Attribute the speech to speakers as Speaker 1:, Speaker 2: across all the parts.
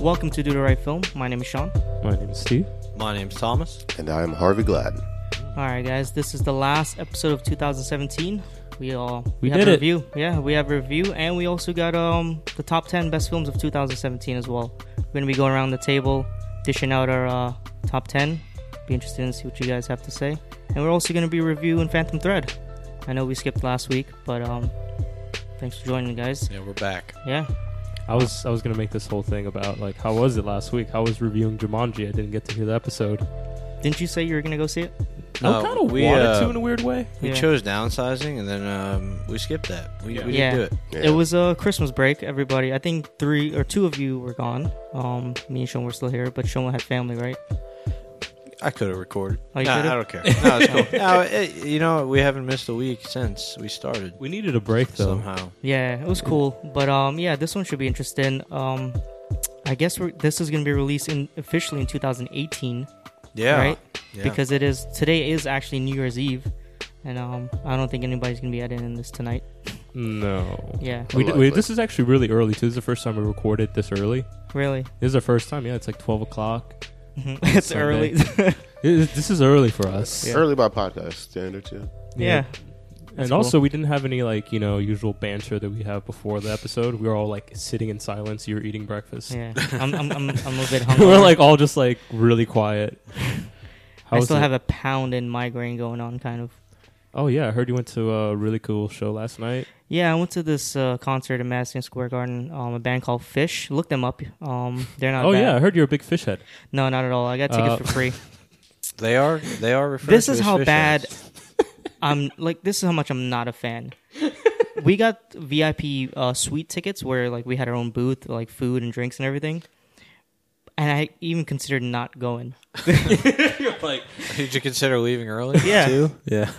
Speaker 1: Welcome to Do the Right Film. My name is Sean.
Speaker 2: My name is Steve.
Speaker 3: My name's Thomas.
Speaker 4: And I am Harvey Gladden.
Speaker 1: All right, guys, this is the last episode of 2017. We all
Speaker 2: We
Speaker 1: have
Speaker 2: did
Speaker 1: a
Speaker 2: it.
Speaker 1: review. Yeah, we have a review, and we also got um the top 10 best films of 2017 as well. We're gonna be going around the table, dishing out our uh, top 10. Be interested in see what you guys have to say, and we're also gonna be reviewing Phantom Thread. I know we skipped last week, but um, thanks for joining, guys.
Speaker 3: Yeah, we're back.
Speaker 1: Yeah,
Speaker 2: I was I was gonna make this whole thing about like how was it last week? How was reviewing Jumanji? I didn't get to hear the episode.
Speaker 1: didn't you say you were gonna go see it?
Speaker 3: No,
Speaker 2: I kind of
Speaker 3: we,
Speaker 2: wanted
Speaker 3: uh,
Speaker 2: to in a weird way.
Speaker 3: We
Speaker 1: Yeah.
Speaker 3: chose downsizing, and then um, we skipped that. We, we
Speaker 1: Yeah.
Speaker 3: didn't do it.
Speaker 1: It was a Christmas break. Everybody, I think three or two of you were gone. Um, me and Sean were still here, but Sean had family, right?
Speaker 3: I could have recorded.
Speaker 1: Oh, you
Speaker 3: Nah,
Speaker 1: coulda?
Speaker 3: I don't care. No, it's cool. no, it, you know we haven't missed a week since we started.
Speaker 2: We needed a break though.
Speaker 3: Somehow,
Speaker 1: Yeah, it was cool. But um, yeah, this one should be interesting. Um, I guess we're, this is going to be released in officially in 2018
Speaker 3: yeah,
Speaker 1: Right?
Speaker 3: Yeah.
Speaker 1: because it is today is actually New Year's Eve, and um, I don't think anybody's going to be editing this tonight.
Speaker 2: No.
Speaker 1: Yeah,
Speaker 2: We, d- we
Speaker 4: Unlikely.
Speaker 2: this is actually really early too. This is the first time we recorded this early.
Speaker 1: really,
Speaker 2: This is our first time. Yeah, it's like twelve o'clock.
Speaker 1: Mhm. it's
Speaker 2: Sunday.
Speaker 1: early.
Speaker 2: It- it- this is early for us.
Speaker 4: Early by podcast standards, yeah.
Speaker 1: yeah,
Speaker 2: And
Speaker 1: cool.
Speaker 2: also, we didn't have any like you know usual banter that we have before the episode. We were all like sitting in silence. You were eating breakfast.
Speaker 1: yeah. I'm, I'm, I'm, I'm a bit
Speaker 2: we
Speaker 1: hungry.
Speaker 2: were like all just like really quiet. How
Speaker 1: I
Speaker 2: was
Speaker 1: still
Speaker 2: it?
Speaker 1: have a pound and migraine going on, kind of.
Speaker 2: Oh yeah, I heard you went to a really cool show last night.
Speaker 1: Yeah, I went to this uh, concert in Madison Square Garden. Um, a band called Fish. Look them up. Um, they're not.
Speaker 2: oh
Speaker 1: bad.
Speaker 2: yeah, I heard you're a big fish head.
Speaker 1: No, not at all. I got tickets
Speaker 2: Uh,
Speaker 1: for free.
Speaker 3: they are they are referred.
Speaker 1: This
Speaker 3: to
Speaker 1: is
Speaker 3: as
Speaker 1: how
Speaker 3: fish
Speaker 1: bad
Speaker 3: heads.
Speaker 1: I'm. Like this is how much I'm not a fan. we got VIP uh, suite tickets where like we had our own booth, like food and drinks and everything. And I even considered not going.
Speaker 2: like
Speaker 3: Did you consider leaving early?
Speaker 1: Yeah,
Speaker 2: yeah,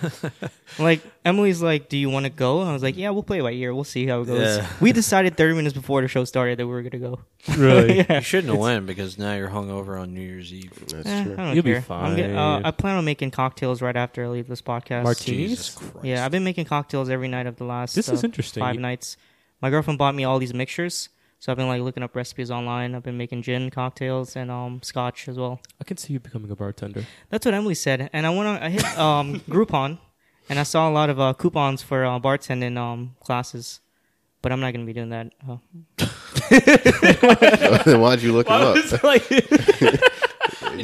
Speaker 1: like Emily's like, "Do you want to go?" And I was like, "Yeah, we'll play it by ear. We'll see how it goes."
Speaker 3: Yeah.
Speaker 1: We decided 30 minutes before the show started that we were gonna go.
Speaker 2: really.
Speaker 3: You shouldn't have went because now you're hungover on New Year's Eve.
Speaker 4: That's
Speaker 1: Eh,
Speaker 4: true.
Speaker 1: I don't
Speaker 2: You'll be
Speaker 1: care. I'm get- uh,
Speaker 2: fine.
Speaker 1: I plan on making cocktails right after I leave this podcast.
Speaker 2: Martinis.
Speaker 3: Jesus Christ.
Speaker 1: Yeah, I've been making cocktails every night of the last.
Speaker 2: This
Speaker 1: uh,
Speaker 2: is interesting.
Speaker 1: Five
Speaker 2: You-
Speaker 1: nights. My girlfriend bought me all these mixtures, so I've been like looking up recipes online. I've been making gin cocktails and um scotch as well.
Speaker 2: I can see you becoming a bartender.
Speaker 1: That's what Emily said. And I went on. I hit um Groupon, and I saw a lot of uh, coupons for uh, bartending um classes. But I'm not going to be doing that. Uh,
Speaker 4: then why'd you look him up?
Speaker 3: you
Speaker 4: said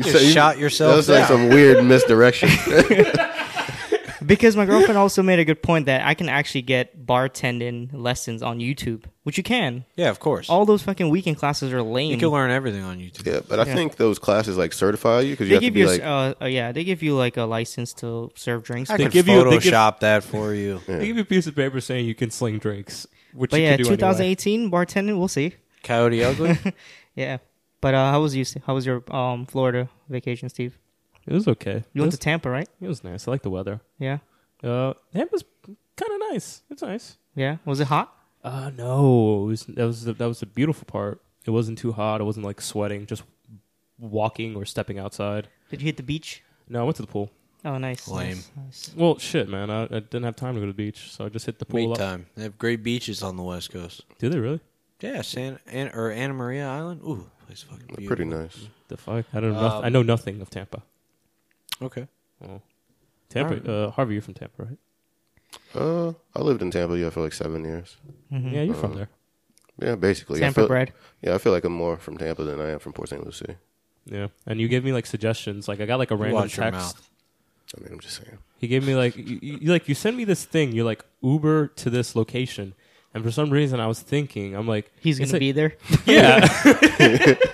Speaker 3: just shot
Speaker 4: That
Speaker 3: yourself.
Speaker 4: was
Speaker 3: down.
Speaker 4: like some weird misdirection.
Speaker 1: because my girlfriend also made a good point that I can actually get bartending lessons on YouTube, which you can.
Speaker 3: yeah, of course.
Speaker 1: All those fucking weekend classes are lame.
Speaker 3: you can learn everything on YouTube.
Speaker 4: yeah, but I
Speaker 1: Yeah.
Speaker 4: think those classes like certify you because you
Speaker 1: they
Speaker 4: have to
Speaker 1: give
Speaker 4: be
Speaker 1: you, a s
Speaker 4: like,
Speaker 1: uh, uh, yeah, they give you like a license to serve drinks.
Speaker 3: I
Speaker 2: They
Speaker 3: could
Speaker 2: give you- they give-
Speaker 3: Photoshop that for you.
Speaker 2: They give you a piece of paper saying you can sling drinks, which
Speaker 1: But
Speaker 2: you
Speaker 1: yeah,
Speaker 2: can do anyway.
Speaker 1: 2018 bartending, we'll see.
Speaker 3: Coyote Ugly.
Speaker 1: Yeah, but uh, how was you? How was your um Florida vacation, Steve?
Speaker 2: It was okay.
Speaker 1: You
Speaker 2: it,
Speaker 1: went
Speaker 2: was,
Speaker 1: to Tampa, right?
Speaker 2: it was nice. I like the weather.
Speaker 1: Yeah,
Speaker 2: Uh, it was kind of nice. It's nice.
Speaker 1: yeah. Was it hot?
Speaker 2: Uh, no, it was, that was the, that was the beautiful part. It wasn't too hot. I wasn't like sweating. Just walking or stepping outside.
Speaker 1: Did you hit the beach?
Speaker 2: No, I went to the pool.
Speaker 1: Oh, nice.
Speaker 3: Lame.
Speaker 1: nice, nice.
Speaker 2: Well, shit, man. I, I didn't have time to go to the beach, so I just hit the pool.
Speaker 3: Me
Speaker 2: Up.
Speaker 3: time. They have great beaches on the West Coast.
Speaker 2: Do they really?
Speaker 3: Yeah, San An, or Anna Maria Island. Ooh, place fucking
Speaker 1: oh.
Speaker 3: beautiful.
Speaker 4: pretty nice.
Speaker 2: The fuck? I don't know.
Speaker 3: Um,
Speaker 2: I know nothing of Tampa.
Speaker 3: Okay.
Speaker 2: Tampa.
Speaker 3: Alright.
Speaker 2: Uh, Harvey, you're from Tampa, right?
Speaker 4: Uh, I lived in Tampa, yeah, for like seven years.
Speaker 2: Yeah, you're from
Speaker 3: Uh-huh.
Speaker 2: there.
Speaker 4: Yeah, basically. I
Speaker 1: Mm-hmm. Tampa
Speaker 4: feel,
Speaker 1: bread.
Speaker 4: Yeah, I feel like I'm more from Tampa than I am from Port St. Lucie.
Speaker 2: Yeah, and you gave me like suggestions. Like I got like a random
Speaker 3: Watch your
Speaker 2: text.
Speaker 3: mouth.
Speaker 4: I mean, I'm just saying.
Speaker 2: He gave me like you, you, like you send me this thing. You're like Uber to this location, and for some reason I was thinking I'm like
Speaker 1: He's
Speaker 2: it's
Speaker 1: gonna be there.
Speaker 2: like- yeah.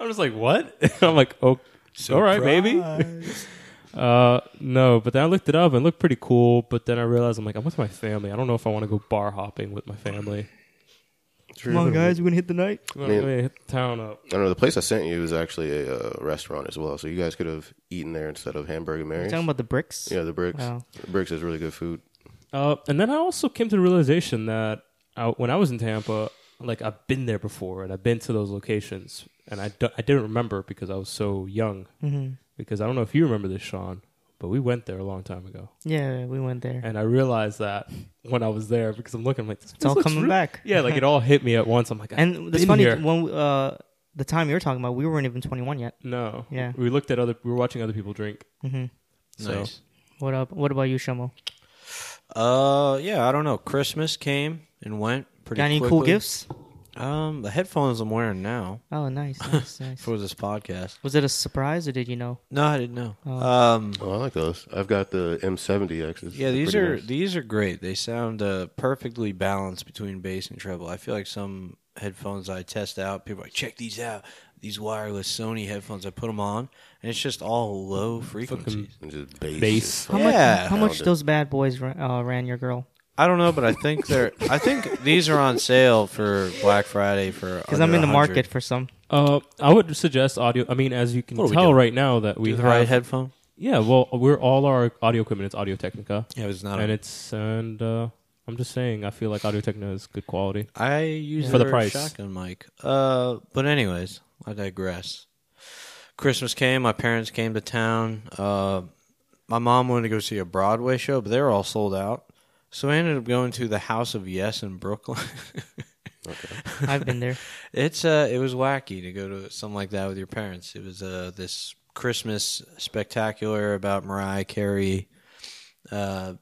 Speaker 2: I'm just like what? I'm like oh, all right, maybe. Uh, no, but then I looked it up and it looked pretty cool. But then I realized I'm like I'm with my family. I don't know if I want to go bar hopping with my family.
Speaker 1: Come on, guys, we're gonna hit the night.
Speaker 2: I'm
Speaker 4: Man.
Speaker 2: gonna hit the town up.
Speaker 4: I don't know. The place I sent you was actually a uh, restaurant as well, so you guys could have eaten there instead of Hamburger
Speaker 1: You're
Speaker 4: Mary's.
Speaker 1: talking about the bricks.
Speaker 4: yeah, the Bricks.
Speaker 1: Wow.
Speaker 4: The Bricks is really good food.
Speaker 2: Uh, and then I also came to the realization that I, when I was in Tampa, like I've been there before and I've been to those
Speaker 1: Mm-hmm.
Speaker 2: locations, and I, do, I didn't remember because I was so young. Because I don't know if you remember this, Sean, But we went there a long time ago,
Speaker 1: Yeah, we went there.
Speaker 2: and I realized that when I was there because I'm looking, I'm like, this
Speaker 1: It's all
Speaker 2: looks
Speaker 1: coming
Speaker 2: real-
Speaker 1: back.
Speaker 2: Yeah, like it all hit me at once. I'm like, I've
Speaker 1: And it's
Speaker 2: been
Speaker 1: funny
Speaker 2: here.
Speaker 1: when uh, the time you were talking about, we weren't even 21 yet.
Speaker 2: no,
Speaker 1: Yeah.
Speaker 2: We looked at other, we were watching other people drink.
Speaker 1: hmm
Speaker 2: So
Speaker 3: Nice.
Speaker 1: What up? What about you, Shamo?
Speaker 3: Uh, yeah, I don't know. Christmas came and went pretty.
Speaker 1: Got any
Speaker 3: quickly.
Speaker 1: cool gifts?
Speaker 3: Um, the headphones I'm wearing now
Speaker 1: Oh, nice, nice, nice.
Speaker 3: for this podcast.
Speaker 1: Was it a surprise or did you know?
Speaker 3: No, I didn't know.
Speaker 1: Oh.
Speaker 3: Um,
Speaker 4: Oh, I like those. I've got the M70Xs.
Speaker 3: yeah,
Speaker 4: They're
Speaker 3: these
Speaker 4: pretty
Speaker 3: are
Speaker 4: nice.
Speaker 3: these are great. They sound uh, perfectly balanced between bass and treble. I feel like some headphones I test out, people are like check these out. These wireless Sony headphones, I put them on, and it's just all low frequencies.
Speaker 4: And just bass.
Speaker 2: Bass.
Speaker 1: How
Speaker 3: Yeah.
Speaker 1: much? How much
Speaker 4: Found it.
Speaker 1: those bad boys ran, uh, ran your girl?
Speaker 3: I don't know, but I think they're. I think these are on sale for Black Friday for.
Speaker 1: Because I'm in the
Speaker 3: 100.
Speaker 1: market for some.
Speaker 2: uh, I would suggest audio. I mean, as you can
Speaker 3: What are we
Speaker 2: tell
Speaker 3: doing?
Speaker 2: right now that we
Speaker 3: Do the
Speaker 2: have-
Speaker 3: right headphone.
Speaker 2: Yeah, well, we're all our audio equipment. It's Audio Technica,
Speaker 3: Yeah, it's not.
Speaker 2: and it's and uh, I'm just saying, I feel like Audio Technica is good quality.
Speaker 3: I use
Speaker 2: For the
Speaker 3: their
Speaker 2: price.
Speaker 3: shotgun mic. Uh, but anyways, I digress. Christmas came. My parents came to town. Uh, my mom wanted to go see a Broadway show, but they were all sold out. So I ended up going to the House of Yes in Brooklyn.
Speaker 1: I've been there.
Speaker 3: it's uh, it was wacky to go to something like that with your parents. It was uh, this Christmas spectacular about Mariah Carey uh,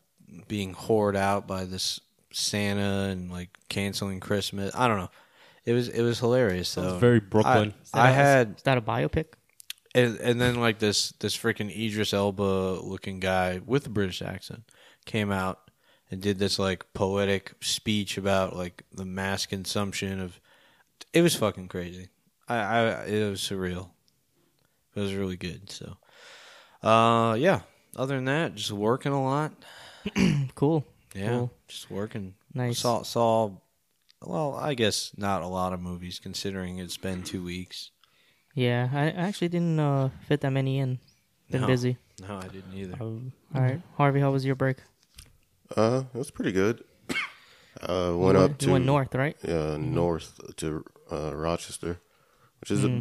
Speaker 3: being whored out by this Santa and like canceling Christmas. I don't know. It was it was hilarious. So
Speaker 2: It's very Brooklyn.
Speaker 3: I,
Speaker 1: Is that
Speaker 3: I
Speaker 1: a-
Speaker 3: had
Speaker 1: Is that a biopic?
Speaker 3: and, and then like this this freaking Idris Elba looking guy with a British accent came out and did this like poetic speech about like the mass consumption of it was fucking crazy. I, I it was surreal. It was really good. So uh yeah. Other than that, just working a lot.
Speaker 1: Cool.
Speaker 3: Yeah.
Speaker 1: Cool.
Speaker 3: Just working.
Speaker 1: Nice.
Speaker 3: Saw saw well, I guess not a lot of movies considering it's been two weeks.
Speaker 1: Yeah, I I actually didn't uh, fit that many in. Been
Speaker 3: No. Mm-hmm.
Speaker 1: busy.
Speaker 3: No, I didn't either.
Speaker 2: Um,
Speaker 1: All right, Harvey, how was your break?
Speaker 4: Uh, it was pretty good. Uh,
Speaker 1: You
Speaker 4: went up to
Speaker 1: you went north, Mm-hmm. right?
Speaker 4: uh, north to uh, Rochester, which is a,
Speaker 1: Mm-hmm.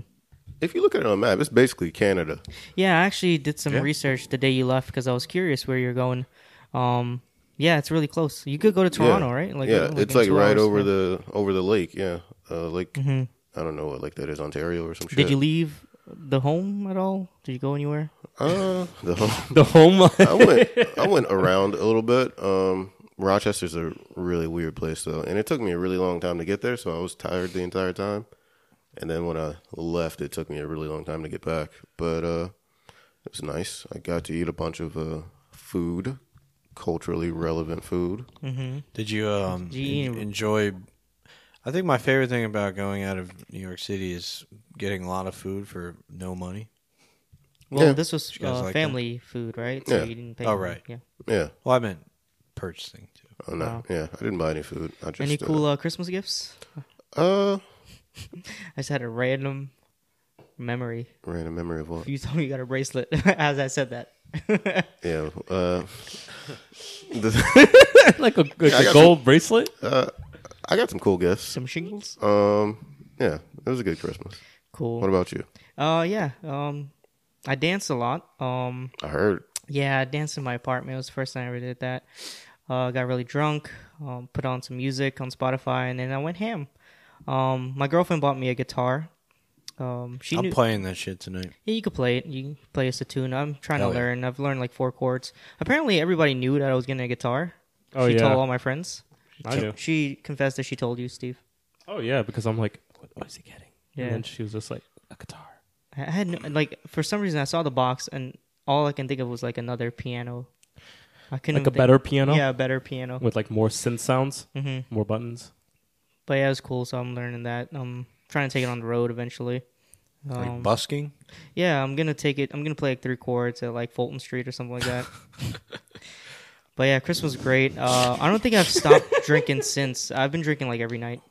Speaker 4: if you look at it on a map, it's basically Canada.
Speaker 1: Yeah, I actually did some
Speaker 4: Yeah.
Speaker 1: research the day you left because I was curious where you're going. Um, yeah, it's really close. You could go to Toronto,
Speaker 4: yeah.
Speaker 1: right?
Speaker 4: yeah,
Speaker 1: in
Speaker 4: it's like
Speaker 1: two
Speaker 4: right
Speaker 1: hours.
Speaker 4: over
Speaker 1: Yeah. Mm-hmm.
Speaker 4: the over the lake. Yeah, uh, like I don't know what lake that is, Ontario or some shit.
Speaker 1: Did you leave the home at all? Did you go anywhere?
Speaker 4: Uh, the whole,
Speaker 2: the home.
Speaker 4: I went I went around a little bit. Um, Rochester's a really weird place though, and it took me a really long time to get there, so I was tired the entire time. And then when I left, it took me a really long time to get back, but uh, it was nice. I got to eat a bunch of uh, food, culturally relevant food.
Speaker 3: Did you um
Speaker 1: Gee.
Speaker 3: en- enjoy? I think my favorite thing about going out of New York City is getting a lot of food for no money.
Speaker 1: Well,
Speaker 4: Yeah.
Speaker 1: this was
Speaker 3: You guys
Speaker 1: uh,
Speaker 3: like that?
Speaker 1: family food, right? So
Speaker 4: Yeah.
Speaker 1: you didn't pay.
Speaker 3: Oh, right.
Speaker 1: Yeah.
Speaker 4: Yeah,
Speaker 3: Well, I meant purchasing too.
Speaker 4: oh no,
Speaker 1: Wow.
Speaker 4: yeah, I didn't buy any food. I just
Speaker 1: Any
Speaker 4: uh,
Speaker 1: cool uh, Christmas gifts?
Speaker 4: uh
Speaker 1: I just had a random memory.
Speaker 4: random memory of what?
Speaker 1: You told me you got a bracelet as I said that.
Speaker 4: Yeah, uh,
Speaker 2: like a, like
Speaker 4: I
Speaker 2: a
Speaker 4: got
Speaker 2: gold bracelet.
Speaker 4: I got some cool gifts.
Speaker 1: Some shingles.
Speaker 4: Um, yeah, it was a good Christmas.
Speaker 1: Cool.
Speaker 4: What about you?
Speaker 1: Uh, yeah. Um, I dance a lot. Um,
Speaker 4: I heard
Speaker 1: Yeah, I danced in my apartment. It was the first time I ever did that. Uh, got really drunk, um, put on some music on Spotify, and then I went ham. Um, my girlfriend bought me a guitar. Um, she
Speaker 3: I'm
Speaker 1: knew
Speaker 3: playing that shit tonight.
Speaker 1: yeah, you could play it. You can play us a tune. I'm trying
Speaker 3: Hell
Speaker 1: to
Speaker 3: yeah.
Speaker 1: learn. I've learned like four chords. Apparently, everybody knew that I was getting a guitar.
Speaker 2: Oh,
Speaker 1: she
Speaker 2: yeah.
Speaker 1: told all my friends.
Speaker 2: I do.
Speaker 1: She confessed that she told you, Steve.
Speaker 2: Oh yeah, because I'm like, what, what is he getting?
Speaker 1: Yeah.
Speaker 2: And then she was just like, a guitar.
Speaker 1: I had no, like for some reason I saw the box and all I can think of was like another piano. I couldn't
Speaker 2: Like a
Speaker 1: even think-
Speaker 2: better piano
Speaker 1: Yeah, a better piano.
Speaker 2: with like more synth sounds,
Speaker 1: hmm
Speaker 2: more buttons.
Speaker 1: But yeah, it was cool. So I'm learning that. I'm trying to take it on the road eventually.
Speaker 3: Like
Speaker 1: Um,
Speaker 3: busking.
Speaker 1: yeah, I'm gonna take it. I'm gonna play like three chords at like Fulton Street or something like that. but yeah, Christmas was great. Uh, I don't think I've stopped drinking since. I've been drinking like every night.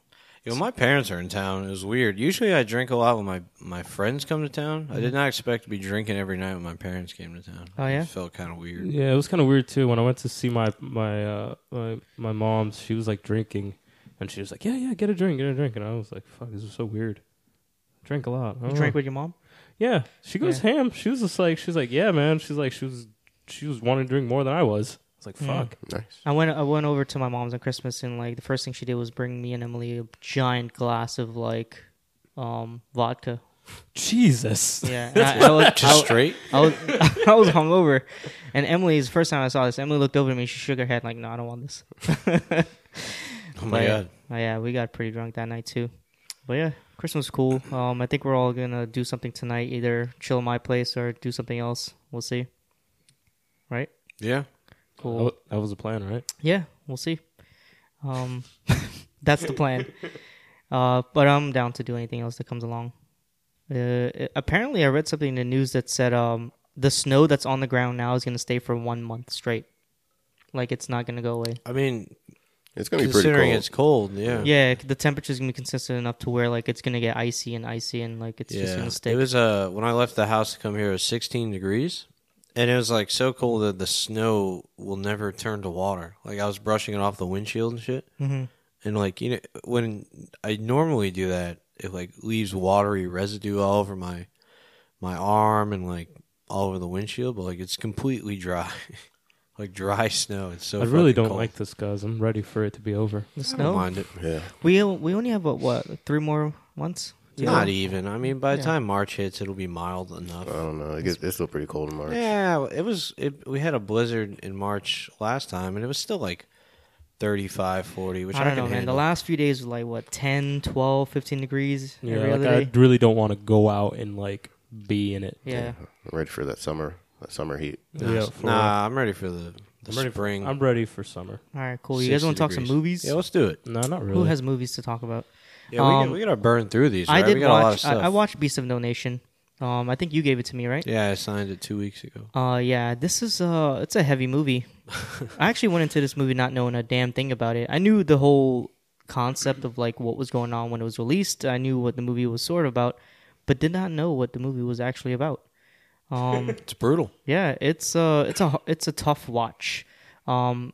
Speaker 3: You know, my parents are in town. It was weird. Usually, I drink a lot when my my friends come to town. I did not expect to be drinking every night when my parents came to town.
Speaker 1: Mm-hmm. Oh, yeah?
Speaker 3: it felt kind of weird.
Speaker 2: Yeah, it was kind of weird too. When I went to see my my uh, my my mom's, she was like drinking, and she was like, yeah, yeah, get a drink, get a drink, and I was like, fuck, this is so weird. Drink a lot. I
Speaker 1: You
Speaker 2: don't
Speaker 1: drank
Speaker 2: know.
Speaker 1: with your mom?
Speaker 2: Yeah, she goes ham. She was just like, she's like, yeah, man. She's like, she was she was wanting to drink more than I was. I was like, fuck.
Speaker 4: Nice.
Speaker 1: I went I went over to my mom's on Christmas and like the first thing she did was bring me and Emily a giant glass of like um vodka.
Speaker 2: Jesus.
Speaker 1: Yeah. And I, I was,
Speaker 3: Just straight.
Speaker 1: I was I was hungover, and Emily's first time I saw this. Emily looked over at me. She shook her head like, "No, I don't want this."
Speaker 3: Oh my
Speaker 1: But,
Speaker 3: god.
Speaker 1: uh, yeah, we got pretty drunk that night too. But yeah, Christmas was cool. Um, I think we're all gonna do something tonight. Either chill at my place or do something else. We'll see. Right?
Speaker 3: Yeah.
Speaker 2: That
Speaker 1: Cool.
Speaker 2: wa- That was the plan, right?
Speaker 1: Yeah, we'll see. Um, that's the plan. Uh, but I'm down to do anything else that comes along. Uh, apparently, I read something in the news that said um, the snow that's on the ground now is going to stay for one month straight. Like it's not going to go away.
Speaker 3: I mean,
Speaker 4: It's gonna be pretty
Speaker 3: considering
Speaker 4: cold.
Speaker 3: it's cold, yeah.
Speaker 1: Yeah, the temperature's going to be consistent enough to where like it's going to get icy and icy and like it's just
Speaker 3: Yeah.
Speaker 1: going to stay.
Speaker 3: It was uh when I left the house to come here it was 16 degrees and it was like so cold that the snow will never turn to water. Like I was brushing it off the windshield and shit.
Speaker 1: Mhm.
Speaker 3: And like you know when I normally do that it like leaves watery residue all over my my arm and like all over the windshield but like it's completely dry. like dry snow. It's so
Speaker 2: I really
Speaker 3: fucking
Speaker 2: don't
Speaker 3: cold.
Speaker 2: like this, guys. I'm ready for it to be over.
Speaker 1: the
Speaker 3: I don't
Speaker 1: snow.
Speaker 3: mind it.
Speaker 4: yeah.
Speaker 1: We we only have what, what three more months.
Speaker 3: Not even. I mean, by the
Speaker 1: Yeah.
Speaker 3: time March hits, it'll be mild enough.
Speaker 4: I don't know. It gets, it's still pretty cold in March.
Speaker 3: Yeah, it was. It, we had a blizzard in March last time, and it was still like 35, 40, which I,
Speaker 1: I don't
Speaker 3: can
Speaker 1: know, man. The
Speaker 3: handle.
Speaker 1: last few days were like what 10, 12, 15 degrees
Speaker 2: Yeah,
Speaker 1: every
Speaker 2: like
Speaker 1: other
Speaker 2: I
Speaker 1: day.
Speaker 2: really don't want to go out and like be in it.
Speaker 1: Yeah.
Speaker 4: I'm ready for that summer, that summer heat.
Speaker 2: Yeah, for real.
Speaker 3: nah, I'm ready for the, the
Speaker 2: I'm ready for-
Speaker 3: spring.
Speaker 2: I'm ready for summer.
Speaker 1: All right, cool. You guys
Speaker 3: 60
Speaker 1: want to talk some
Speaker 3: degrees.
Speaker 1: movies?
Speaker 3: yeah, let's do it.
Speaker 2: No, not really.
Speaker 1: Who has movies to talk about?
Speaker 3: Yeah, we,
Speaker 1: Um,
Speaker 3: got- we gotta burn through these.
Speaker 1: I
Speaker 3: right?
Speaker 1: did
Speaker 3: we got
Speaker 1: watch.
Speaker 3: a lot of stuff.
Speaker 1: I, I watched Beast of No Nation. Um, I think you gave it to me, right?
Speaker 3: Yeah, I signed it two weeks ago.
Speaker 1: Uh, yeah. This is uh, it's a heavy movie. I actually went into this movie not knowing a damn thing about it. I knew the whole concept of like what was going on when it was released. I knew what the movie was sort of about, but did not know what the movie was actually about. Um,
Speaker 3: It's brutal.
Speaker 1: Yeah, it's a it's a it's a tough watch, um,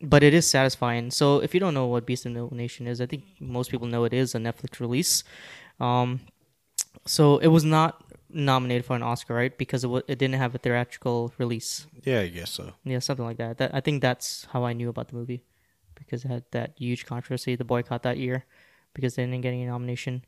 Speaker 1: but it is satisfying. So if you don't know what Beast of No Nation is, I think most people know it is a Netflix release. Um, so it was not nominated for an Oscar, right? Because it, wa it didn't have a theatrical release.
Speaker 3: Yeah, I guess so.
Speaker 1: Yeah, something like that. that. I think that's how I knew about the movie because it had that huge controversy, the boycott that year, because they didn't get any nomination.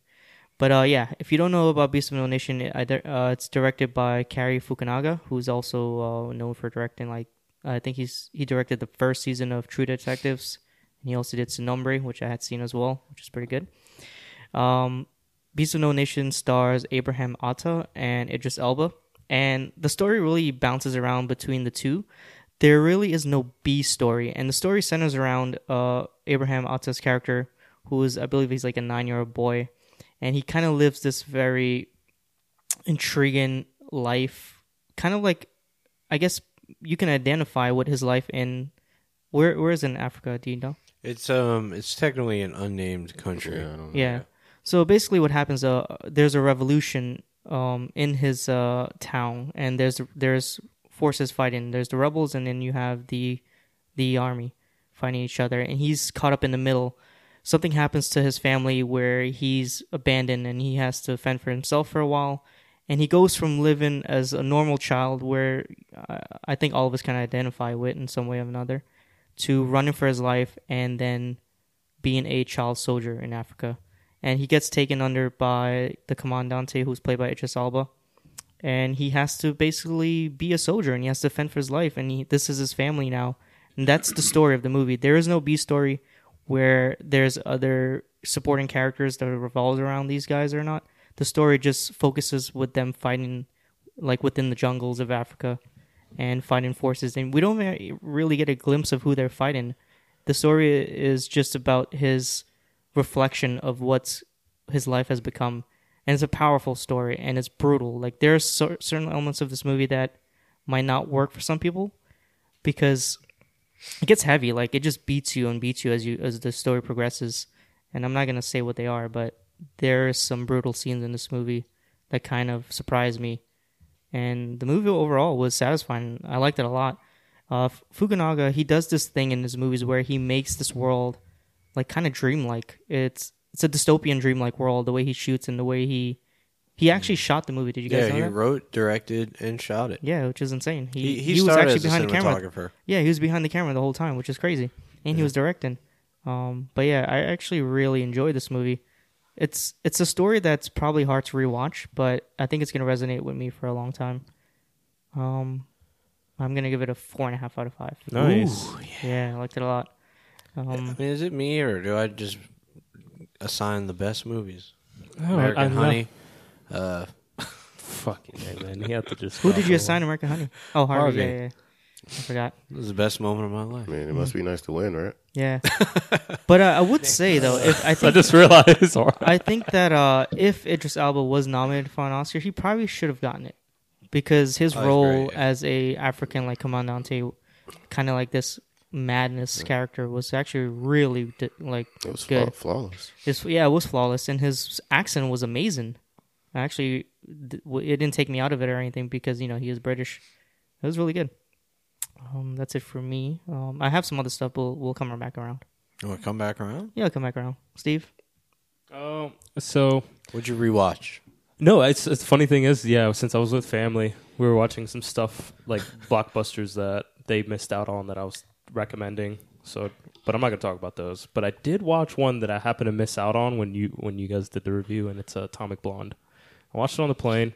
Speaker 1: But uh, yeah, if you don't know about Beast of No Nation, it- either uh, it's directed by Cary Fukunaga, who's also uh, known for directing like I think he's he directed the first season of True Detectives, and he also did Sinombre, which I had seen as well, which is pretty good. Um, Beast of No Nation stars Abraham Atta and Idris Elba, and the story really bounces around between the two. There really is no B story, and the story centers around uh, Abraham Atta's character, who is, I believe, he's like a nine-year-old boy, and he kind of lives this very intriguing life, kind of like, I guess you can identify with his life in where where is it in Africa? Do you know?
Speaker 3: It's um, it's technically an unnamed country.
Speaker 4: Yeah, I don't know.
Speaker 1: Yeah. So basically, what happens? Uh, there's a revolution um, in his uh, town, and there's there's forces fighting. There's the rebels, and then you have the the army fighting each other, and he's caught up in the middle. Something happens to his family where he's abandoned, and he has to fend for himself for a while. And he goes from living as a normal child, where uh, I think all of us kind of identify with in some way or another, to running for his life, and then being a child soldier in Africa. And he gets taken under by the Commandante, who's played by Idris Alba. And he has to basically be a soldier and he has to fend for his life. And he, this is his family now. And that's the story of the movie. There is no B story where there's other supporting characters that revolves around these guys or not. The story just focuses with them fighting, like within the jungles of Africa and fighting forces. And we don't ve- really get a glimpse of who they're fighting the story is just about his reflection of what's his life has become and it's a powerful story and it's brutal like there are cer- certain elements of this movie that might not work for some people because it gets heavy like it just beats you and beats you as you as the story progresses and i'm not going to say what they are but there are some brutal scenes in this movie that kind of surprised me and the movie overall was satisfying i liked it a lot uh, F- Fukunaga, he does this thing in his movies where he makes this world like kind of dreamlike. It's it's a dystopian dreamlike world. The way he shoots and the way he He actually shot the movie. Did you guys
Speaker 3: Mm. yeah,
Speaker 1: know
Speaker 3: he
Speaker 1: that?
Speaker 3: wrote, directed, and shot it.
Speaker 1: yeah, which is insane. He
Speaker 3: He,
Speaker 1: he,
Speaker 3: he,
Speaker 1: was
Speaker 3: started
Speaker 1: actually
Speaker 3: as a
Speaker 1: behind the camera.
Speaker 3: cinematographer.
Speaker 1: Yeah, he was behind the camera the whole time, which is crazy. And he was directing. Um, but yeah, I actually really enjoyed this movie. It's it's a story that's probably hard to rewatch, but I think it's gonna resonate with me for a long time. Um, I'm gonna give it a four and a half out of five.
Speaker 2: Nice.
Speaker 1: Yeah, I liked it a lot. Um,
Speaker 3: I mean, is it me or do I just assign the best movies?
Speaker 2: Oh,
Speaker 3: American
Speaker 2: I love-
Speaker 3: Honey. Uh,
Speaker 2: Fucking hey, man. He had to just.
Speaker 1: who did you assign American Honey? Oh, Harvey.
Speaker 3: Harvey.
Speaker 1: Yeah, yeah, yeah. I forgot.
Speaker 3: this is the best moment of my life.
Speaker 4: I mean, it must be nice to win, right?
Speaker 1: Yeah, but uh, I would say though, if I
Speaker 2: I
Speaker 1: think
Speaker 2: just realized. All right.
Speaker 1: I think that uh, if Idris Elba was nominated for an Oscar, he probably should have gotten it because his
Speaker 3: Oh, he's
Speaker 1: role
Speaker 3: great, yeah.
Speaker 1: as a African like commandante, kind of like this madness character, was actually really di- like
Speaker 4: It was fla-
Speaker 1: good.
Speaker 4: flawless.
Speaker 1: His, yeah, it was flawless, and his accent was amazing. I Actually, d- w- it didn't take me out of it or anything because you know he is British. It was really good. Um, that's it for me. Um, I have some other stuff. We'll we'll come back around.
Speaker 3: You want to come back around?
Speaker 1: Yeah, I'll come back around. Steve.
Speaker 2: Um, so
Speaker 3: What'd you rewatch?
Speaker 2: no, it's, it's the funny thing is, yeah. Since I was with family, we were watching some stuff like blockbusters that they missed out on that I was recommending. So, but I'm not gonna talk about those. But I did watch one that I happened to miss out on when you when you guys did the review, and it's uh, Atomic Blonde. I watched it on the plane.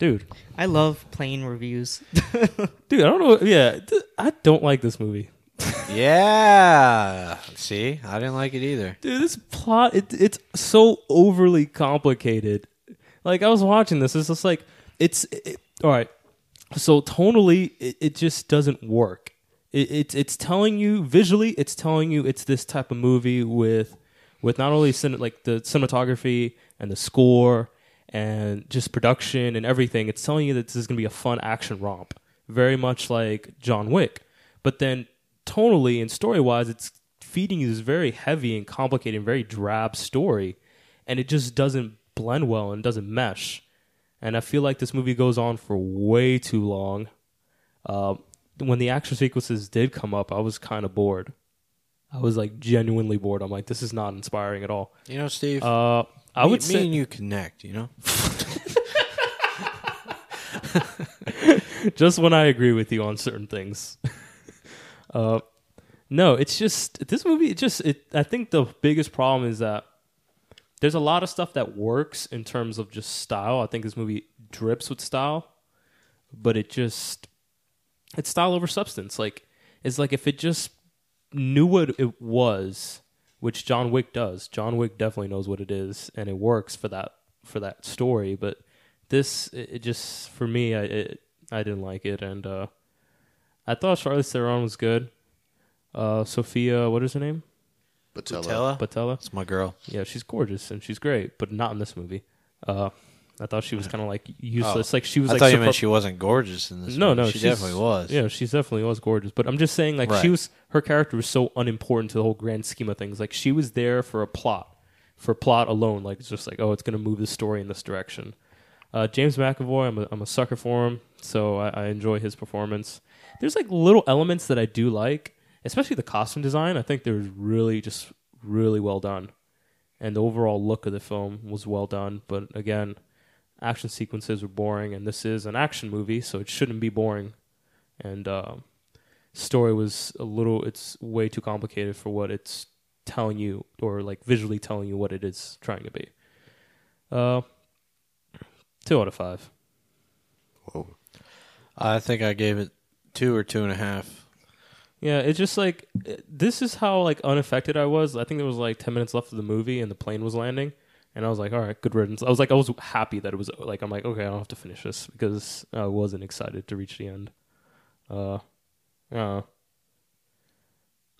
Speaker 2: Dude,
Speaker 1: I love plain reviews.
Speaker 2: dude, I don't know. Yeah, th- I don't like this movie.
Speaker 3: yeah. See, I didn't like it either.
Speaker 2: dude this plot it, it's so overly complicated like i was watching this it's just like it's it- all right so tonally it, it just doesn't work it, it's it's telling you visually it's telling you it's this type of movie with with not only cin- like the cinematography and the score and just production and everything it's telling you that this is going to be a fun action romp very much like john wick but then tonally and story wise it's feeding you this very heavy and complicated and very drab story and it just doesn't blend well and doesn't mesh and I feel like this movie goes on for way too long. Um, when the action sequences did come up, I was kind of bored. I was like genuinely bored. I'm like, this is not inspiring at all.
Speaker 3: You know, Steve.
Speaker 2: Uh, I
Speaker 3: me,
Speaker 2: would
Speaker 3: me
Speaker 2: say,
Speaker 3: and you connect. You know,
Speaker 2: just when I agree with you on certain things. uh, no, it's just this movie. It just it. I think the biggest problem is that there's a lot of stuff that works in terms of just style. I think this movie drips with style, but it just it's style over substance. Like it's like if it just knew what it was, which John Wick does. John Wick definitely knows what it is, and it works for that for that story. But this, it, it just for me, I it, I didn't like it, and uh, I thought Charlize Theron was good. Uh, Sophia, what is her name?
Speaker 4: Patella.
Speaker 3: Tella.
Speaker 2: Patella.
Speaker 3: It's my girl.
Speaker 2: Yeah, she's gorgeous and she's great, but not in this movie. Uh, I thought she was kind of like useless. Like she was
Speaker 3: Oh. I
Speaker 2: like
Speaker 3: thought you
Speaker 2: super-
Speaker 3: meant she wasn't gorgeous in this.
Speaker 2: no,
Speaker 3: movie.
Speaker 2: no,
Speaker 3: she
Speaker 2: she's-
Speaker 3: definitely was.
Speaker 2: Yeah, she definitely was gorgeous. But I'm just saying, like, she
Speaker 3: Right.
Speaker 2: was her character was so unimportant to the whole grand scheme of things. Like, she was there for a plot, for plot alone. Like, it's just like, oh, it's gonna move the story in this direction. Uh, James McAvoy, I'm a, I'm a sucker for him, so I, I enjoy his performance. There's like little elements that I do like, especially the costume design. I think they're really just really well done, and the overall look of the film was well done. But again, action sequences were boring, and this is an action movie, so it shouldn't be boring and um, story was a little it's way too complicated for what it's telling you or like visually telling you what it is trying to be uh two out of five
Speaker 4: Whoa.
Speaker 3: I think I gave it two or two and a half.
Speaker 2: yeah it's just like it- this is how like unaffected i was i think there was like 10 minutes left of the movie and the plane was landing and i was like all right good riddance i was like i was happy that it was like i'm like okay i don't have to finish this because i wasn't excited to reach the end uh uh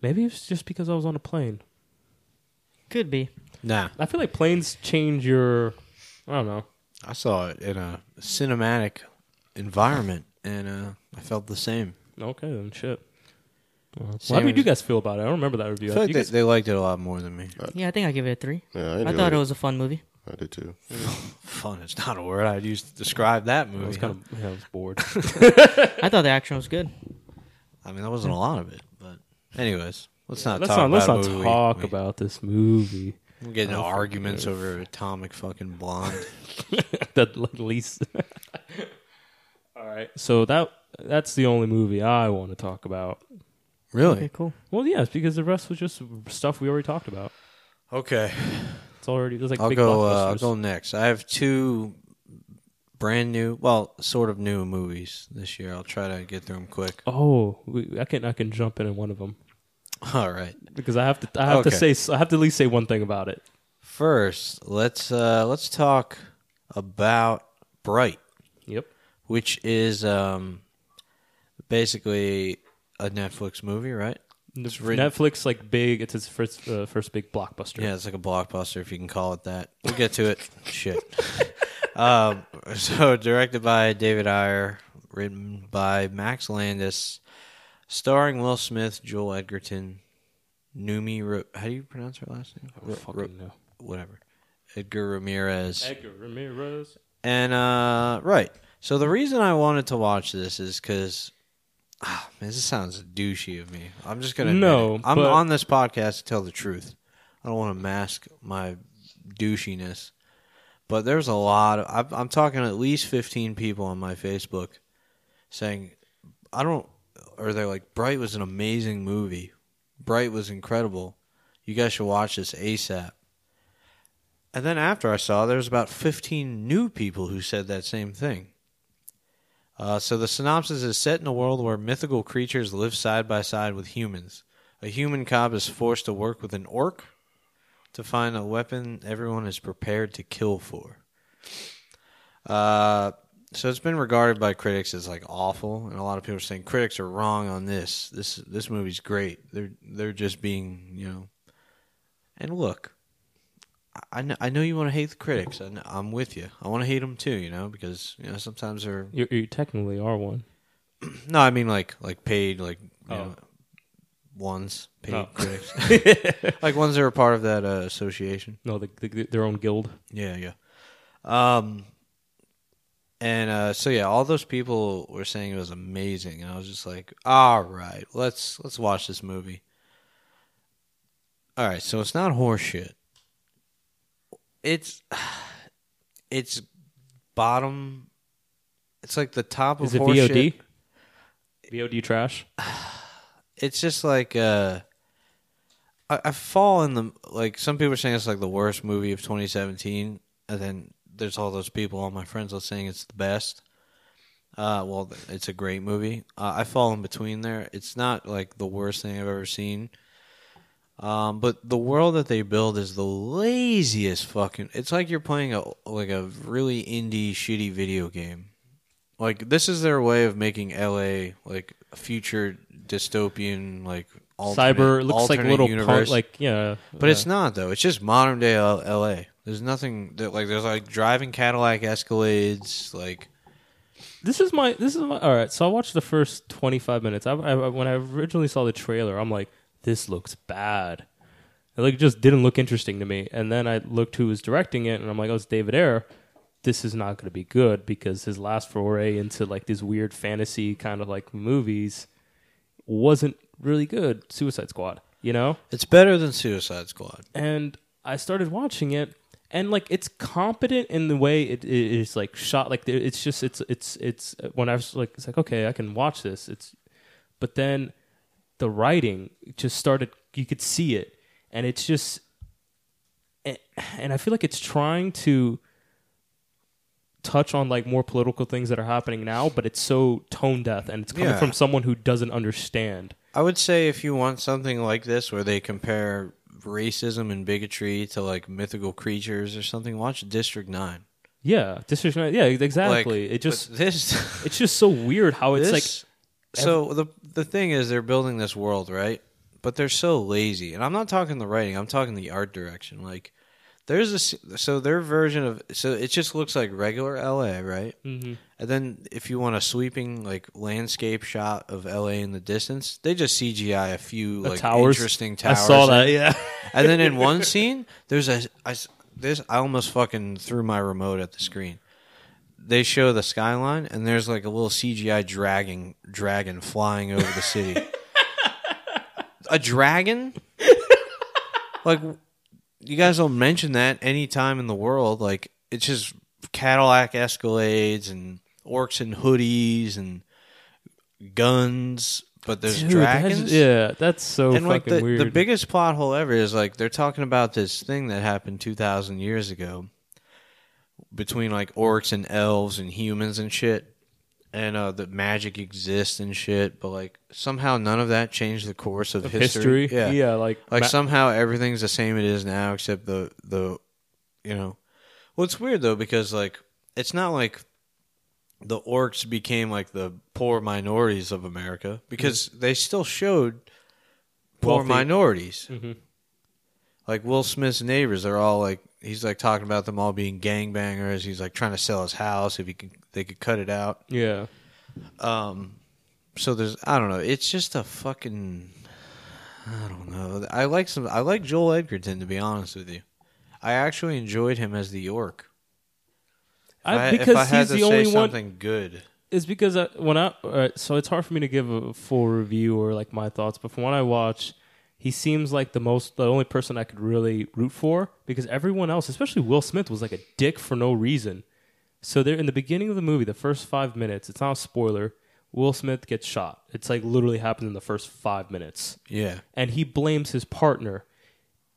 Speaker 2: maybe it's just because i was on a plane
Speaker 1: Could be.
Speaker 3: Nah,
Speaker 2: I feel like planes change your. I don't know.
Speaker 3: I saw it in a cinematic environment, and uh, I felt the same.
Speaker 2: Okay, then shit. Well,
Speaker 3: Same
Speaker 2: how did
Speaker 3: as-
Speaker 2: you guys feel about it? I don't remember that review.
Speaker 3: I feel like
Speaker 2: You
Speaker 3: they,
Speaker 2: guys-
Speaker 3: they liked it a lot more than me.
Speaker 1: Yeah, I think I give it a three.
Speaker 4: Yeah, I,
Speaker 1: I
Speaker 4: enjoyed
Speaker 1: thought
Speaker 4: it.
Speaker 1: it was a fun movie.
Speaker 4: I did too.
Speaker 3: Fun is not a word I'd use to describe that
Speaker 2: I
Speaker 3: movie.
Speaker 2: was kind of yeah, I was bored.
Speaker 1: I thought the action was good.
Speaker 3: I mean, that wasn't a lot of it, but anyways, let's not
Speaker 2: let's
Speaker 3: talk
Speaker 2: not
Speaker 3: about
Speaker 2: let's
Speaker 3: a
Speaker 2: not
Speaker 3: movie we-
Speaker 2: talk
Speaker 3: we-
Speaker 2: about this movie.
Speaker 3: I'm getting into arguments over Atomic fucking Blonde.
Speaker 2: the least. All right. So that that's the only movie I want to talk about.
Speaker 1: Okay,
Speaker 3: really?
Speaker 1: cool.
Speaker 2: Well, yes, because the rest was just stuff we already talked about.
Speaker 3: Okay.
Speaker 2: It's already there's like
Speaker 3: I'll
Speaker 2: big
Speaker 3: go. Uh, I'll
Speaker 2: blockbusters.
Speaker 3: go next. I have two brand new, well, sort of new movies this year. I'll try to get through them quick.
Speaker 2: oh, we, I can I can jump in in one of them
Speaker 3: All right.
Speaker 2: because I have to I have
Speaker 3: Okay.
Speaker 2: to say I have to at least say one thing about it.
Speaker 3: First, let's uh, let's talk about Bright.
Speaker 2: Yep.
Speaker 3: which is um, basically a Netflix movie, right? It's written-
Speaker 2: Netflix like big. It's his first uh, first big blockbuster.
Speaker 3: Yeah, it's like a blockbuster if you can call it that. We'll get to it. Shit. Um, so directed by David Ayer, written by Max Landis, starring Will Smith, Joel Edgerton, Numi. Ro- How do you pronounce her last name?
Speaker 2: I don't
Speaker 3: Ro- Ro-
Speaker 2: fucking know.
Speaker 3: whatever. Edgar Ramirez.
Speaker 2: Edgar Ramirez.
Speaker 3: And uh right. So the reason I wanted to watch this is because man, this sounds douchey of me. I'm just gonna admit
Speaker 2: No,
Speaker 3: it. I'm
Speaker 2: but-
Speaker 3: on this podcast to tell the truth. I don't want to mask my douchiness. But there's a lot of I've, I'm talking at least 15 people on my Facebook saying I don't or they're like Bright was an amazing movie. Bright was incredible. You guys should watch this ASAP. And then after I saw, there was about 15 new people who said that same thing. Uh, so the synopsis is set in a world where mythical creatures live side by side with humans. A human cop is forced to work with an orc to find a weapon everyone is prepared to kill for. Uh, so it's been regarded by critics as like awful, and a lot of people are saying critics are wrong on this. This this movie's great. They're they're just being you know. And look, I know, I know you want to hate the critics, and I'm with you. I want to hate them too, you know, because you know sometimes they're
Speaker 2: You, you technically are one.
Speaker 3: no, I mean like like paid like you
Speaker 2: Oh.
Speaker 3: know, ones paid
Speaker 2: Oh.
Speaker 3: critics, like ones that are part of that uh, association.
Speaker 2: No, the, the, their own guild.
Speaker 3: Yeah, yeah. Um, and uh, so yeah, all those people were saying it was amazing, and I was just like, all right, let's let's watch this movie. All right, so it's not horseshit. It's it's bottom. It's like the top of
Speaker 2: Is it VOD?
Speaker 3: horseshit.
Speaker 2: VOD trash.
Speaker 3: it's just like uh I, I fall in the like some people are saying it's like the worst movie of 2017 and then there's all those people all my friends are saying it's the best uh well th- it's a great movie uh, i fall in between there it's not like the worst thing i've ever seen um but the world that they build is the laziest fucking it's like you're playing a like a really indie shitty video game like this is their way of making LA like a future dystopian like alternate,
Speaker 2: Cyber it looks like
Speaker 3: alternate
Speaker 2: little
Speaker 3: universe.
Speaker 2: punk, like yeah.
Speaker 3: but it's not though. It's just modern day L- LA. There's nothing that like there's like driving Cadillac Escalades like
Speaker 2: this is my this is my all right. So I watched the first twenty five minutes. I, I when I originally saw the trailer, I'm like, this looks bad. It like just didn't look interesting to me. And then I looked who was directing it, and I'm like, oh, it's David Ayer. This is not going to be good because his last foray into like these weird fantasy kind of like movies wasn't really good. Suicide Squad, you know.
Speaker 3: it's better than Suicide Squad.
Speaker 2: and I started watching it, and like it's competent in the way it it is like shot. Like there- it's just it's it's it's when I was like it's like okay I can watch this. It's but then the writing just started. You could see it, and it's just and, and I feel like it's trying to touch on like more political things that are happening now, but it's so tone deaf, and it's coming
Speaker 3: Yeah.
Speaker 2: from someone who doesn't understand.
Speaker 3: I would say if you want something like this where they compare racism and bigotry to like mythical creatures or something, watch District 9.
Speaker 2: Yeah, district. nine- Yeah,
Speaker 3: Like,
Speaker 2: exactly. it just
Speaker 3: but this
Speaker 2: it's just so weird how it's like
Speaker 3: This- so the the thing is they're building this world right but they're so lazy and i'm not talking the writing i'm talking the art direction like there's a s- so their version of so it just looks like regular la right mm-hmm. and then if you want a sweeping like landscape shot of la in the distance they just cgi a few
Speaker 2: the
Speaker 3: like
Speaker 2: towers.
Speaker 3: interesting towers
Speaker 2: I saw
Speaker 3: and-
Speaker 2: that. Yeah,
Speaker 3: and then in one scene, there's a I s- this I almost fucking threw my remote at the screen. They show the skyline, and there's like a little CGI dragging dragon flying over the city. a dragon? Like you guys don't mention that any time in the world. Like it's just Cadillac Escalades and orcs in hoodies and guns, but there's
Speaker 2: Dude, that's-
Speaker 3: dragons.
Speaker 2: yeah, that's so
Speaker 3: and
Speaker 2: fucking
Speaker 3: like the,
Speaker 2: weird.
Speaker 3: the biggest plot hole ever is like they're talking about this thing that happened 2000 years ago between like orcs and elves and humans and shit and uh that magic exists and shit but like somehow none of that changed the course of,
Speaker 2: history. Yeah. like
Speaker 3: like
Speaker 2: ma-
Speaker 3: somehow everything's the same it is now except the the you know well it's weird though because like it's not like the orcs became like the poor minorities of america because they still showed poor
Speaker 2: Mm-hmm. Wealthy. Mm-hmm.
Speaker 3: minorities like will smith's neighbors are all like he's like talking about them all being gangbangers he's like trying to sell his house if he could they could cut it out
Speaker 2: yeah.
Speaker 3: um so there's i don't know it's just a fucking i don't know i like some i like joel edgerton to be honest with you i actually enjoyed him as the york
Speaker 2: I,
Speaker 3: if
Speaker 2: because
Speaker 3: I had
Speaker 2: he's
Speaker 3: to
Speaker 2: the
Speaker 3: say
Speaker 2: only one.
Speaker 3: something good
Speaker 2: It's because I, when I uh, so it's hard for me to give a full review or like my thoughts, but from what I watch, he seems like the most the only person I could really root for because everyone else, especially Will Smith, was like a dick for no reason. So there in the beginning of the movie, the first five minutes, it's not a spoiler. Will Smith gets shot. It's like literally happened in the first five minutes
Speaker 3: yeah
Speaker 2: and he blames his partner.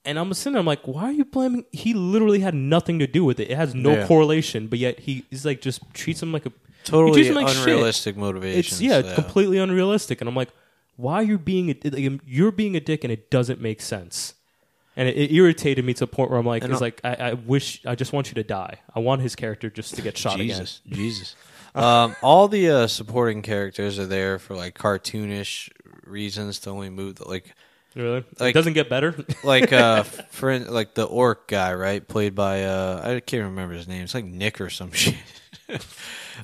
Speaker 2: And I'm sitting there, I'm like, why are you blaming? He literally had nothing to do with it. It has no
Speaker 3: Yeah.
Speaker 2: correlation, but yet he is like just treats him like a he
Speaker 3: totally
Speaker 2: treats him like shit.
Speaker 3: unrealistic uh, motivation.
Speaker 2: It's yeah, it's completely unrealistic. And I'm like, why are you being a, like, um, you're being a dick, and it doesn't make sense. And it, it irritated me to a point where I'm like,
Speaker 3: And
Speaker 2: it's
Speaker 3: I-
Speaker 2: like I, I wish I just want you to die. I want his character just to get shot again.
Speaker 3: Jesus, Jesus. Um, all the uh, supporting characters are there for like cartoonish reasons to only move. The, like,
Speaker 2: Really, it
Speaker 3: Like-
Speaker 2: doesn't get better.
Speaker 3: like uh, for in- like the orc guy, right? Played by uh, I can't remember his name. It's like Nick or some shit.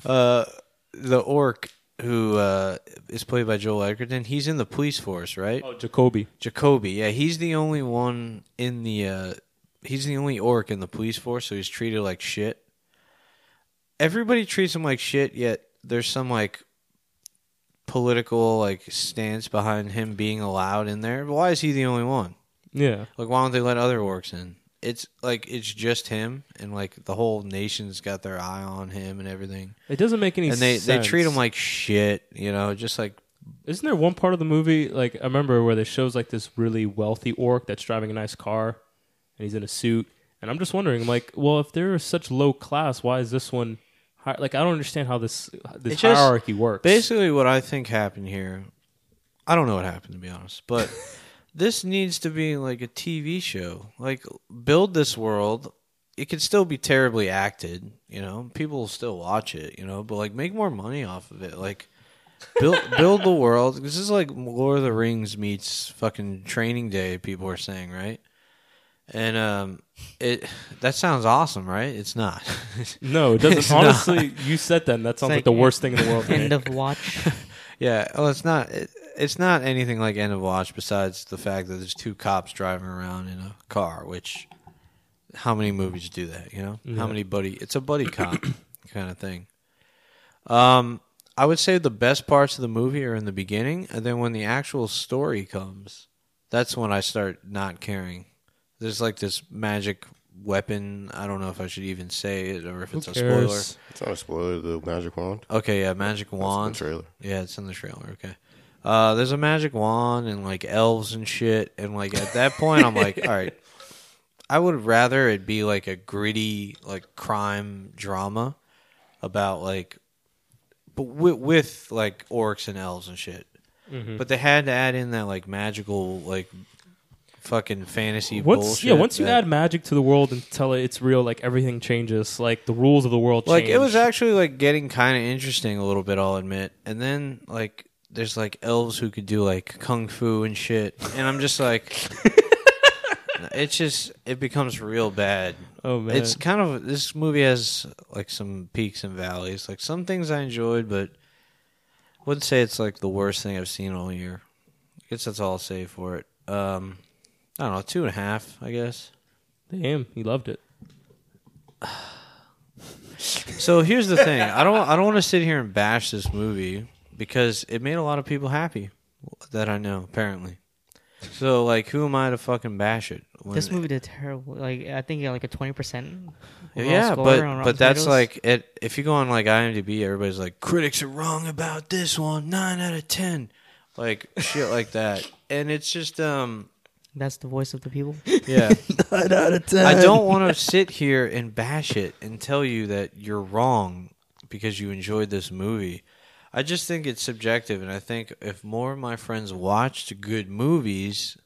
Speaker 3: uh, the orc who uh, is played by Joel Edgerton. He's in the police force, right?
Speaker 2: oh, Jacoby.
Speaker 3: Jacoby, yeah, he's the only one in the uh he's the only orc in the police force, so he's treated like shit. Everybody treats him like shit, yet there's some like political like stance behind him being allowed in there. Why is he the only one?
Speaker 2: Yeah,
Speaker 3: Like why don't they let other orcs in? It's like it's just him and like the whole nation's got their eye on him and everything.
Speaker 2: it doesn't make any
Speaker 3: And they
Speaker 2: sense.
Speaker 3: they treat him like shit, you know, just like
Speaker 2: Isn't there one part of the movie like I remember where they shows like this really wealthy orc that's driving a nice car and he's in a suit and I'm just wondering like well if they're such low class why is this one high? like I don't understand how this this
Speaker 3: It's just-
Speaker 2: hierarchy works.
Speaker 3: Basically, what I think happened here, I don't know what happened to be honest, but this needs to be like a TV show. Like, build this world. It could still be terribly acted, you know. People will still watch it, you know. But like, make more money off of it. Like, build build the world. This is like Lord of the Rings meets fucking Training Day. People are saying right, and um, it that sounds awesome, right? It's not.
Speaker 2: no, it
Speaker 3: It's
Speaker 2: doesn't
Speaker 3: not.
Speaker 2: honestly you said that and that sounds like,
Speaker 1: like-
Speaker 2: the worst thing in the world. to me.
Speaker 1: End of watch.
Speaker 3: Yeah, well, it's not. It, it's not anything like End of Watch, besides the fact that there's two cops driving around in a car. Which, how many movies do that? You know, how many buddy? It's a buddy cop kind of thing. Um, I would say the best parts of the movie are in the beginning, and then when the actual story comes, that's when I start not caring. There's like this magic weapon. I don't know if I should even say it or if
Speaker 2: Who
Speaker 3: it's a spoiler.
Speaker 2: cares?
Speaker 4: It's not a spoiler. The magic wand.
Speaker 3: Okay, yeah, magic
Speaker 4: That's
Speaker 3: wand.
Speaker 4: The trailer.
Speaker 3: Yeah, it's in the trailer. Okay. Uh, there's a magic wand and like elves and shit, and like at that point, I'm like, all right, I would rather it be like a gritty like crime drama about like, but with, with like orcs and elves and shit.
Speaker 2: Mm-hmm.
Speaker 3: But they had to add in that like magical like fucking fantasy
Speaker 2: Once
Speaker 3: bullshit.
Speaker 2: yeah, once you
Speaker 3: that-
Speaker 2: add magic to the world and tell it it's real, like everything changes, like the rules of the world.
Speaker 3: like
Speaker 2: change.
Speaker 3: it was actually like getting kind of interesting a little bit i'll admit and then like there's like elves who could do like kung fu and shit and i'm just like it's just it becomes real bad
Speaker 2: oh man,
Speaker 3: it's kind of this movie has like some peaks and valleys like some things i enjoyed but wouldn't say it's like the worst thing i've seen all year i guess that's all i'll say for it um i don't know two and a half i guess
Speaker 2: damn, he loved it.
Speaker 3: So here's the thing. I don't I don't want to sit here and bash this movie because it made a lot of people happy that I know apparently. So like, who am I to fucking bash it? When-
Speaker 1: This movie did terrible. Like I think it got like a twenty percent.
Speaker 3: yeah, but but that's like it. If you go on like IMDb, everybody's like, critics are wrong about this one. Nine out of ten, like shit like that. And it's just um,
Speaker 1: that's the voice of the people.
Speaker 3: yeah.
Speaker 2: Nine out of ten.
Speaker 3: I don't want to sit here and bash it and tell you that you're wrong because you enjoyed this movie. I just think it's subjective, and I think if more of my friends watched good movies,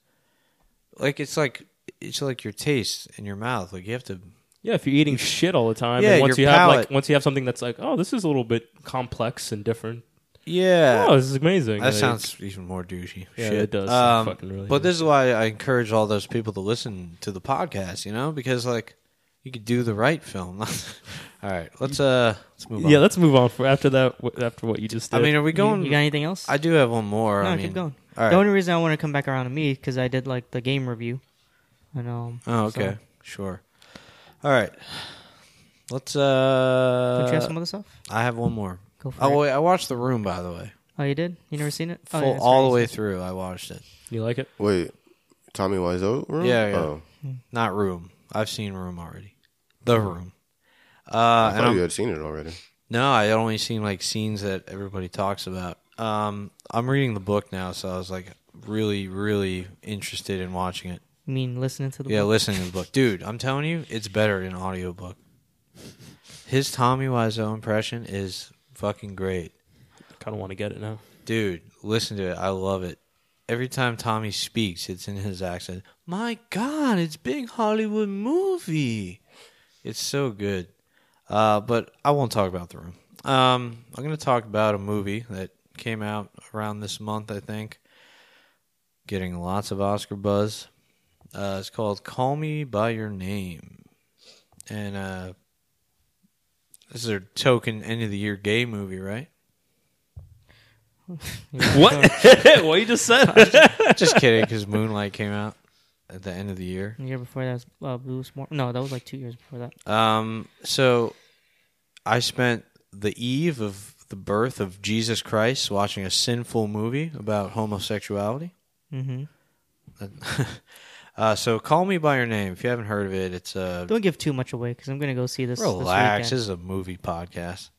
Speaker 3: like it's like it's like your taste in your mouth. Like you have to
Speaker 2: Yeah, if you're eating shit all the time,
Speaker 3: Yeah,
Speaker 2: and once
Speaker 3: your
Speaker 2: you have like
Speaker 3: palate.
Speaker 2: once you have something that's like, oh, this is a little bit complex and different.
Speaker 3: Yeah.
Speaker 2: Oh, this is amazing.
Speaker 3: that
Speaker 2: Like,
Speaker 3: sounds even more douchey.
Speaker 2: Yeah,
Speaker 3: Shit.
Speaker 2: it does sound
Speaker 3: Um,
Speaker 2: fucking really
Speaker 3: but this is why I encourage all those people to listen to the podcast. You know, because like you could do the right film. all right, let's uh, let's move on.
Speaker 2: Yeah, let's move on for after that. wh- After what you just did.
Speaker 3: I mean, are we going?
Speaker 1: You, you got anything else?
Speaker 3: I do have one more.
Speaker 1: no,
Speaker 3: I mean,
Speaker 1: keep going.
Speaker 3: All right.
Speaker 1: The only reason I want to come back around to me because I did like the game review. And um.
Speaker 3: oh,
Speaker 1: so-
Speaker 3: okay. Sure. All right. Let's uh
Speaker 1: Don't you have some other stuff?
Speaker 3: I have one more.
Speaker 1: Go for
Speaker 3: Oh
Speaker 1: it.
Speaker 3: wait, I watched The Room by the way.
Speaker 1: Oh, you did? You never seen it? Oh,
Speaker 3: Full,
Speaker 1: yeah, that's
Speaker 3: all the
Speaker 1: right.
Speaker 3: way through I watched it.
Speaker 2: you like it?
Speaker 4: Wait, Tommy Wiseau? Room?
Speaker 3: Yeah, yeah.
Speaker 4: Oh,
Speaker 3: Not Room. I've seen Room already. The
Speaker 1: Hmm.
Speaker 3: Room. Uh
Speaker 4: I
Speaker 3: and
Speaker 4: thought
Speaker 3: I'm-
Speaker 4: you had seen it already.
Speaker 3: No, I only seen like scenes that everybody talks about. Um I'm reading the book now, so I was like really, really interested in watching it.
Speaker 1: You mean listening to the
Speaker 3: Yeah,
Speaker 1: book?
Speaker 3: listening to the book. Dude, I'm telling you, it's better in audiobook. His Tommy Wiseau impression is fucking great.
Speaker 2: Kind of want to get it now.
Speaker 3: Dude, listen to it. I love it. Every time Tommy speaks, it's in his accent. My God, it's big Hollywood movie. It's so good. Uh, but I won't talk about the room. Um, I'm going to talk about a movie that came out around this month, I think. Getting lots of Oscar buzz. Uh, it's called Call Me By Your Name. And uh, this is a token end of the year gay movie, right?
Speaker 2: What? what you just said?
Speaker 3: Just kidding, because Moonlight came out at the end of the year.
Speaker 1: The year before that was uh, Blue Smor- No, that was like two years before that.
Speaker 3: Um, so I spent the eve of the birth of Jesus Christ watching a sinful movie about homosexuality.
Speaker 1: hmm
Speaker 3: Uh, so call me by your name if you haven't heard of it. It's uh,
Speaker 1: Don't give too much away because I'm gonna go see this. This
Speaker 3: relax. This
Speaker 1: weekend.
Speaker 3: is a movie podcast.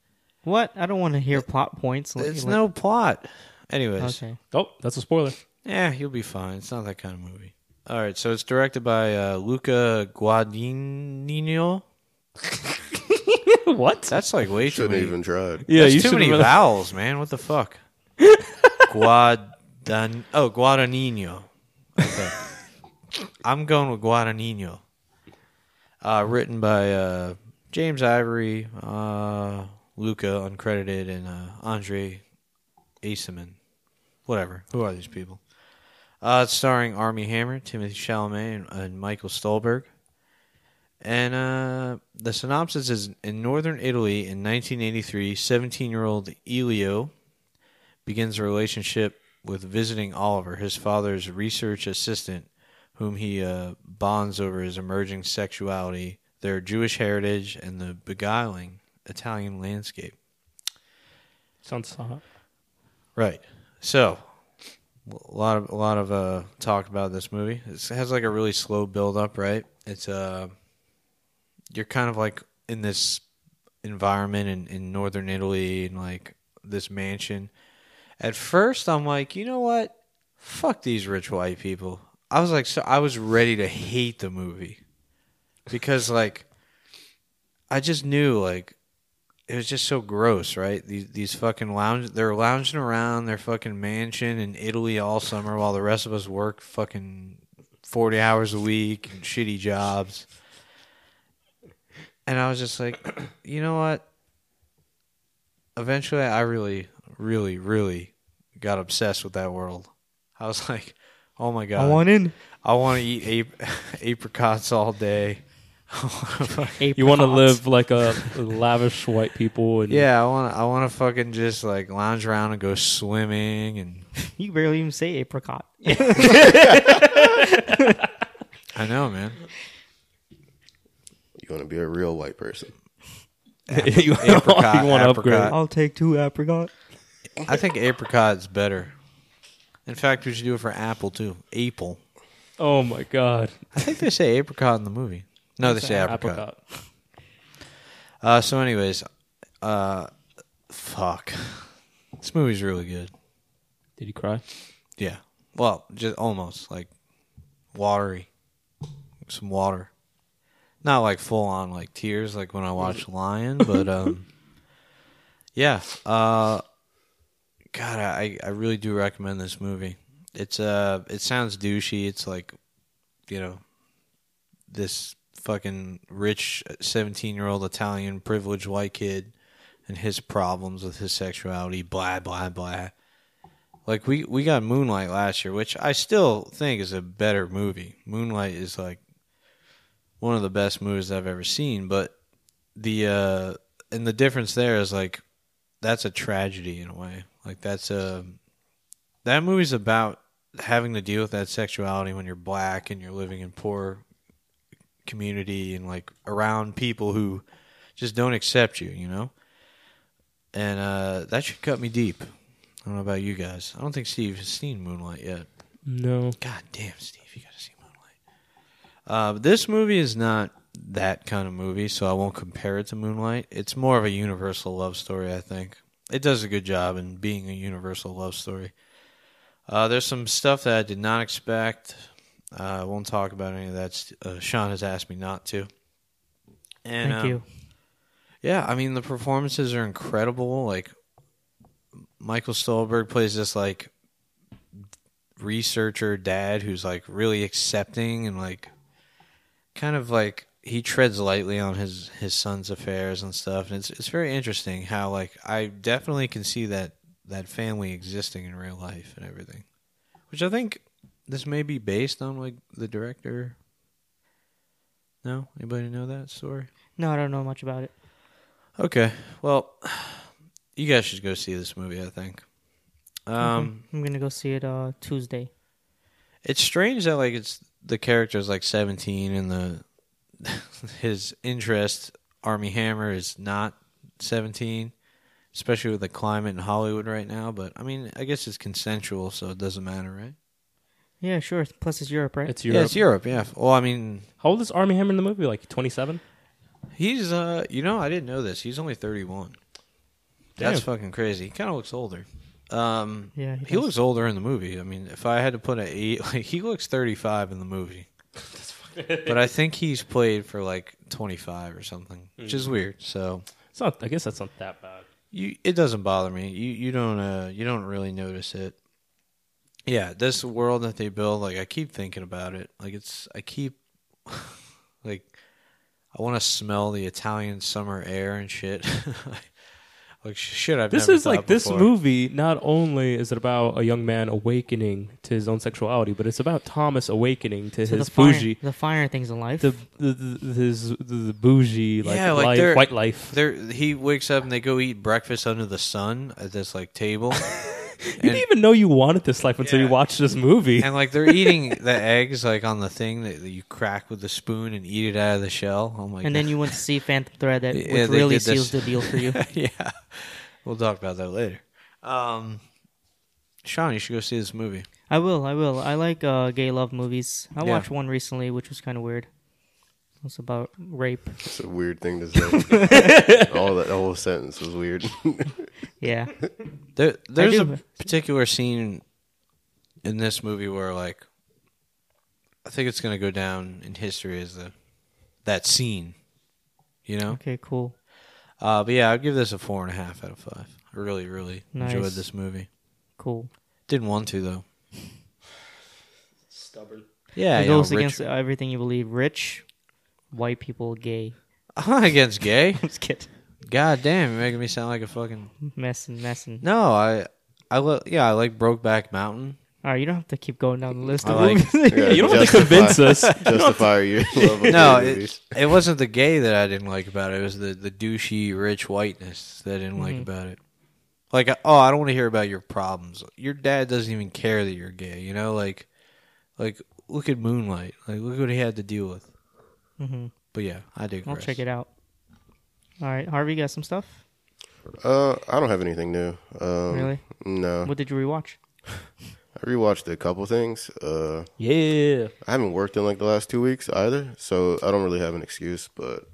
Speaker 1: What? I don't want to hear plot points. like-
Speaker 3: It's
Speaker 1: like-
Speaker 3: no plot. Anyways,
Speaker 1: Okay.
Speaker 2: oh, that's a spoiler.
Speaker 3: Yeah, you'll be fine. It's not that kind of movie. All right, so it's directed by uh, Luca Guadagnino.
Speaker 2: what?
Speaker 3: That's like way too
Speaker 4: Shouldn't
Speaker 3: many.
Speaker 4: have even tried.
Speaker 2: Yeah,
Speaker 3: That's
Speaker 2: you
Speaker 3: too
Speaker 2: should
Speaker 3: many
Speaker 2: have-
Speaker 3: vowels, man. What the fuck? Guadan oh Guadagnino. Okay, I'm going with Guadagnino. Uh, written by uh, James Ivory, uh, Luca, uncredited, and uh, Andre Aceman. Whatever. Who are these people? Uh, it's starring Army Hammer, Timothy Chalamet, and, and Michael Stolberg. And uh, the synopsis is in northern Italy in 1983, 17 year old Elio begins a relationship with visiting Oliver, his father's research assistant, whom he uh, bonds over his emerging sexuality, their Jewish heritage, and the beguiling Italian landscape.
Speaker 2: Sounds hot.
Speaker 3: Right. So, a lot of a lot of uh, talk about this movie. It has like a really slow build up, right? It's uh, you're kind of like in this environment in, in northern Italy and like this mansion. At first, I'm like, you know what? Fuck these rich white people. I was like, so I was ready to hate the movie because like I just knew like it was just so gross, right? These these fucking lounge they're lounging around their fucking mansion in Italy all summer while the rest of us work fucking forty hours a week and shitty jobs. And I was just like, you know what? Eventually I really, really, really got obsessed with that world. I was like, oh my god.
Speaker 1: I want in.
Speaker 3: I want to eat ap- apricots all day.
Speaker 2: You want to
Speaker 1: Apricots.
Speaker 2: live like a lavish white people and
Speaker 3: yeah, I want. I want to fucking just like lounge around and go swimming, and
Speaker 1: You barely even say apricot.
Speaker 3: I know, man.
Speaker 4: You want to be a real white person.
Speaker 2: you want
Speaker 3: Apricot,
Speaker 2: to upgrade.
Speaker 3: apricot.
Speaker 1: I'll take two apricot.
Speaker 3: I think apricot's better. In fact, we should do it for apple too. Apple.
Speaker 2: Oh my god.
Speaker 3: I think they say apricot in the movie. No, they say apricot. Uh, so, anyways, uh, fuck. This movie's really good.
Speaker 2: Did you cry?
Speaker 3: Yeah. Well, just almost like watery. Some water. Not like full on like tears like when I watch Lion, but um yeah. Uh God, I I really do recommend this movie. It's uh it sounds douchey. It's like you know this fucking rich 17-year-old Italian privileged white kid and his problems with his sexuality, blah blah blah. Like we we got Moonlight last year, which I still think is a better movie. Moonlight is like one of the best movies I've ever seen, but the uh and the difference there is like that's a tragedy in a way. Like that's a that movie's about having to deal with that sexuality when you're black and you're living in poor community and like around people who just don't accept you, you know? And uh that should cut me deep. I don't know about you guys. I don't think Steve has seen Moonlight yet.
Speaker 2: No.
Speaker 3: God damn, Steve, you gotta see Moonlight. Uh, but this movie is not that kind of movie, so I won't compare it to Moonlight. It's more of a universal love story, I think. It does a good job in being a universal love story. Uh, there's some stuff that I did not expect. Uh, I won't talk about any of that. Uh, Sean has asked me not to. And,
Speaker 1: Thank
Speaker 3: uh,
Speaker 1: you.
Speaker 3: yeah, I mean the performances are incredible. Like Michael Stolberg plays this like researcher dad who's like really accepting and like kind of like he treads lightly on his his son's affairs and stuff. And it's it's very interesting how like I definitely can see that that family existing in real life and everything. Which I think this may be based on like the director. No, anybody know that story?
Speaker 1: No, I don't know much about it.
Speaker 3: Okay. Well, you guys should go see this movie, I think. Um
Speaker 1: I'm gonna go see it uh, Tuesday.
Speaker 3: it's strange that like it's the character's like 17 and the his interest Army Hammer is not 17, especially with the climate in Hollywood right now, but I mean, I guess it's consensual so it doesn't matter, right?
Speaker 1: Yeah, sure. Plus, it's Europe, right?
Speaker 2: It's
Speaker 3: Yeah,
Speaker 2: Europe.
Speaker 3: it's Europe, yeah. Well, I mean,
Speaker 2: How old is Army Hammer in the movie? Like 27?
Speaker 3: he's uh you know, I didn't know this. He's only 31. That's fucking crazy. He kind of looks older. Um
Speaker 1: yeah,
Speaker 3: He
Speaker 1: does.
Speaker 3: looks older in the movie. I mean, if I had to put an eight, like, he looks 35 in the movie. but I think he's played for like 25 or something, which
Speaker 2: Mm.
Speaker 3: is weird. So
Speaker 2: It's not. I guess that's not that bad.
Speaker 3: you, it doesn't bother me. You you don't uh you don't really notice it. Yeah, this world that they build, like I keep thinking about it. Like it's I keep like I want to smell the Italian summer air and shit. like shit, I've
Speaker 2: This
Speaker 3: never
Speaker 2: is like
Speaker 3: thought
Speaker 2: this
Speaker 3: before.
Speaker 2: movie. Not only is it about a young man awakening to his own sexuality, but it's about Thomas awakening to
Speaker 1: So
Speaker 2: his
Speaker 1: the fire,
Speaker 2: bougie,
Speaker 1: The fire things in life.
Speaker 2: the, the, the his the, the bougie like,
Speaker 3: Yeah, like they're-
Speaker 2: life, white life.
Speaker 3: There, he wakes up and they go eat breakfast under the sun at this like table,
Speaker 2: You didn't even know you wanted this life until you
Speaker 3: Yeah.
Speaker 2: watched this movie.
Speaker 3: and like they're eating the eggs like on the thing that, that you crack with the spoon and eat it out of the shell. Oh my!
Speaker 1: and then you went to see Phantom Thread, that which
Speaker 3: Yeah, they
Speaker 1: really
Speaker 3: did this.
Speaker 1: seals the deal for you.
Speaker 3: God. yeah, we'll talk about that later. Um, Sean, you should go see this movie.
Speaker 1: I will, I will. I like uh, gay love movies. I
Speaker 3: Yeah.
Speaker 1: watched one recently, which was kind of weird. It was about rape.
Speaker 4: It's a weird thing to say. All that the whole sentence was weird.
Speaker 1: Yeah,
Speaker 3: There, there's
Speaker 1: do.
Speaker 3: a particular scene in this movie where like I think it's gonna go down in history as the that scene. You know,
Speaker 1: okay, cool.
Speaker 3: Uh, but yeah, I'd give this a four and a half out of five. I really, really
Speaker 1: Nice.
Speaker 3: enjoyed this movie.
Speaker 1: Cool.
Speaker 3: Didn't want to though.
Speaker 2: Stubborn.
Speaker 3: Yeah,
Speaker 1: it
Speaker 3: you know,
Speaker 1: goes
Speaker 3: rich-
Speaker 1: against everything you believe. Rich, white people, gay.
Speaker 3: I'm not against gay.
Speaker 1: I'm just kidding.
Speaker 3: God damn, you're making me sound like a fucking.
Speaker 1: Messing, messing.
Speaker 3: No, I, I li- yeah, I like Brokeback Mountain.
Speaker 1: All right, you don't have to keep going down the list.
Speaker 3: I
Speaker 1: Of
Speaker 3: like-
Speaker 1: movies.
Speaker 4: Yeah,
Speaker 2: you don't have to
Speaker 4: justify-
Speaker 2: convince us.
Speaker 4: Justify your love of
Speaker 3: No,
Speaker 4: gay
Speaker 3: it,
Speaker 4: movies.
Speaker 3: it wasn't the gay that I didn't like about it. It was the the douchey rich whiteness that I didn't like
Speaker 1: Mm-hmm.
Speaker 3: about it. Like, oh, I don't want to hear about your problems. Your dad doesn't even care that you're gay. You know, like, like look at Moonlight. Like, look what he had to deal with.
Speaker 1: hmm
Speaker 3: But yeah, I do.
Speaker 1: I'll check it out. All right, Harvey, you got some stuff.
Speaker 4: Uh, I don't have anything new. Um,
Speaker 1: Really?
Speaker 4: No.
Speaker 1: What did you rewatch?
Speaker 4: I rewatched a couple things. Uh,
Speaker 2: Yeah.
Speaker 4: I haven't worked in like the last two weeks either, so I don't really have an excuse. But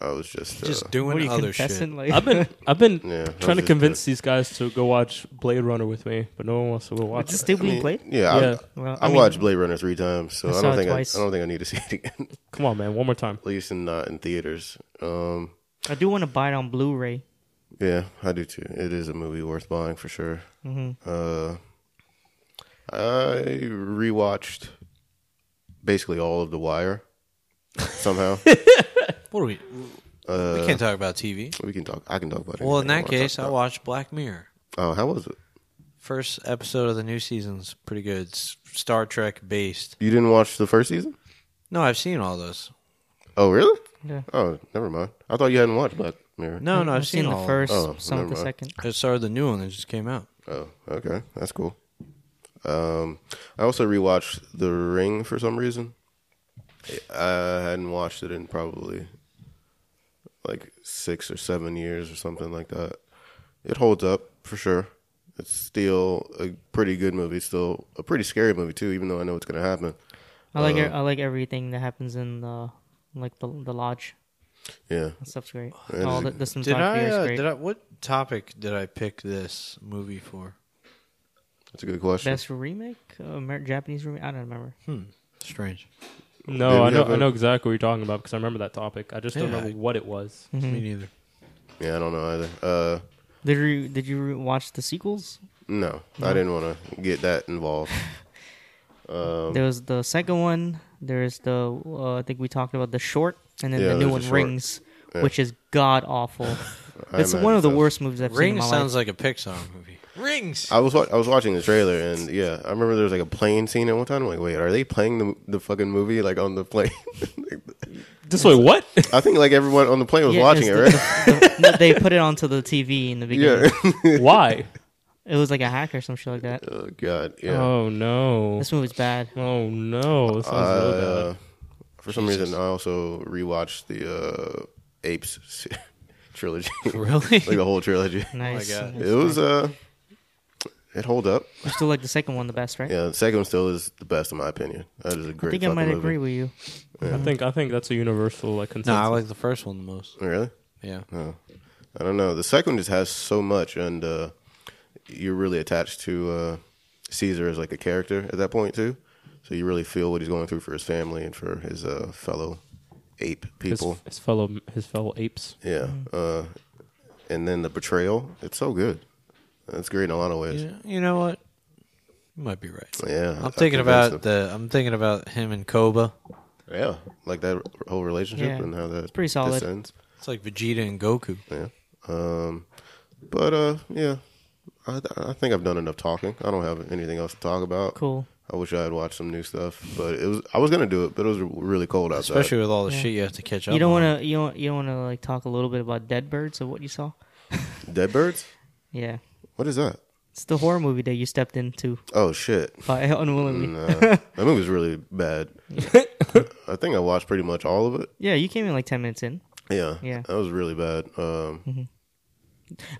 Speaker 4: I was just, uh,
Speaker 3: Just
Speaker 1: What are
Speaker 3: doing
Speaker 1: you
Speaker 3: other shit.
Speaker 1: confessing? Like,
Speaker 2: I've been I've been
Speaker 4: Yeah, that
Speaker 2: trying to
Speaker 4: was just uh,
Speaker 2: convince these guys to go watch Blade Runner with me, but no one wants to go watch
Speaker 1: it's
Speaker 2: it.
Speaker 1: still
Speaker 4: I
Speaker 1: being
Speaker 4: mean,
Speaker 1: played.
Speaker 4: Yeah,
Speaker 2: Yeah.
Speaker 4: I,
Speaker 1: Well,
Speaker 4: I
Speaker 1: I mean-
Speaker 4: watched Blade Runner three times, so
Speaker 1: I
Speaker 4: I,
Speaker 1: saw
Speaker 4: don't
Speaker 1: it
Speaker 4: think I,
Speaker 1: twice.
Speaker 4: I don't think I need to see it again.
Speaker 2: Come on, man, one more time.
Speaker 4: At least in, not in theaters. Um,
Speaker 1: I do want to buy it on Blu-ray.
Speaker 4: yeah, I do too. It is a movie worth buying for sure.
Speaker 1: Mm-hmm.
Speaker 4: Uh, I rewatched basically all of The Wire. Somehow
Speaker 3: What are we? we can't talk about TV.
Speaker 4: Uh, we can talk. I can talk about it.
Speaker 3: Well, in that case, I watched Black Mirror.
Speaker 4: Oh, how was it?
Speaker 3: First episode of the new season's pretty good. It's Star Trek based.
Speaker 4: You didn't watch the first season?
Speaker 3: No, I've seen all those.
Speaker 4: Oh, really?
Speaker 1: Yeah.
Speaker 4: Oh, never mind. I thought you hadn't watched Black Mirror.
Speaker 3: No, no, I've,
Speaker 1: I've seen, the
Speaker 3: all.
Speaker 1: first,
Speaker 4: Oh,
Speaker 1: some of
Speaker 4: never
Speaker 1: the
Speaker 4: mind.
Speaker 1: second.
Speaker 3: I started the new one that just came out.
Speaker 4: Oh, okay, that's cool. Um, I also rewatched The Ring for some reason. I hadn't watched it in probably like six or seven years or something like that. It holds up for sure. It's still a pretty good movie. It's still a pretty scary movie too, even though I know what's going to happen.
Speaker 1: I like
Speaker 4: Oh.
Speaker 1: e, I like everything that happens in the like the the lodge.
Speaker 4: Yeah,
Speaker 1: That stuff's great.
Speaker 4: That
Speaker 1: All
Speaker 4: is-
Speaker 1: the, the cinematography
Speaker 3: Did I,
Speaker 1: is
Speaker 3: uh,
Speaker 1: great.
Speaker 3: did I? What topic did I pick this movie for?
Speaker 4: that's a good question.
Speaker 1: Best remake, uh, Amer- Japanese remake. I don't remember.
Speaker 3: Strange.
Speaker 4: Did
Speaker 2: No,
Speaker 4: we
Speaker 2: I know
Speaker 4: have
Speaker 2: I
Speaker 4: a-
Speaker 2: know exactly what you're talking about because I remember that topic. I just don't
Speaker 3: Yeah.
Speaker 2: remember what it was.
Speaker 1: Mm-hmm.
Speaker 3: Me neither.
Speaker 4: Yeah, I don't know either. Uh,
Speaker 1: Did you did you re- watch the sequels?
Speaker 4: no, I didn't want to get that involved. Um,
Speaker 1: there was the second one. There's the uh, I think we talked about the short, and then
Speaker 4: Yeah,
Speaker 1: the
Speaker 4: there's
Speaker 1: new
Speaker 4: a
Speaker 1: one
Speaker 4: short.
Speaker 1: Rings, which is god awful.
Speaker 4: I
Speaker 1: it's one
Speaker 4: imagine
Speaker 1: of the
Speaker 4: so.
Speaker 1: worst movies I've seen in
Speaker 3: Rings
Speaker 1: my
Speaker 3: sounds
Speaker 1: life.
Speaker 3: like a Pixar movie. Rings.
Speaker 4: I was wa- I was watching the trailer and yeah, I remember there was like a plane scene at one time. I'm like, wait, are they playing the the fucking movie like on the plane?
Speaker 2: Just wait, what?
Speaker 4: I think like everyone on the plane was
Speaker 1: Yeah,
Speaker 4: watching it,
Speaker 1: it's
Speaker 4: right?
Speaker 1: the- the- the- they put it onto the TV in the beginning.
Speaker 4: yeah.
Speaker 2: Why?
Speaker 1: It was like a hack or some shit like that.
Speaker 4: oh god, yeah.
Speaker 2: Oh no!
Speaker 1: This movie's bad.
Speaker 2: Oh no! This sounds
Speaker 4: I,
Speaker 2: real
Speaker 4: uh,
Speaker 2: bad.
Speaker 4: for some reason, I also rewatched the uh, Apes se- trilogy,
Speaker 3: Really?
Speaker 4: like the whole trilogy.
Speaker 1: Nice.
Speaker 3: Oh God.
Speaker 1: Nice.
Speaker 4: It was uh, it hold up.
Speaker 1: You still like the second one the best, right?
Speaker 4: Yeah, the second one still is the best in my opinion. That is a great.
Speaker 1: I think I
Speaker 4: fucking
Speaker 1: might
Speaker 4: movie.
Speaker 1: agree with you.
Speaker 2: I think I think that's a universal like
Speaker 3: No,
Speaker 2: consensus.
Speaker 3: I like the first one the most.
Speaker 4: Really?
Speaker 3: Yeah.
Speaker 4: Oh, I don't know. The second just has so much, and uh, you're really attached to uh, Caesar as like a character at that point too. So you really feel what he's going through for his family and for his uh, fellow ape
Speaker 2: his,
Speaker 4: people.
Speaker 2: his fellow his fellow apes.
Speaker 4: Yeah,
Speaker 1: Mm-hmm.
Speaker 4: uh, and then the betrayal. It's so good. It's great in a lot of ways.
Speaker 3: You- You know what? You might be right.
Speaker 4: Yeah,
Speaker 3: I'm
Speaker 4: I- I
Speaker 3: thinking
Speaker 4: think that's
Speaker 3: about the. I'm thinking about him and Koba.
Speaker 4: yeah, like that whole relationship
Speaker 1: Yeah.
Speaker 4: and how that
Speaker 1: pretty solid.
Speaker 4: descends.
Speaker 3: It's like Vegeta and Goku.
Speaker 4: Yeah. Um, but uh, yeah, I, I think I've done enough talking. I don't have anything else to talk about.
Speaker 1: Cool.
Speaker 4: I wish I had watched some new stuff, but it was I was gonna do it, but it was really cold outside.
Speaker 3: Especially with all the
Speaker 1: Yeah.
Speaker 3: shit you have to catch up.
Speaker 1: You don't
Speaker 3: on.
Speaker 1: want to. You don't. You don't want to like talk a little bit about Dead Birds or what you saw.
Speaker 4: Dead Birds.
Speaker 1: Yeah,
Speaker 4: What is that?
Speaker 1: it's the horror movie that you stepped into
Speaker 4: Oh shit!
Speaker 1: by unwillingly.
Speaker 4: Nah, that movie was really bad. I think I watched pretty much all of it.
Speaker 1: Yeah, you came in like ten minutes in.
Speaker 4: Yeah,
Speaker 1: Yeah.
Speaker 4: that was really bad. Um,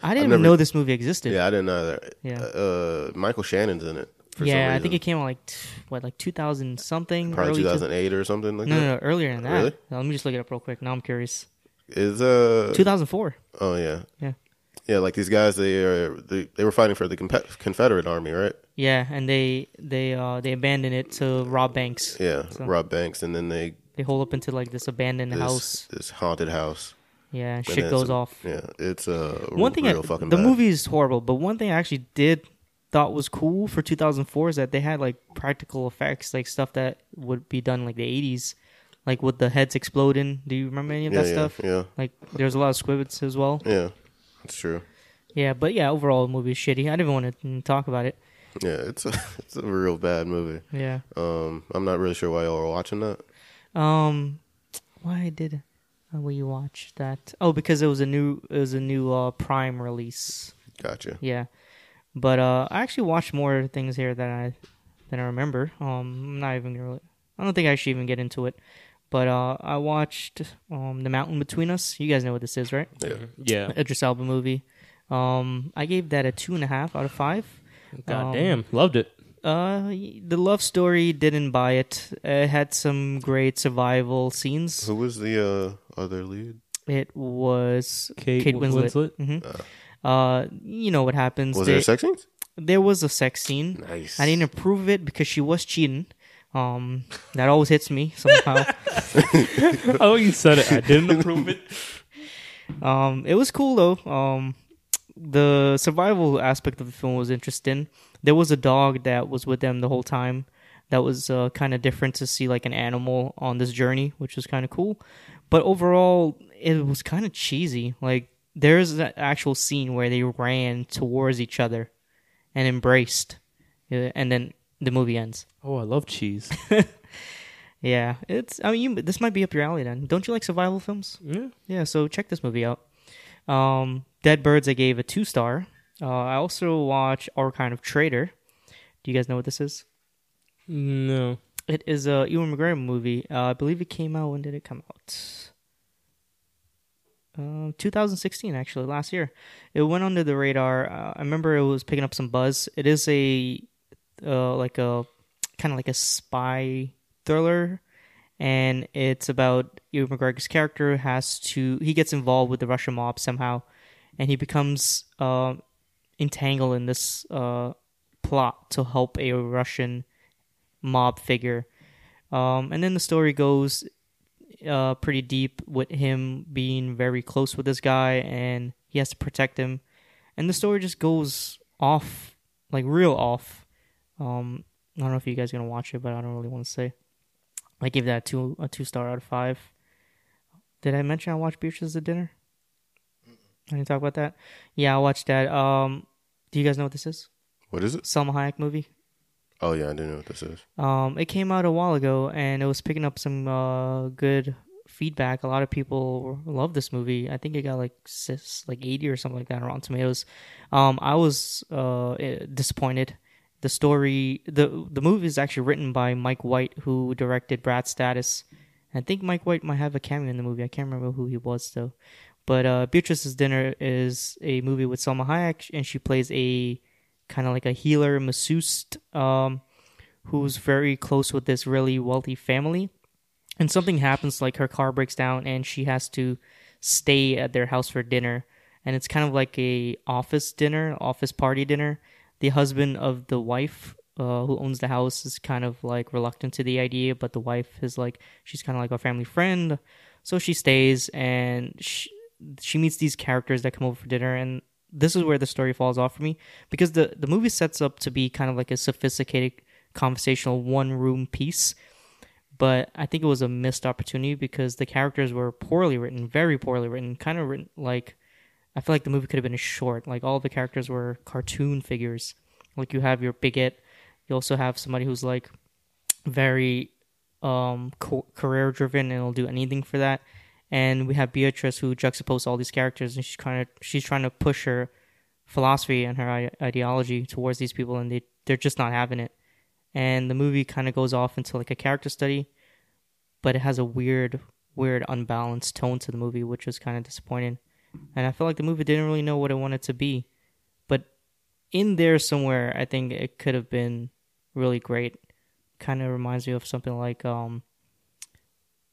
Speaker 1: I didn't
Speaker 4: never-
Speaker 1: even know this movie existed.
Speaker 4: yeah, I didn't either.
Speaker 1: Yeah.
Speaker 4: Uh, Michael Shannon's in it. For some
Speaker 1: Yeah, I
Speaker 4: reason.
Speaker 1: think it came out like t- what, like two thousand something.
Speaker 4: probably
Speaker 1: early two-
Speaker 4: 2008 or something like
Speaker 1: No, no,
Speaker 4: that.
Speaker 1: no, earlier than that.
Speaker 4: Really?
Speaker 1: Now, let me just look it up real quick. Now I'm curious.
Speaker 4: Is uh,
Speaker 1: Two thousand four.
Speaker 4: oh yeah,
Speaker 1: Yeah,
Speaker 4: yeah, like these guys they are they, they were fighting for the Compe- Confederate Army, right?
Speaker 1: yeah, and they they uh they abandon it to rob banks.
Speaker 4: Yeah,
Speaker 1: So-
Speaker 4: Rob Banks, and then they
Speaker 1: They hole up into like this abandoned
Speaker 4: this
Speaker 1: house.
Speaker 4: this haunted house.
Speaker 1: Yeah, and
Speaker 4: And
Speaker 1: shit
Speaker 4: it's
Speaker 1: goes
Speaker 4: a-
Speaker 1: off.
Speaker 4: Yeah, it's a
Speaker 1: one thing
Speaker 4: real
Speaker 1: I,
Speaker 4: fucking
Speaker 1: the
Speaker 4: bad.
Speaker 1: movie is horrible but one thing i actually did thought was cool for 2004 is that they had like practical effects like stuff that would be done in, like the 80s like with the heads exploding do you remember any of
Speaker 4: yeah,
Speaker 1: that
Speaker 4: yeah,
Speaker 1: stuff
Speaker 4: Yeah,
Speaker 1: like there's a lot of squibbits as well
Speaker 4: yeah, it's true.
Speaker 1: yeah but yeah overall the movie is shitty i didn't want to talk about it
Speaker 4: Yeah, it's a, it's a real bad movie.
Speaker 1: yeah
Speaker 4: Um, I'm not really sure why y'all are watching that.
Speaker 1: um why did uh, we watch that oh because it was a new it was a new uh prime release
Speaker 4: Gotcha.
Speaker 1: Yeah, but uh, I actually watched more things here than I than I remember. Um, I'm not even gonna really. I don't think I should even get into it. But uh, I watched um, the Mountain Between Us. You guys know what this is, right?
Speaker 4: Yeah,
Speaker 2: Yeah.
Speaker 1: Idris Elba movie. Um, I gave that a two and a half out of five.
Speaker 2: God
Speaker 1: Um,
Speaker 2: damn, loved it.
Speaker 1: Uh, y- the love story didn't buy it. It had some great survival scenes.
Speaker 4: Who was the uh, other lead?
Speaker 1: It was
Speaker 2: Kate
Speaker 1: Kate,
Speaker 2: Win-
Speaker 1: Winslet. hmm Uh, you know what happens.
Speaker 4: Was
Speaker 1: They-
Speaker 4: there sex scenes?
Speaker 1: there was a sex scene.
Speaker 4: Nice.
Speaker 1: I didn't approve of it because she was cheating. Um, that always hits me somehow.
Speaker 2: oh, you said it. I didn't approve it.
Speaker 1: um, it was cool though. Um, the survival aspect of the film was interesting. There was a dog that was with them the whole time. That was uh, kind of different to see like an animal on this journey, which was kind of cool. But overall, it was kind of cheesy. Like there's an actual scene where they ran towards each other and embraced, Uh, and then the movie ends.
Speaker 2: Oh, I love cheese.
Speaker 1: Yeah, it's. I mean, you, this might be up your alley then. Don't you like survival films?
Speaker 2: Yeah.
Speaker 1: Yeah, so check this movie out. Um, Dead Birds, I gave a two star. Uh, I also watch Our Kind of Traitor. Do you guys know what this is?
Speaker 2: No.
Speaker 1: It is a Ewan McGregor movie. Uh, I believe it came out. When did it come out? Uh, 2016, actually, last year. It went under the radar. Uh, I remember it was picking up some buzz. It is a uh, like a kind of like a spy thriller, and it's about Ewan McGregor's character has to he gets involved with the Russian mob somehow, and he becomes uh, entangled in this uh, plot to help a Russian mob figure. Um, and then the story goes uh, pretty deep with him being very close with this guy and he has to protect him. And the story just goes off, like real off. Um, I don't know if you guys are gonna watch it, but I don't really want to say. I gave that a two a two star out of five. Did I mention I watched Beatrice at dinner? I didn't talk about that. Yeah, I watched that. Um, do you guys know what this is?
Speaker 4: What is it?
Speaker 1: Selma Hayek movie.
Speaker 4: Oh yeah, I do know what this is.
Speaker 1: Um, it came out a while ago, and it was picking up some uh, good feedback. A lot of people love this movie. I think it got like sis, like eighty or something like that on Rotten Tomatoes. Um, I was uh, eh, disappointed. The story, the the movie is actually written by Mike White, who directed Brad Status. I think Mike White might have a cameo in the movie. I can't remember who he was though. But uh, Beatrice's Dinner is a movie with Selma Hayek, and she plays a kind of like a healer masseuse. Um, who's very close with this really wealthy family. And something happens, like her car breaks down, and she has to stay at their house for dinner. And it's kind of like a office dinner, office party dinner. The husband of the wife uh, who owns the house is kind of like reluctant to the idea, but the wife is like she's kind of like a family friend, so she stays and she, she meets these characters that come over for dinner. And this is where the story falls off for me because the the movie sets up to be kind of like a sophisticated conversational one room piece. But I think it was a missed opportunity because the characters were poorly written, very poorly written, kind of written like I feel like the movie could have been a short. Like all the characters were cartoon figures. Like you have your bigot, you also have somebody who's like very um co- career driven and will do anything for that. And we have Beatrice who juxtaposes all these characters and she's kind of she's trying to push her philosophy and her I- ideology towards these people and they they're just not having it and the movie kind of goes off into like a character study but it has a weird weird unbalanced tone to the movie which is kind of disappointing and i feel like the movie didn't really know what it wanted to be but in there somewhere i think it could have been really great kind of reminds me of something like um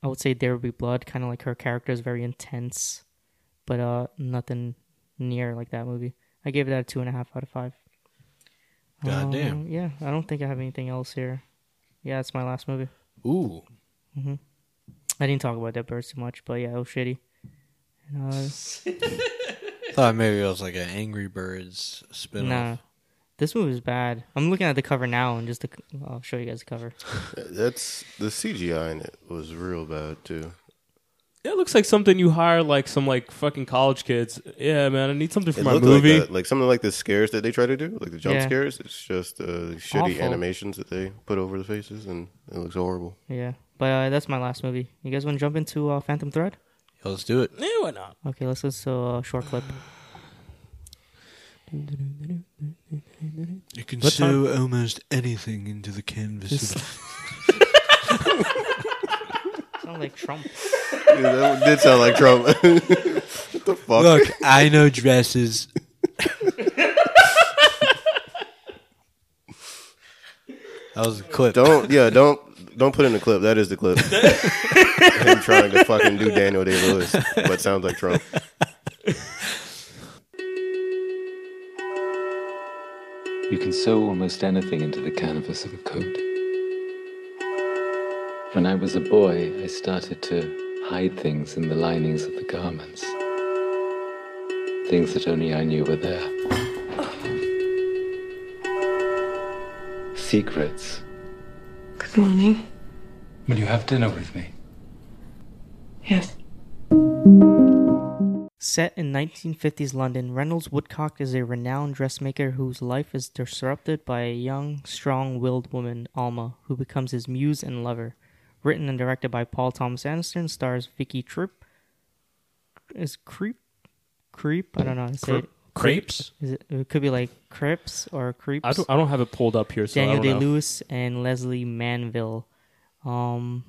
Speaker 1: i would say there will be blood kind of like her character is very intense but uh nothing near like that movie i gave that a two and a half out of five
Speaker 3: Goddamn.
Speaker 1: Um, yeah i don't think i have anything else here yeah it's my last movie
Speaker 3: Ooh.
Speaker 1: i didn't talk about dead birds too much but yeah it was shitty and, uh,
Speaker 3: Thought maybe it was like an Angry Birds spin
Speaker 1: Nah,
Speaker 3: off.
Speaker 1: this movie is bad. I'm looking at the cover now, and just the, I'll show you guys the cover.
Speaker 4: That's the CGI in it was real bad too.
Speaker 2: It looks like something you hire like some like fucking college kids. Yeah, man, I need something for
Speaker 4: It
Speaker 2: my
Speaker 4: looked
Speaker 2: movie.
Speaker 4: like that, like something like the scares that they try to do, like the jump
Speaker 1: Yeah.
Speaker 4: scares. It's just uh, shitty
Speaker 1: Awful.
Speaker 4: animations that they put over the faces, and it looks horrible.
Speaker 1: Yeah, but uh, that's my last movie. You guys want to jump into uh, Phantom Thread?
Speaker 3: Yeah, let's do it.
Speaker 2: Yeah, why not?
Speaker 1: Okay, let's listen to a short clip.
Speaker 3: You can
Speaker 2: What sew
Speaker 3: almost anything into the canvas.
Speaker 1: Sounds like Trump.
Speaker 4: Dude, that did sound like Trump. what the fuck?
Speaker 3: Look, I know dresses. That was the clip.
Speaker 4: Don't yeah, don't don't put in the clip. That is the clip. Him trying to fucking do Daniel Day Lewis, but sounds like Trump.
Speaker 5: You can sew almost anything into the canvas of a coat. When I was a boy, I started to hide things in the linings of the garments. Things that only I knew were there. Secrets.
Speaker 6: Good morning.
Speaker 5: Will you have dinner with me?
Speaker 6: Yes.
Speaker 1: Set in 1950s London, Reynolds Woodcock is a renowned dressmaker whose life is disrupted by a young, strong willed woman, Alma, who becomes his muse and lover. Written and directed by Paul Thomas Anderson, stars Vicky Tripp. Is Creep? Creep? I don't know how to say it.
Speaker 2: Crepes?
Speaker 1: Is it. It could be like Crips or Creeps.
Speaker 2: I don't, I don't have it pulled up here, so
Speaker 1: Daniel
Speaker 2: I don't
Speaker 1: Day
Speaker 2: know.
Speaker 1: Lewis and Leslie Manville. Um,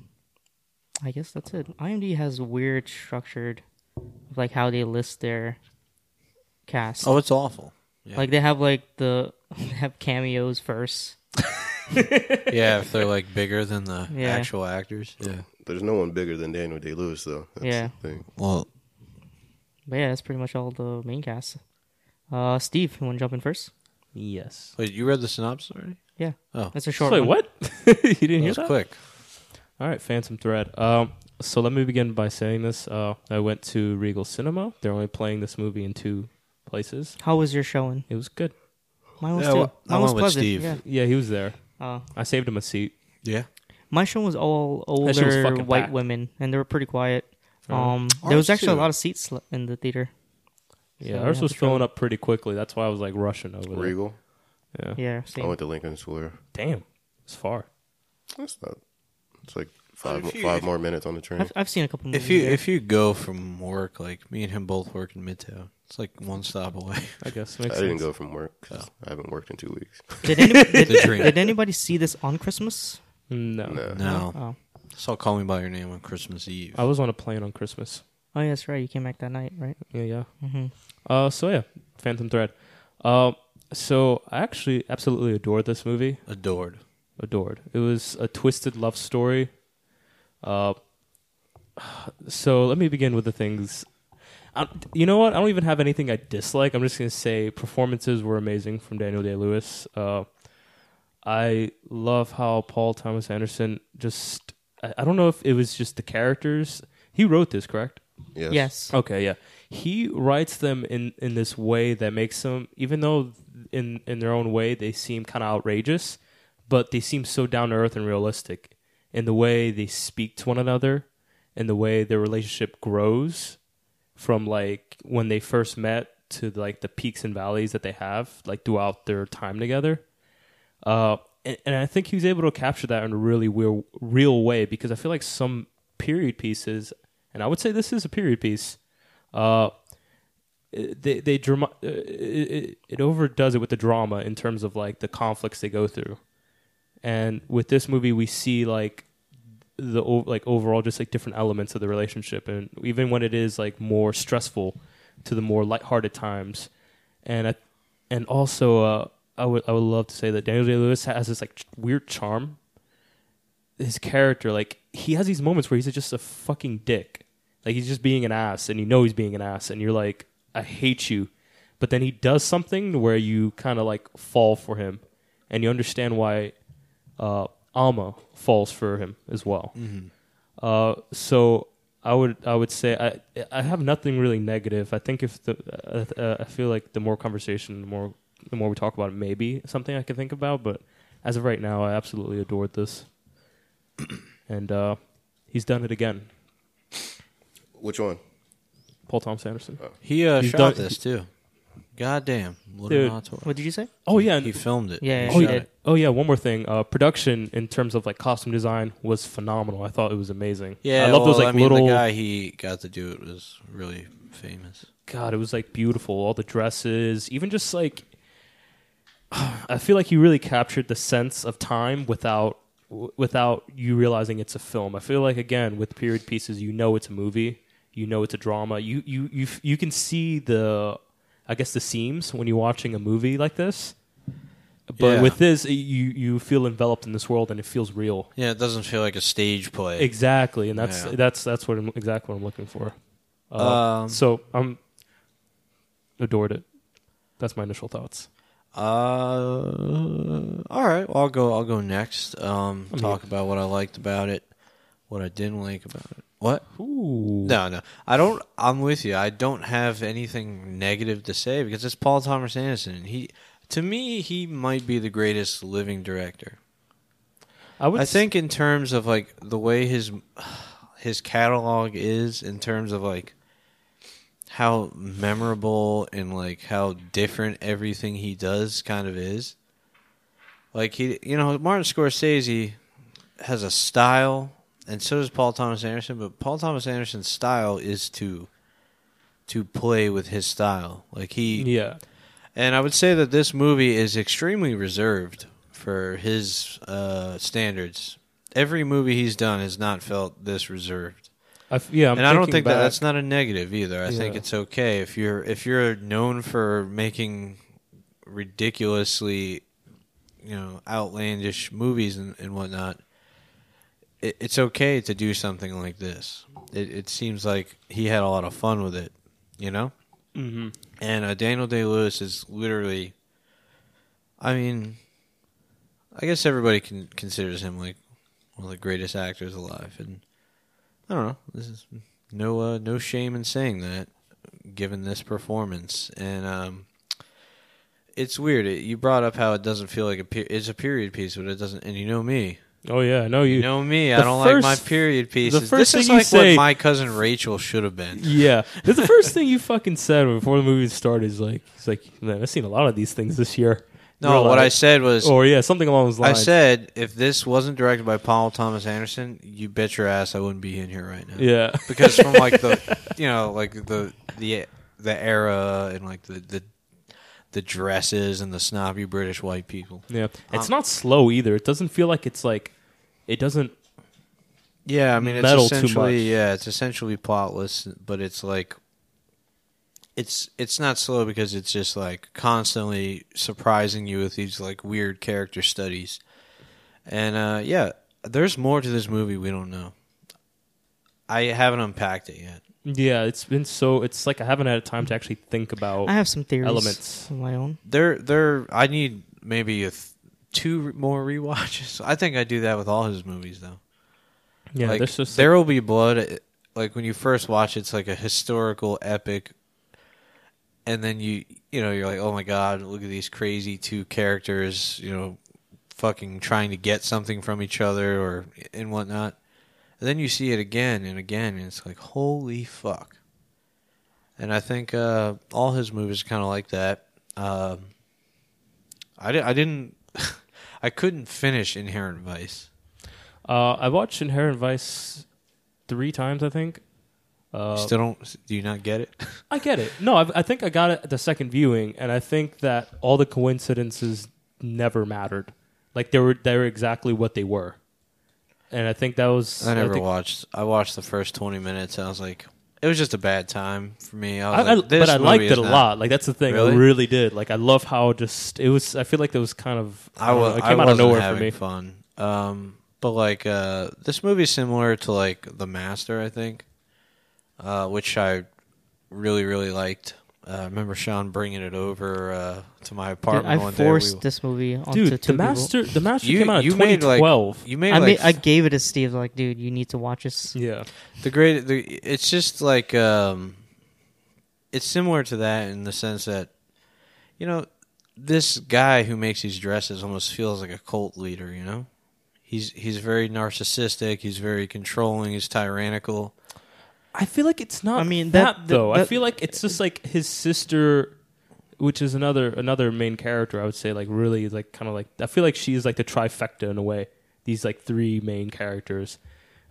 Speaker 1: I guess that's it. IMDb has weird structured, of, like how they list their cast.
Speaker 3: Oh, it's awful. Yeah.
Speaker 1: Like they have like the they have cameos first.
Speaker 3: yeah, if they're like bigger than the
Speaker 1: Yeah.
Speaker 3: actual actors. Yeah.
Speaker 4: There's no one bigger than Daniel Day Lewis though. That's
Speaker 1: Yeah.
Speaker 4: The thing.
Speaker 3: Well,
Speaker 1: But yeah, that's pretty much all the main cast. Uh, Steve, you want to jump in first?
Speaker 2: Yes.
Speaker 3: wait, you read the synopsis already?
Speaker 1: Yeah.
Speaker 3: Oh.
Speaker 1: that's a short
Speaker 2: Wait,
Speaker 1: one.
Speaker 2: what? you didn't
Speaker 3: That
Speaker 2: hear
Speaker 3: was
Speaker 2: that?
Speaker 3: quick.
Speaker 2: All right, Phantom Thread. Um, so let me begin by saying this. Uh, I went to Regal Cinema. They're only playing this movie in two places.
Speaker 1: How was your showing?
Speaker 2: It was good.
Speaker 1: Mine was
Speaker 3: Yeah,
Speaker 1: too.
Speaker 3: well, I
Speaker 1: Mine was
Speaker 3: went with
Speaker 1: pleasant.
Speaker 3: Steve.
Speaker 1: Yeah.
Speaker 2: Yeah, he was there.
Speaker 1: Uh,
Speaker 2: I saved him a seat.
Speaker 3: Yeah.
Speaker 1: My show was all
Speaker 2: That shit was
Speaker 1: older
Speaker 2: fucking
Speaker 1: white
Speaker 2: packed.
Speaker 1: women, and they were pretty quiet. Um, there was
Speaker 3: Ours
Speaker 1: actually
Speaker 3: too.
Speaker 1: a lot of seats le- in the theater.
Speaker 2: Yeah,
Speaker 1: So
Speaker 2: ours
Speaker 1: yeah,
Speaker 2: was
Speaker 1: for sure.
Speaker 2: filling up pretty quickly. That's why I was like rushing over there.
Speaker 4: Regal.
Speaker 1: Yeah,
Speaker 4: I
Speaker 1: same.
Speaker 4: went to Lincoln Square.
Speaker 2: Damn, it's far.
Speaker 4: That's not. It's like five
Speaker 3: If you-
Speaker 4: five more minutes on the train.
Speaker 1: I've, I've seen a couple movies.
Speaker 3: If you
Speaker 1: there.
Speaker 3: if you go from work, like me and him both work in Midtown, it's like one stop away.
Speaker 2: I guess makes
Speaker 4: I didn't
Speaker 2: sense.
Speaker 4: go from work 'cause I haven't worked in two weeks.
Speaker 1: did, any,
Speaker 3: The
Speaker 1: did,
Speaker 3: dream.
Speaker 1: did anybody see this on Christmas?
Speaker 2: No.
Speaker 4: No.
Speaker 3: No,
Speaker 1: Oh,
Speaker 3: so Call Me by Your Name on Christmas Eve.
Speaker 2: I was on a plane on Christmas.
Speaker 1: oh, yeah, that's right. You came back that night, right?
Speaker 2: Yeah, yeah.
Speaker 1: Mhm.
Speaker 2: Uh, so yeah, Phantom Thread. Um, so I actually absolutely adored this movie.
Speaker 3: Adored.
Speaker 2: adored. It was a twisted love story. Uh, so let me begin with the things. I, you know what? I don't even have anything I dislike. I'm just gonna say performances were amazing from Daniel Day Lewis. Uh, I love how Paul Thomas Anderson just. I, I don't know if it was just the characters. He wrote this, correct?
Speaker 4: Yes.
Speaker 1: Yes.
Speaker 2: Okay, yeah. He writes them in in this way that makes them, even though in in their own way they seem kind of outrageous, but they seem so down to earth and realistic in the way they speak to one another, and the way their relationship grows from like when they first met to like the peaks and valleys that they have like throughout their time together. Uh, and, and I think he was able to capture that in a really real, real way because I feel like some period pieces, and I would say this is a period piece, uh, they they drama uh, it, it overdoes it with the drama in terms of like the conflicts they go through, and with this movie we see like the o- like overall just like different elements of the relationship, and even when it is like more stressful to the more lighthearted times, and I, and also uh, I would I would love to say that Daniel Day Lewis has this like ch- weird charm. His character, like he has these moments where he's just a fucking dick, like he's just being an ass, and you know he's being an ass, and you're like, I hate you, but then he does something where you kind of like fall for him, and you understand why uh, Alma falls for him as well. Uh, so I would I would say I I have nothing really negative. I think if the uh, uh, I feel like the more conversation, the more the more we talk about it, maybe something I can think about. But as of right now, I absolutely adored this, and uh, he's done it again.
Speaker 4: Which one?
Speaker 2: Paul Thomas Anderson.
Speaker 3: He uh,
Speaker 2: He's
Speaker 3: shot
Speaker 2: done-
Speaker 3: this too. God damn, what
Speaker 2: Dude.
Speaker 3: an auteur.
Speaker 1: What did you say?
Speaker 2: Oh yeah,
Speaker 3: he
Speaker 2: and,
Speaker 3: filmed it.
Speaker 1: Yeah,
Speaker 3: He
Speaker 2: oh,
Speaker 1: he
Speaker 3: shot
Speaker 2: yeah
Speaker 1: did.
Speaker 3: it.
Speaker 2: oh yeah. One more thing, uh, production in terms of like costume design was phenomenal. I thought it was amazing.
Speaker 3: Yeah,
Speaker 2: I love those
Speaker 3: well,
Speaker 2: like
Speaker 3: I mean,
Speaker 2: little.
Speaker 3: The guy he got to do it was really famous.
Speaker 2: God, it was like beautiful. All the dresses, even just like, I feel like he really captured the sense of time without w- without you realizing it's a film. I feel like again with period pieces, you know it's a movie, you know it's a drama. You you you f- you can see the, I guess the seams when you're watching a movie like this, But
Speaker 3: Yeah.
Speaker 2: with this, you you feel enveloped in this world, and it feels real.
Speaker 3: Yeah, it doesn't feel like a stage play.
Speaker 2: Exactly, and that's
Speaker 3: Yeah.
Speaker 2: that's that's what I'm, exactly what I'm looking for. Uh,
Speaker 3: Um,
Speaker 2: so I'm adored it. That's my initial thoughts.
Speaker 3: Uh, all right. Well, I'll go. I'll go next. Um,
Speaker 2: I mean-
Speaker 3: talk about what I liked about it, what I didn't like about it. What?
Speaker 2: Ooh,
Speaker 3: No, no. I don't. I'm with you. I don't have anything negative to say because it's Paul Thomas Anderson. He, to me, he might be the greatest living director.
Speaker 2: I would.
Speaker 3: I
Speaker 2: s-
Speaker 3: think in terms of like the way his his catalog is in terms of like how memorable and like how different everything he does kind of is. Like he, you know, Martin Scorsese has a style, and so does Paul Thomas Anderson. But Paul Thomas Anderson's style is to to play with his style. Like he,
Speaker 2: yeah,
Speaker 3: and I would say that this movie is extremely reserved for his uh, standards. Every movie he's done has not felt this reserved,
Speaker 2: I f- yeah. I'm
Speaker 3: and I don't
Speaker 2: thinking
Speaker 3: think that
Speaker 2: back-
Speaker 3: that's not a negative either. I think
Speaker 2: Yeah.
Speaker 3: it's okay if you're if you're known for making ridiculously, you know, outlandish movies and, and whatnot. It, it's okay to do something like this. It, it seems like he had a lot of fun with it, you know.
Speaker 2: Mhm.
Speaker 3: And uh, Daniel Day Lewis is literally, I mean, I guess everybody can, considers him like one of the greatest actors alive, and I don't know. This is no uh, no shame in saying that, given this performance, and um, it's weird. It, you brought up how it doesn't feel like a pe- it's a period piece, but it doesn't. And you know me,
Speaker 2: Oh yeah, no, you.
Speaker 3: you know me. I
Speaker 2: the
Speaker 3: don't like
Speaker 2: first-
Speaker 3: my period pieces.
Speaker 2: first
Speaker 3: this is
Speaker 2: thing you
Speaker 3: like
Speaker 2: say-
Speaker 3: what my cousin Rachel should have been.
Speaker 2: Yeah, that's the first thing you fucking said before the movie started. Is like, it's like, man, I've seen a lot of these things this year.
Speaker 3: No,
Speaker 2: You're
Speaker 3: what I
Speaker 2: like-
Speaker 3: said was
Speaker 2: or yeah, something along those
Speaker 3: I
Speaker 2: lines.
Speaker 3: said if this wasn't directed by Paul Thomas Anderson, you bet your ass I wouldn't be in here right now.
Speaker 2: yeah,
Speaker 3: Because from like the you know, like the the the era and like the the, the dresses and the snobby British white people.
Speaker 2: yeah. It's not slow either. It doesn't feel like it's like, it doesn't.
Speaker 3: Yeah, I mean it's
Speaker 2: Metal too
Speaker 3: essentially
Speaker 2: much.
Speaker 3: yeah, it's essentially plotless, but it's like it's it's not slow because it's just like constantly surprising you with these like weird character studies. And uh yeah, there's more to this movie we don't know. I haven't unpacked it yet.
Speaker 2: Yeah, it's been so. It's like I haven't had time to actually think about.
Speaker 1: I have some theories
Speaker 2: Oh. Elements.
Speaker 1: of my own.
Speaker 3: There there I need maybe a th- two more rewatches. I think I do that with all his movies though.
Speaker 2: yeah,
Speaker 3: like,
Speaker 2: there's just
Speaker 3: there will be blood. it- Like when you first watch, it's like a historical epic, and then you you know you're like, oh my god, look at these crazy two characters, you know, fucking trying to get something from each other or and whatnot. And then you see it again and again, and it's like, holy fuck. And I think uh, all his movies kind of like that. Um, I, di- I didn't, I couldn't finish Inherent Vice.
Speaker 2: Uh, I watched Inherent Vice three times, I think. Uh,
Speaker 3: Still don't? Do you not get it?
Speaker 2: I get it. No, i I think I got it at the second viewing, and I think that all the coincidences never mattered. Like they were, they were exactly what they were, and I think that was.
Speaker 3: I never
Speaker 2: think-
Speaker 3: watched. I watched the first twenty minutes. And I was like, it was just a bad time for me.
Speaker 2: I,
Speaker 3: I was
Speaker 2: I-
Speaker 3: like, this
Speaker 2: but I
Speaker 3: movie
Speaker 2: liked
Speaker 3: is
Speaker 2: it a
Speaker 3: not-
Speaker 2: lot. Like that's the thing. I
Speaker 3: Really?
Speaker 2: really did. Like I love how just it was. I feel like that was kind of. I,
Speaker 3: I
Speaker 2: don't know,
Speaker 3: was.
Speaker 2: Uh, It came
Speaker 3: I
Speaker 2: out of
Speaker 3: wasn't
Speaker 2: nowhere for
Speaker 3: having
Speaker 2: me.
Speaker 3: Fun. Um, but like uh, this movie is similar to like The Master, I think, uh, which I really really liked. Uh, I remember Sean bringing it over uh, to my
Speaker 1: Dude,
Speaker 3: apartment
Speaker 1: I
Speaker 3: one day. We-
Speaker 1: forced this movie onto
Speaker 2: Dude,
Speaker 1: two
Speaker 2: the master, the master
Speaker 3: you
Speaker 2: came out in
Speaker 3: you made like
Speaker 2: 2012.
Speaker 1: people.
Speaker 3: you made
Speaker 1: I
Speaker 3: like
Speaker 1: made, I gave it to Steve. Like, dude, you need to watch this.
Speaker 2: yeah,
Speaker 3: The great, the, it's just like um, it's similar to that in the sense that you know this guy who makes these dresses almost feels like a cult leader. You know, he's he's very narcissistic. He's very controlling. He's tyrannical.
Speaker 2: I feel like it's not.
Speaker 1: I mean, that-
Speaker 2: though. I
Speaker 1: that-
Speaker 2: feel like it's just like his sister, which is another another main character. I would say like really like kind of like I feel like she's like the trifecta in a way. These like three main characters,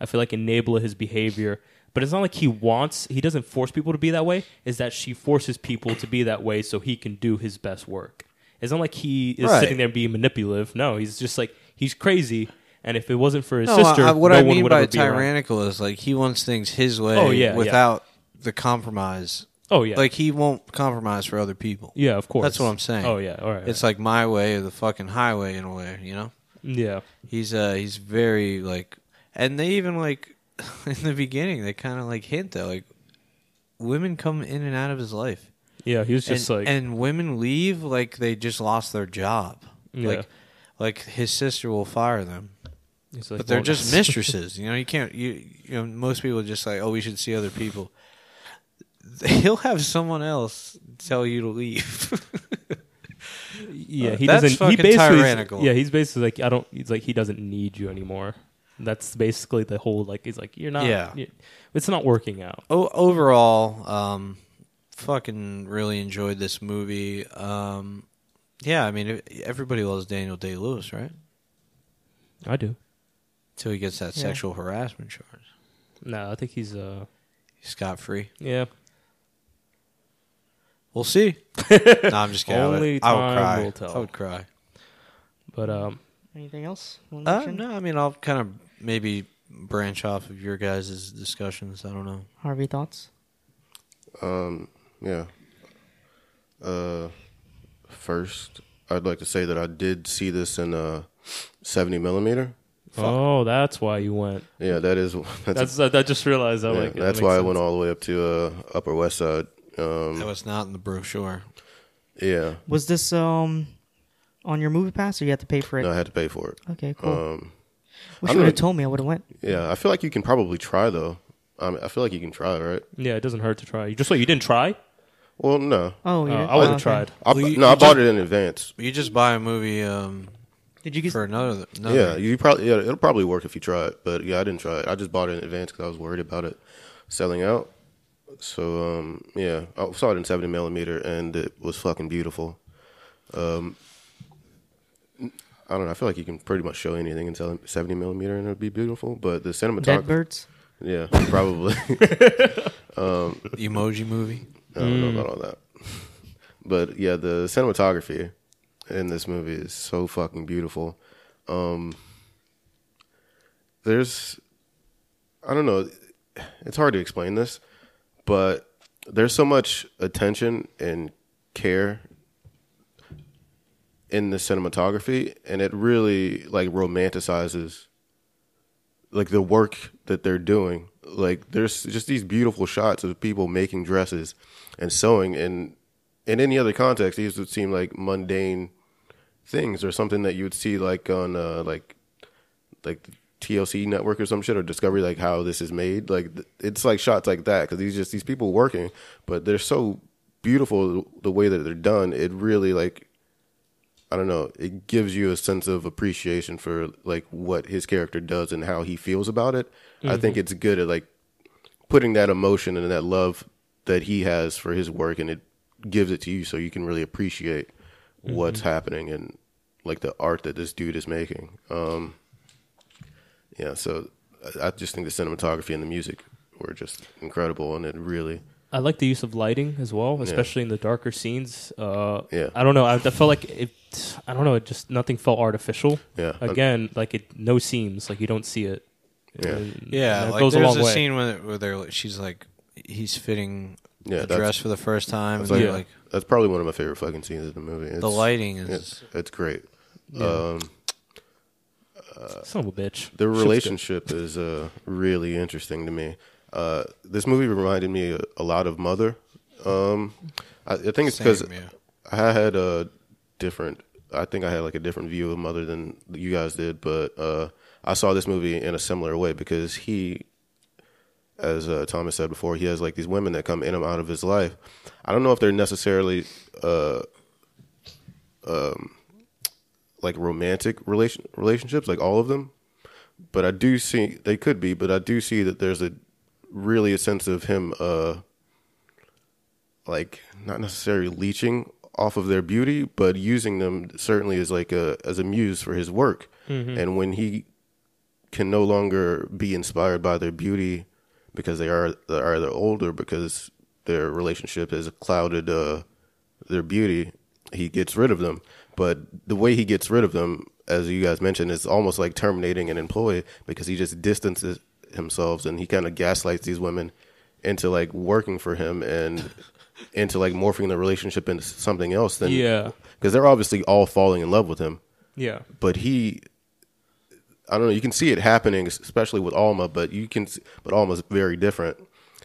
Speaker 2: I feel like enable his behavior. But it's not like he wants. He doesn't force people to be that way. Is that she forces people to be that way so he can do his best work. It's not like he is
Speaker 3: Right.
Speaker 2: sitting there being manipulative. No, he's just like he's crazy. And if it wasn't for his
Speaker 3: No,
Speaker 2: sister,
Speaker 3: I, what
Speaker 2: no
Speaker 3: I
Speaker 2: one
Speaker 3: mean
Speaker 2: would
Speaker 3: by
Speaker 2: ever be around.
Speaker 3: tyrannical is like he wants things his way
Speaker 2: Oh, yeah, yeah.
Speaker 3: without the compromise
Speaker 2: Oh yeah,
Speaker 3: Like he won't compromise for other people.
Speaker 2: yeah, of course.
Speaker 3: That's what I'm saying.
Speaker 2: Oh yeah, all right.
Speaker 3: It's like my way or the fucking highway in a way, you know?
Speaker 2: yeah,
Speaker 3: He's uh he's very like and they even like in the beginning they kinda like hint that like women come in and out of his life.
Speaker 2: yeah. He was just
Speaker 3: and,
Speaker 2: like,
Speaker 3: and women leave like they just lost their job.
Speaker 2: Yeah.
Speaker 3: Like like his sister will fire them.
Speaker 2: he's like,
Speaker 3: But they're
Speaker 2: well,
Speaker 3: just mistresses. You know, you can't you you know, most people just like, Oh, we should see other people. He'll have someone else tell you to leave.
Speaker 2: Yeah, he
Speaker 3: That's
Speaker 2: doesn't. he
Speaker 3: fucking
Speaker 2: basically,
Speaker 3: tyrannical.
Speaker 2: Yeah, he's basically like I don't. He's like he doesn't need you anymore. That's basically the whole like. He's like you're not.
Speaker 3: Yeah.
Speaker 2: you- it's not working out.
Speaker 3: O- overall, um, fucking really enjoyed this movie. Um, yeah, I mean, e- everybody loves Daniel Day Lewis, right?
Speaker 2: I do.
Speaker 3: Until he gets that
Speaker 1: Yeah.
Speaker 3: sexual harassment charge.
Speaker 2: No, I think he's. uh
Speaker 3: He's scot free.
Speaker 2: Yeah.
Speaker 3: We'll see. no, I'm just kidding. I would-
Speaker 2: Only
Speaker 3: I would,
Speaker 2: time
Speaker 3: cry.
Speaker 2: will tell.
Speaker 3: I would cry.
Speaker 2: But um,
Speaker 1: Anything else? Wanna
Speaker 3: Uh,
Speaker 1: mention?
Speaker 3: no, I mean, I'll kind of maybe branch off of your guys' discussions. I don't know.
Speaker 1: Harvey thoughts?
Speaker 4: Um, yeah. Uh, first, I'd like to say that I did see this in uh, seventy millimeter.
Speaker 2: oh, that's why you went.
Speaker 4: Yeah, that is that's,
Speaker 2: That's I, I just realized. I
Speaker 4: yeah,
Speaker 2: like.
Speaker 4: that's why I went all the way up to uh, Upper West Side.
Speaker 3: That
Speaker 4: Um,
Speaker 3: was not in the brochure.
Speaker 4: yeah,
Speaker 1: Was this um on your movie pass or you had to pay for it?
Speaker 4: no, I had to pay for it.
Speaker 1: Okay, cool. Wish
Speaker 4: Um, I'm
Speaker 1: you would
Speaker 4: gonna-
Speaker 1: have told me. I would have went.
Speaker 4: yeah, I feel like you can probably try though. I, mean, I feel like you can try, right?
Speaker 2: Yeah, it doesn't hurt to try. You just what you didn't try.
Speaker 4: Well, no,
Speaker 1: Oh,
Speaker 2: Uh,
Speaker 1: yeah.
Speaker 2: I would have
Speaker 1: okay.
Speaker 2: tried.
Speaker 4: I,
Speaker 3: Well, you-
Speaker 4: no, I
Speaker 3: you
Speaker 4: bought
Speaker 3: just-
Speaker 4: it in advance.
Speaker 3: You just buy a movie um,
Speaker 1: Did you get?
Speaker 3: for another. another
Speaker 4: Yeah, you probably yeah, it'll probably work if you try it. But yeah, I didn't try it. I just bought it in advance because I was worried about it selling out. So um, yeah, I saw it in seventy millimeter, and it was fucking beautiful. Um, I don't know. I feel like you can pretty much show anything in seven- seventy millimeter, and it'd be beautiful. But the
Speaker 1: Dead
Speaker 4: cinematography,
Speaker 1: birds.
Speaker 4: yeah, probably.
Speaker 3: emoji movie.
Speaker 4: I don't know about all that. But yeah, the cinematography in this movie is so fucking beautiful. Um there's I don't know, it's hard to explain this, but there's so much attention and care in the cinematography and it really like romanticizes like the work that they're doing. Like there's just these beautiful shots of people making dresses and sewing and in any other context these would seem like mundane things or something that you would see like on uh like like TLC network or some shit or discovery like how this is made like th- it's like shots like that cuz these just these people working but they're so beautiful the way that they're done it really like I don't know, it gives you a sense of appreciation for like what his character does and how he feels about it. I think
Speaker 3: Mm-hmm.
Speaker 4: it's good at like putting that emotion and that love that he has for his work and it gives it to you so you can really appreciate
Speaker 3: Mm-hmm.
Speaker 4: what's happening and like the art that this dude is making. Um yeah, so I, I just think the cinematography and the music were just incredible and it really
Speaker 2: I like the use of lighting as well, especially in the darker scenes. Uh,
Speaker 4: Yeah.
Speaker 2: I don't know. I, I felt like it. I don't know. It just nothing felt artificial.
Speaker 4: Yeah.
Speaker 2: Again, like it. No seams. Like you don't see it.
Speaker 4: Yeah.
Speaker 2: And
Speaker 3: Yeah,
Speaker 2: that
Speaker 3: like
Speaker 2: goes a
Speaker 3: there's
Speaker 2: long
Speaker 3: a
Speaker 2: way.
Speaker 3: scene where, where they're like, she's like, he's fitting
Speaker 4: Yeah,
Speaker 3: the
Speaker 4: that's-
Speaker 3: dress for the first time, and
Speaker 4: like-
Speaker 3: they're
Speaker 2: Yeah.
Speaker 3: like
Speaker 4: that's probably one of my favorite fucking scenes in the movie. It's,
Speaker 3: the lighting is.
Speaker 4: it's, it's great. Um
Speaker 2: Son of a bitch.
Speaker 4: Their
Speaker 2: Shit's
Speaker 4: relationship is uh, really interesting to me. Uh, this movie reminded me a, a lot of Mother. Um, I, I think it's because
Speaker 3: Same, yeah.
Speaker 4: I had a different. I think I had like a different view of Mother than you guys did, but uh, I saw this movie in a similar way because he, as uh, Thomas said before, he has like these women that come in and out of his life. I don't know if they're necessarily uh, um, like romantic relation relationships, like all of them. But I do see they could be, but I do see that there's a really a sense of him, uh, like not necessarily leeching off of their beauty, but using them certainly as like a as a muse for his work. And when he can no longer be inspired by their beauty because they are they are either older because their relationship has clouded uh, their beauty. He gets rid of them, but the way he gets rid of them, as you guys mentioned, is almost like terminating an employee because he just distances himself and he kind of gaslights these women into like working for him and into like morphing the relationship into something else, then
Speaker 2: Yeah.
Speaker 4: because they're obviously all falling in love with him.
Speaker 2: Yeah.
Speaker 4: But he, I don't know. You can see it happening, especially with Alma. But you can, see, but Alma's very different.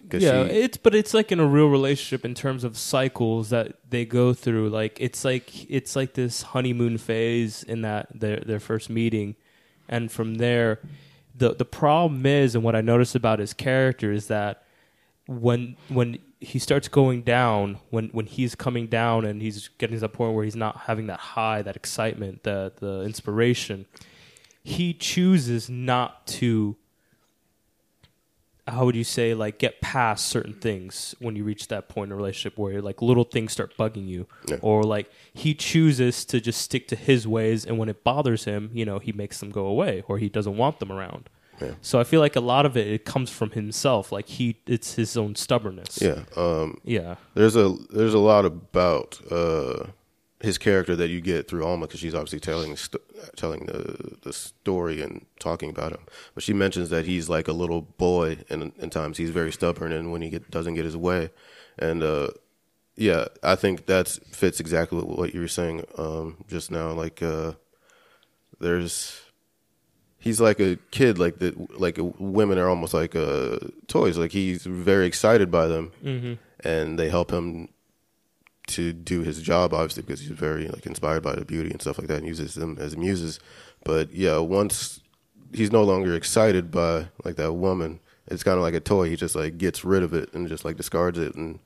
Speaker 4: 'cause
Speaker 2: Yeah,
Speaker 4: she-
Speaker 2: it's but it's like in a real relationship in terms of cycles that they go through. Like it's like it's like this honeymoon phase in that their their first meeting, and from there, the the problem is, and what I noticed about his character is that when when he starts going down, when when he's coming down and he's getting to the point where he's not having that high, that excitement, the the inspiration, he chooses not to how would you say like get past certain things when you reach that point in a relationship where like little things start bugging you
Speaker 4: Yeah.
Speaker 2: or like he chooses to just stick to his ways and when it bothers him you know he makes them go away or he doesn't want them around so i feel like a lot of it it comes from himself like he it's his own stubbornness
Speaker 4: yeah. Um,
Speaker 2: yeah
Speaker 4: there's a there's a lot about uh, his character that you get through Alma because she's obviously telling st- telling the the story and talking about him. But she mentions that he's like a little boy, and in times he's very stubborn, and when he get, doesn't get his way, and uh, yeah, I think that fits exactly what, what you were saying um, just now. Like uh, there's he's like a kid like the like women are almost like uh toys like he's very excited by them and they help him to do his job obviously because he's very like inspired by the beauty and stuff like that and uses them as muses but yeah once he's no longer excited by like that woman it's kind of like a toy he just like gets rid of it and just like discards it and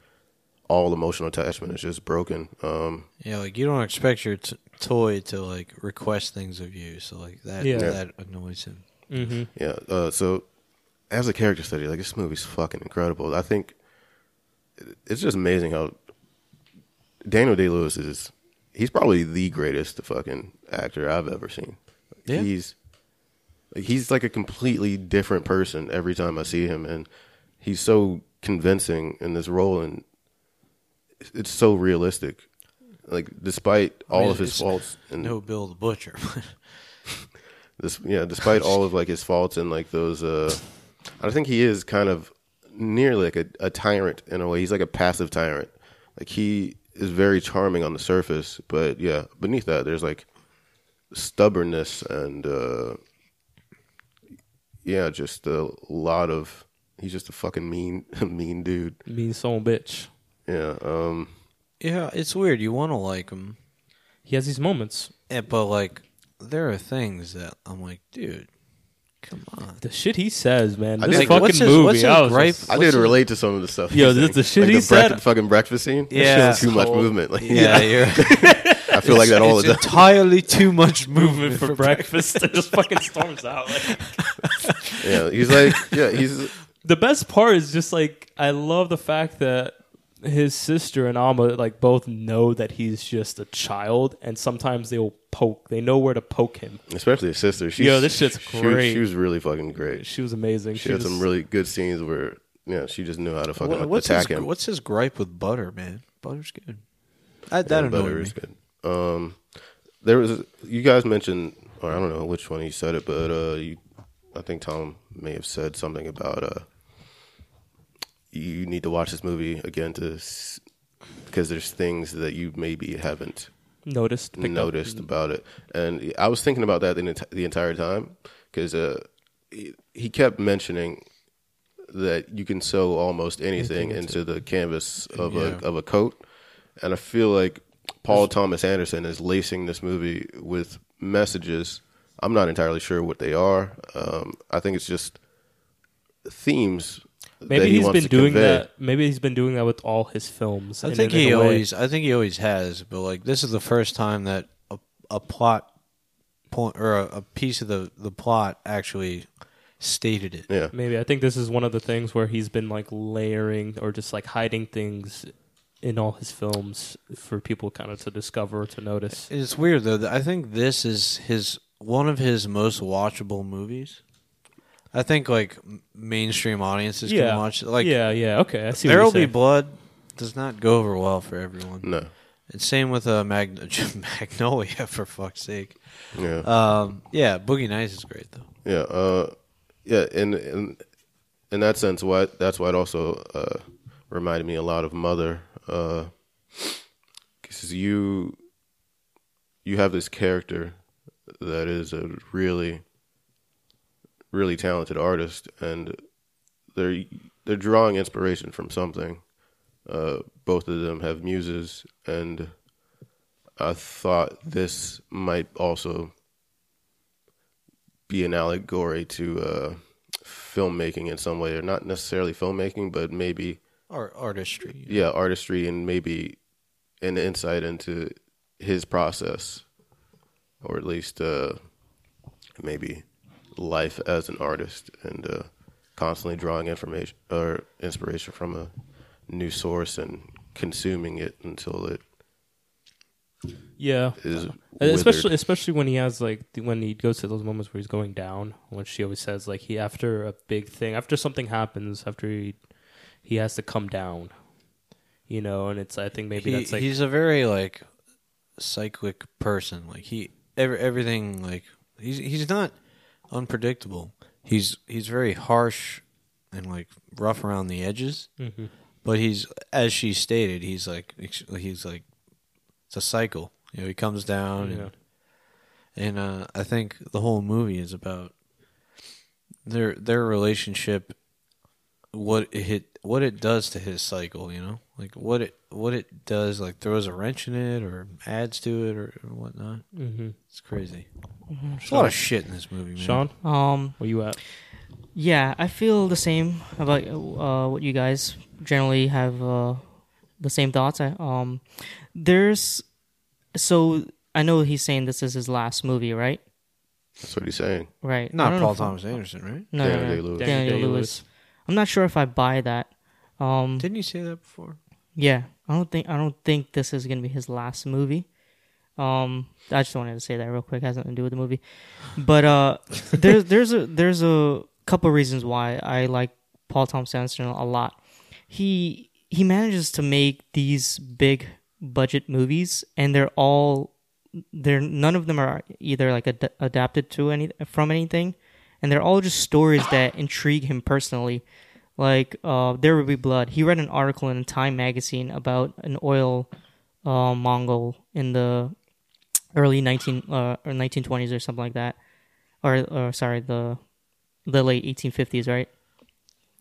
Speaker 4: all emotional attachment is just broken um
Speaker 3: Yeah, like you don't expect your t- toy to like request things of you, so like that
Speaker 2: Yeah.
Speaker 3: that annoys him.
Speaker 4: Yeah. Uh, so, as a character study, like this movie's fucking incredible. I think it- it's just amazing how Daniel Day Lewis is. He's probably the greatest fucking actor I've ever seen.
Speaker 3: Yeah.
Speaker 4: He's like, he's like a completely different person every time I see him, and he's so convincing in this role, and it's so realistic. Like, despite all
Speaker 3: mean,
Speaker 4: of his
Speaker 3: it's-
Speaker 4: faults, and
Speaker 3: No, Bill the Butcher.
Speaker 4: this yeah despite all of like his faults and like those uh i think he is kind of nearly like a, a tyrant in a way he's like a passive tyrant like he is very charming on the surface but yeah beneath that there's like stubbornness and uh yeah just a lot of he's just a fucking mean mean dude
Speaker 2: mean soul bitch
Speaker 4: yeah um
Speaker 3: yeah, it's weird. You want to like him,
Speaker 2: he has these moments
Speaker 3: eh, but like there are things that I'm like, dude, come on.
Speaker 2: the shit he says man
Speaker 4: I
Speaker 2: this
Speaker 4: did-
Speaker 2: fucking
Speaker 3: what's his-
Speaker 2: movie
Speaker 3: what's his
Speaker 2: I was
Speaker 3: gripe?
Speaker 2: just-
Speaker 4: I
Speaker 3: What's
Speaker 4: did
Speaker 3: the-
Speaker 4: relate to some of the stuff.
Speaker 2: Yo,
Speaker 4: he's
Speaker 2: the-
Speaker 4: saying.
Speaker 2: the shit
Speaker 4: like
Speaker 2: he
Speaker 4: the breakfast-
Speaker 2: said-
Speaker 4: fucking breakfast scene.
Speaker 3: Yeah.
Speaker 4: too much movement. Like,
Speaker 3: Yeah, you're.
Speaker 4: I feel like that all the time.
Speaker 3: it's entirely too much
Speaker 2: movement
Speaker 3: movement
Speaker 2: for breakfast and just fucking storms out like
Speaker 4: Yeah, he's like, yeah, he's
Speaker 2: the best part is just like I love the fact that his sister and Alma like both know that he's just a child, and sometimes they'll poke. They know where to poke him.
Speaker 4: especially his sister. She's,
Speaker 2: Yo, this shit's
Speaker 4: she was-
Speaker 2: great.
Speaker 4: She, was really fucking great. She,
Speaker 2: She was amazing. She,
Speaker 4: had
Speaker 2: was,
Speaker 4: some really good scenes where, yeah, she just knew how to fucking
Speaker 3: What- what's his,
Speaker 4: attack him.
Speaker 3: what's his gripe with butter, man? Butter's good. I, that
Speaker 4: Yeah,
Speaker 3: annoyed
Speaker 4: butter is
Speaker 3: me.
Speaker 4: good. Um, there was you guys mentioned, or I don't know which one you said it, but uh, you, I think Tom may have said something about uh, you need to watch this movie again to because there's things that you maybe haven't
Speaker 2: noticed. picked up. Mm-hmm.
Speaker 4: noticed about it. And I was thinking about that the, enti- the entire time because uh, he, he kept mentioning that you can sew almost anything into the canvas of
Speaker 3: Yeah.
Speaker 4: a of a coat. And I feel like Paul Thomas Anderson is lacing this movie with messages. I'm not entirely sure what they are. Um, I think it's just themes. that
Speaker 2: Maybe
Speaker 4: he
Speaker 2: has
Speaker 4: wants
Speaker 2: been
Speaker 4: to
Speaker 2: doing
Speaker 4: convey.
Speaker 2: that. Maybe he's been doing that with all his films.
Speaker 3: I
Speaker 2: in-
Speaker 3: think
Speaker 2: in a
Speaker 3: he
Speaker 2: way.
Speaker 3: always, I think he always has, but like this is the first time that a, a plot point or a, a piece of the the plot actually stated it.
Speaker 4: Yeah.
Speaker 2: Maybe I think this is one of the things where he's been like layering or just like hiding things in all his films for people kind of to discover to notice.
Speaker 3: It's weird though. that I think this is his one of his most watchable movies. I think like m- mainstream audiences
Speaker 2: yeah,
Speaker 3: can watch it. Like
Speaker 2: yeah, yeah. Okay, I see. what
Speaker 3: There
Speaker 2: you're
Speaker 3: Will Be
Speaker 2: saying.
Speaker 3: Blood does not go over well for everyone.
Speaker 4: No.
Speaker 3: And same with uh, Mag- Magnolia, for fuck's sake.
Speaker 4: Yeah.
Speaker 3: Um, yeah, Boogie Nights is great though.
Speaker 4: Yeah, uh, yeah, and in, in that sense, why that's why it also uh, reminded me a lot of Mother, uh, because you you have this character that is a really really talented artist, and they're they're drawing inspiration from something. Uh, both of them have muses, and I thought this might also be an allegory to uh, filmmaking in some way, or not necessarily filmmaking, but maybe
Speaker 3: Art, artistry.
Speaker 4: yeah, artistry and maybe an insight into his process, or at least uh, maybe life as an artist and uh, constantly drawing information or inspiration from a new source and consuming it until it
Speaker 2: Yeah.
Speaker 4: is
Speaker 2: And
Speaker 4: withered.
Speaker 2: especially especially when he has like the- when he goes to those moments where he's going down when she always says like he after a big thing after something happens after he he has to come down you know and it's i think maybe
Speaker 3: He-
Speaker 2: that's like
Speaker 3: he's a very like cyclic person. Like he every, everything like he's he's not unpredictable. He's he's very harsh and like rough around the edges.
Speaker 2: mm-hmm,
Speaker 3: But he's as she stated, he's like ex- he's like it's a cycle. You know, he comes down
Speaker 2: Yeah.
Speaker 3: and and uh, I think the whole movie is about their their relationship what it hit, what it does to his cycle, you know, like what it what it does, like throws a wrench in it or adds to it or whatnot.
Speaker 2: Mhm.
Speaker 3: It's crazy.
Speaker 1: Mm-hmm.
Speaker 3: There's a lot of shit in this movie, man.
Speaker 2: Sean
Speaker 1: Um,
Speaker 2: where you at
Speaker 1: yeah, I feel the same about uh, what you guys generally have uh, the same thoughts. I, um, there's so I know he's saying this is his last movie, right?
Speaker 4: That's what he's saying.
Speaker 1: Right. I
Speaker 3: not
Speaker 1: don't know
Speaker 3: Paul
Speaker 1: if- Mm-hmm.
Speaker 3: Thomas Anderson, right?
Speaker 1: No,
Speaker 4: Daniel
Speaker 1: no, no.
Speaker 4: Day-Lewis.
Speaker 1: Daniel, Lewis.
Speaker 2: Daniel Day-Lewis.
Speaker 1: I'm not sure if I buy that. Um,
Speaker 3: Didn't you say that before?
Speaker 1: Yeah, I don't think I don't think this is gonna be his last movie. Um, I just wanted to say that real quick. has nothing to do with the movie, but uh, there's there's a there's a couple reasons why I like Paul Thomas Anderson a lot. He he manages to make these big budget movies, and they're all they're none of them are either like ad- adapted to any from anything, and they're all just stories that intrigue him personally like uh, there will be blood he read an article in time magazine about an oil uh, mongol in the early 19 uh, or 1920s or something like that or, or sorry the the late 1850s right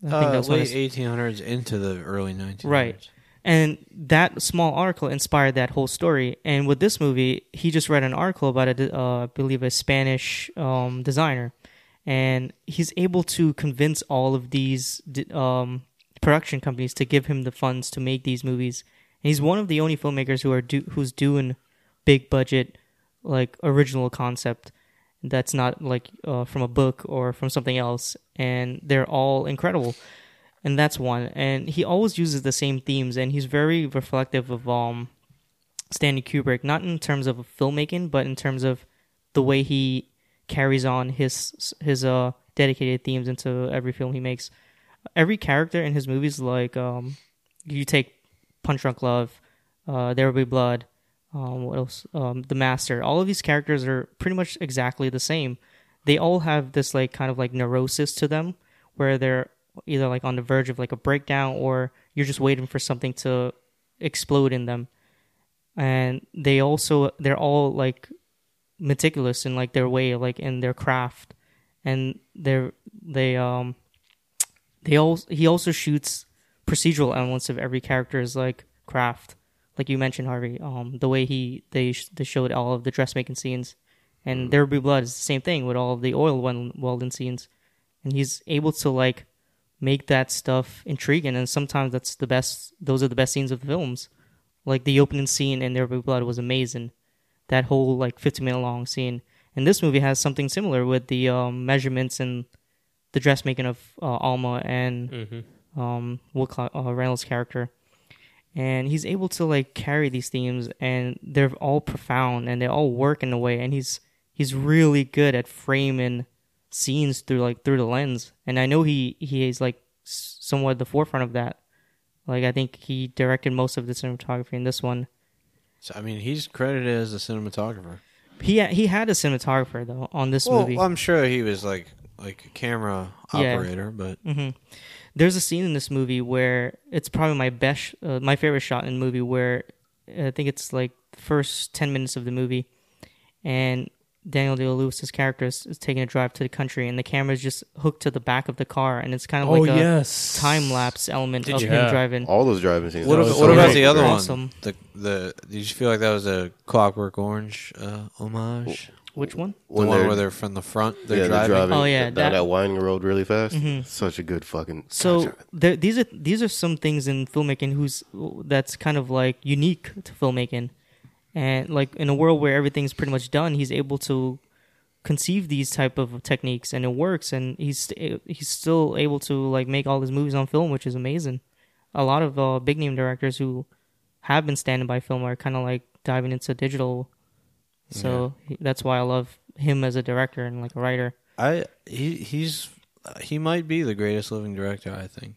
Speaker 1: i
Speaker 3: Uh,
Speaker 1: what
Speaker 3: late
Speaker 1: it's-
Speaker 3: 1800s into the early 1900s.
Speaker 1: Right. And that small article inspired that whole story. And with this movie, he just read an article about a, uh, I believe, a Spanish um, designer, and he's able to convince all of these d- um, production companies to give him the funds to make these movies. And he's one of the only filmmakers who are do- who's doing big budget, like original concept that's not like uh, from a book or from something else. And they're all incredible and that's one. And he always uses the same themes, and he's very reflective of um, Stanley Kubrick, not in terms of filmmaking, but in terms of the way he carries on his his uh dedicated themes into every film he makes. Every character in his movies, like um, you take Punch Drunk Love, uh, There Will Be Blood, um, what else? Um, the Master. All of these characters are pretty much exactly the same. They all have this like kind of like neurosis to them, where they're either like on the verge of like a breakdown, or you're just waiting for something to explode in them. And they also they're all like meticulous in like their way, like in their craft, and they're they um they all he also shoots procedural elements of every character's like craft like you mentioned harvey um the way he they, sh- they showed all of the dressmaking scenes and there will be blood is the same thing with all of the oil wel- welding scenes and he's able to like make that stuff intriguing and sometimes that's the best those are the best scenes of the films like the opening scene in there will be blood was amazing that whole like 50 minute long scene and this movie has something similar with the um, measurements and the dressmaking of uh, Alma and um, Woodcock, uh, Reynolds' character, and he's able to like carry these themes, and they're all profound, and they all work in a way, and he's he's really good at framing scenes through like through the lens, and I know he he is like s- somewhat at the forefront of that. Like I think he directed most of the cinematography in this one.
Speaker 3: So, I mean, he's credited as the cinematographer.
Speaker 1: He he had a cinematographer though on this
Speaker 3: well,
Speaker 1: movie.
Speaker 3: I'm sure he was like like a camera
Speaker 1: Yeah.
Speaker 3: operator, but
Speaker 1: Mm-hmm. there's a scene in this movie where it's probably my best, sh- uh, my favorite shot in the movie where I think it's like the first 10 minutes of the movie and Daniel Day Lewis's character is, is taking a drive to the country and the camera's just hooked to the back of the car and it's kind of
Speaker 2: oh
Speaker 1: like a
Speaker 2: yes,
Speaker 1: time lapse element
Speaker 3: Did
Speaker 1: of
Speaker 3: you-
Speaker 1: him
Speaker 2: Yeah.
Speaker 1: driving.
Speaker 4: All those driving scenes.
Speaker 3: what,
Speaker 4: that
Speaker 3: ab-
Speaker 4: was
Speaker 3: what
Speaker 4: so
Speaker 3: about
Speaker 4: great.
Speaker 3: the other
Speaker 1: Awesome.
Speaker 3: one? The the did you feel like that was a Clockwork Orange uh, homage?
Speaker 1: Which one?
Speaker 4: When
Speaker 3: the one
Speaker 4: they're-
Speaker 3: where they're from the front, they're
Speaker 4: yeah,
Speaker 3: driving.
Speaker 4: they're driving
Speaker 1: Oh, yeah,
Speaker 4: down that,
Speaker 1: that- Mm-hmm.
Speaker 4: winding road really fast. Such a good fucking.
Speaker 1: So
Speaker 4: God,
Speaker 1: there, these are these are some things in filmmaking who's that's kind of like unique to filmmaking, and like in a world where everything's pretty much done, he's able to conceive these type of techniques, and it works, and he's st- he's still able to like make all his movies on film, which is amazing. A lot of uh, big name directors who have been standing by film are kind of like diving into digital, so he- that's why I love him as a director and like a writer.
Speaker 3: I he he's he might be the greatest living director. I think.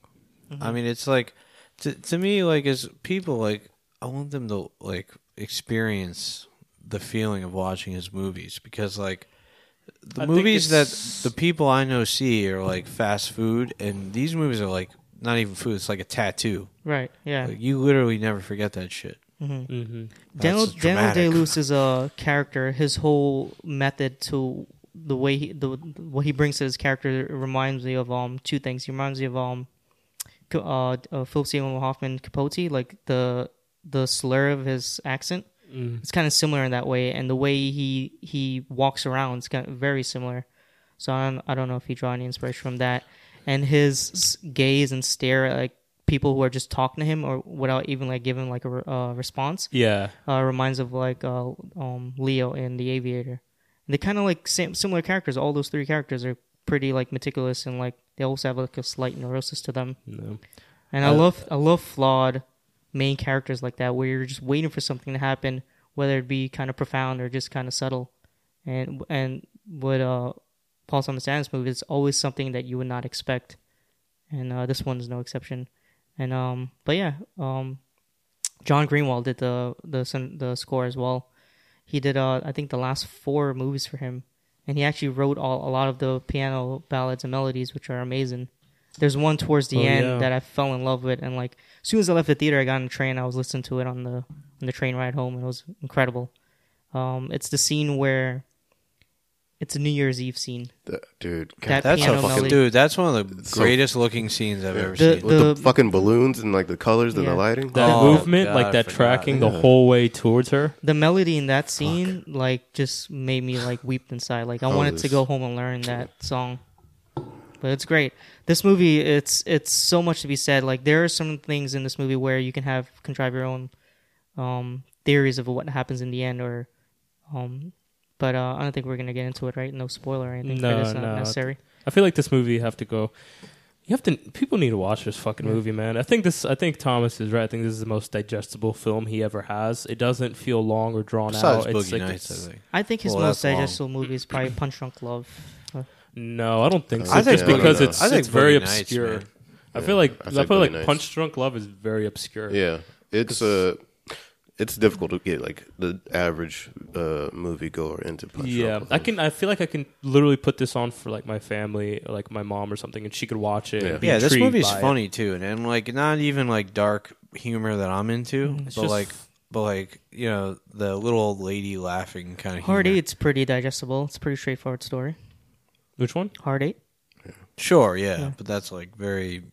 Speaker 1: Mm-hmm.
Speaker 3: I mean, it's like to to me like as people like I want them to like experience the feeling of watching his movies because like the
Speaker 2: I think
Speaker 3: movies that
Speaker 2: it's-
Speaker 3: the people I know see are like fast food, and these movies are like not even food. It's like a tattoo.
Speaker 1: Right? Yeah.
Speaker 3: Like, you literally never forget that shit.
Speaker 2: Mm-hmm.
Speaker 1: Daniel,
Speaker 3: That's
Speaker 1: Daniel Day
Speaker 3: dramatic.
Speaker 1: Lewis is a character. His whole method to the way he, the what he brings to his character reminds me of um two things. He reminds me of um C- uh, uh Philip Seymour Hoffman Capote, like the the slur of his accent.
Speaker 3: Mm.
Speaker 1: It's kind of similar in that way, and the way he he walks around is kind of very similar. So I don't, I don't know if he draw any inspiration from that, and his s- gaze and stare at like people who are just talking to him or without even like giving like a re- uh, response
Speaker 2: Yeah,
Speaker 1: uh, reminds of like uh, um, Leo in The Aviator. And they're kind of like sam- similar characters. All those three characters are pretty like meticulous and like they also have like a slight neurosis to them.
Speaker 2: No.
Speaker 1: And I love I love flawed main characters like that where you're just waiting for something to happen, whether it be kind of profound or just kind of subtle. And and what uh, Paul Thomas Anderson movie is always something that you would not expect, and uh, this one's no exception. And um, but yeah, um, John Greenwald did the the son- the score as well. He did uh I think the last four movies for him, and he actually wrote all a lot of the piano ballads and melodies, which are amazing. There's one towards the
Speaker 2: Oh,
Speaker 1: end
Speaker 2: yeah.
Speaker 1: that I fell in love with, and like as soon as I left the theater, I got on the train. I was listening to it on the on the train ride home, and it was incredible. Um, it's the scene where it's a New Year's Eve scene.
Speaker 4: that- dude, God,
Speaker 1: That
Speaker 3: That's a
Speaker 1: piano
Speaker 3: fucking
Speaker 1: melody.
Speaker 3: dude. That's one of the
Speaker 4: So-
Speaker 3: greatest looking scenes I've ever
Speaker 1: The-
Speaker 3: seen.
Speaker 4: with the,
Speaker 1: the-
Speaker 4: fucking balloons and like the colors and
Speaker 1: Yeah.
Speaker 4: the lighting.
Speaker 2: that
Speaker 3: Oh,
Speaker 2: movement,
Speaker 3: God, I
Speaker 2: like that
Speaker 3: forgot.
Speaker 2: tracking the
Speaker 4: Yeah.
Speaker 2: whole way towards her.
Speaker 1: the melody in that scene like just made me like weep inside like i
Speaker 3: Oh,
Speaker 1: wanted to
Speaker 4: this-
Speaker 1: go home and learn that song but it's great this movie it's it's so much to be said like there are some things in this movie where you can have contrive your own um theories of what happens in the end or um but uh, I don't think we're gonna get into it, right? No spoiler or anything.
Speaker 2: No,
Speaker 1: No, it's not
Speaker 2: no.
Speaker 1: necessary.
Speaker 2: I feel like this movie you have to go. You have to. People need to watch this fucking movie, man. I think this. I think Thomas is right. I think this is the most digestible film he ever has. It doesn't feel long or drawn
Speaker 3: Besides
Speaker 2: out. It's
Speaker 3: Boogie
Speaker 2: like
Speaker 3: Nights, I
Speaker 2: it's-
Speaker 3: think.
Speaker 1: I think his
Speaker 3: Well,
Speaker 1: most
Speaker 3: that's long.
Speaker 1: digestible movie is probably Punch Drunk Love. Uh,
Speaker 2: No, I don't think so.
Speaker 4: I think
Speaker 2: just
Speaker 4: Boogie
Speaker 2: because
Speaker 4: Nights.
Speaker 2: it's
Speaker 3: I think
Speaker 2: it's very
Speaker 3: Boogie Nights,
Speaker 2: obscure.
Speaker 3: man.
Speaker 2: I feel like
Speaker 4: I
Speaker 2: I,
Speaker 4: think
Speaker 2: feel like
Speaker 4: Boogie Nights.
Speaker 2: Punch Drunk Love is very obscure.
Speaker 4: Yeah, it's uh, it's difficult to get like the average uh moviegoer into Punch
Speaker 2: Yeah,
Speaker 4: Drunk
Speaker 2: I
Speaker 4: Love.
Speaker 2: can. I feel like I can literally put this on for like my family, or, like my mom or something, and she could watch it.
Speaker 4: Yeah.
Speaker 2: and be
Speaker 3: Yeah, this
Speaker 2: intrigued
Speaker 3: movie's
Speaker 2: by it.
Speaker 3: funny too, and, and like not even like dark humor that I'm into,
Speaker 2: It's
Speaker 3: but
Speaker 2: just-
Speaker 3: like, but like you know the little old lady laughing kind of
Speaker 1: Hard
Speaker 3: humor.
Speaker 1: Eight's pretty digestible. It's a pretty straightforward story.
Speaker 2: Which one?
Speaker 1: Hard Eight.
Speaker 3: Sure, yeah, but that's like very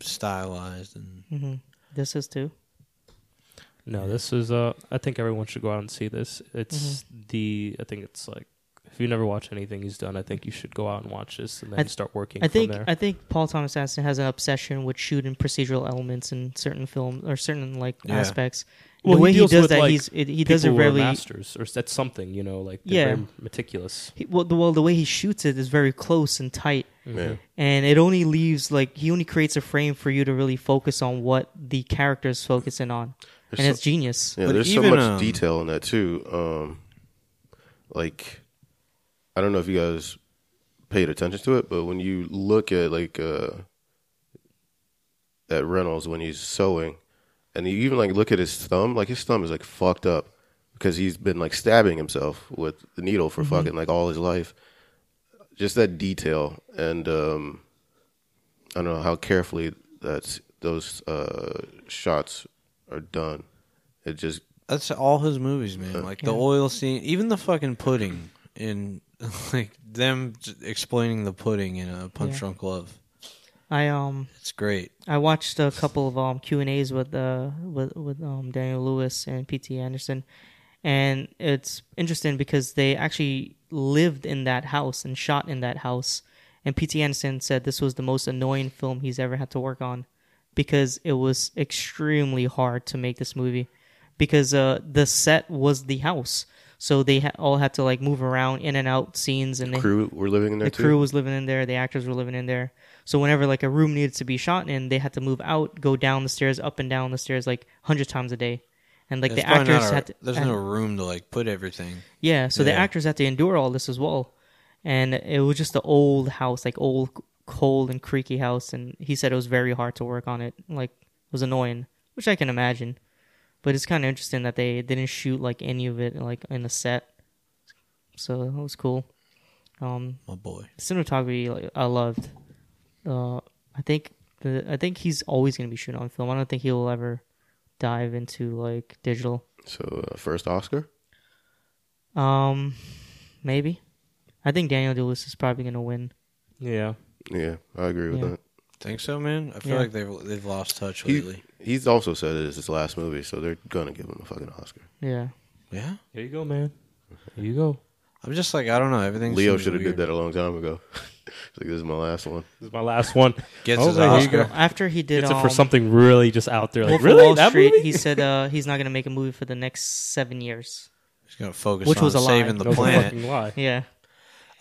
Speaker 3: stylized and
Speaker 1: Mm-hmm. This is too.
Speaker 2: No, this is. Uh, I think everyone should go out and see this. It's
Speaker 1: Mm-hmm.
Speaker 2: the. I think it's like if you never watch anything he's done, I think you should go out and watch this and then
Speaker 1: I th-
Speaker 2: start working.
Speaker 1: I think
Speaker 2: from there.
Speaker 1: I think Paul Thomas Anderson has an obsession with shooting procedural elements in certain films or certain like
Speaker 3: Yeah.
Speaker 1: aspects.
Speaker 2: Well,
Speaker 1: the
Speaker 2: he
Speaker 1: way he,
Speaker 2: deals
Speaker 1: does
Speaker 2: with,
Speaker 1: that,
Speaker 2: like,
Speaker 1: he's it, he
Speaker 2: People
Speaker 1: does it
Speaker 2: who are
Speaker 1: really.
Speaker 2: masters or that's something you know like they're
Speaker 1: Yeah.
Speaker 2: very meticulous.
Speaker 1: He, well, the well, the way he shoots it is very close and tight,
Speaker 4: Yeah.
Speaker 1: and it only leaves like he only creates a frame for you to really focus on what the character is focusing on, and it's genius.
Speaker 4: Yeah,
Speaker 3: But
Speaker 4: there's
Speaker 3: even,
Speaker 4: so much
Speaker 3: um,
Speaker 4: detail in that too. Um, like, I don't know if you guys paid attention to it, but when you look at like uh, at Reynolds when he's sewing, and you even like look at his thumb, like his thumb is like fucked up
Speaker 3: Mm-hmm.
Speaker 4: because he's been like stabbing himself with the needle for fucking like all his life. just that detail and um, I don't know how carefully that's those uh, shots are done. It just
Speaker 3: That's all his movies, man. Like the oil scene, even the fucking pudding in like them j- explaining the pudding in a Punch
Speaker 1: Yeah.
Speaker 3: Drunk Love.
Speaker 1: I um
Speaker 3: It's great.
Speaker 1: I watched a couple of um Q and A's with uh with with um Daniel Lewis and PT Anderson, and it's interesting because they actually lived in that house and shot in that house. And PT Anderson said this was the most annoying film he's ever had to work on because it was extremely hard to make this movie because uh the set was the house. So they ha- all had to like move around in and out scenes and they
Speaker 4: crew were living in there
Speaker 1: the
Speaker 4: too.
Speaker 1: crew was living in there the actors were living in there so whenever like a room needed to be shot in they had to move out go down the stairs up and down the stairs like 100 times a day and like
Speaker 3: It's
Speaker 1: the
Speaker 3: probably not
Speaker 1: actors
Speaker 3: a-
Speaker 1: had to uh,
Speaker 3: there's
Speaker 1: had-
Speaker 3: no room to like put everything.
Speaker 1: yeah so the
Speaker 3: Yeah.
Speaker 1: actors had to endure all this as well and it was just the old house like old cold and creaky house and he said it was very hard to work on it like it was annoying which i can imagine but it's kind of interesting that they didn't shoot like any of it like in the set so it was cool um
Speaker 3: My boy.
Speaker 1: cinematography like, I loved. Uh, I think the I think he's always gonna be shooting on film. I don't think he'll ever dive into like digital.
Speaker 4: So uh, first Oscar.
Speaker 1: Um, maybe. I think Daniel Lewis is probably gonna win.
Speaker 2: Yeah.
Speaker 4: Yeah, I agree with
Speaker 1: Yeah.
Speaker 4: that.
Speaker 3: Think so, man? I feel
Speaker 1: Yeah.
Speaker 3: like they've they've lost touch
Speaker 4: He-
Speaker 3: lately.
Speaker 4: he's also said it is his last movie, so they're gonna give him a fucking Oscar.
Speaker 1: Yeah,
Speaker 3: yeah.
Speaker 2: Here you go, man. Here you go.
Speaker 3: I'm just like I don't know. Everything.
Speaker 4: Leo
Speaker 3: seems
Speaker 4: should have did
Speaker 3: weird.
Speaker 4: that a long time ago. it's like this is my last one.
Speaker 2: This is my last one.
Speaker 3: Gets
Speaker 2: Oh,
Speaker 3: his
Speaker 2: there you
Speaker 3: Oscar.
Speaker 2: go.
Speaker 1: Uh, after he did
Speaker 2: It's
Speaker 1: um,
Speaker 2: it for something really just out there. Like
Speaker 1: Wolf of
Speaker 2: really
Speaker 1: Wall
Speaker 2: that
Speaker 1: Street,
Speaker 2: movie?
Speaker 1: he said uh, he's not gonna make a movie for the next seven years.
Speaker 3: He's gonna focus
Speaker 1: Which
Speaker 3: on
Speaker 1: was a lie.
Speaker 3: saving the
Speaker 2: That's a
Speaker 3: planet.
Speaker 2: fucking lie.
Speaker 1: Yeah,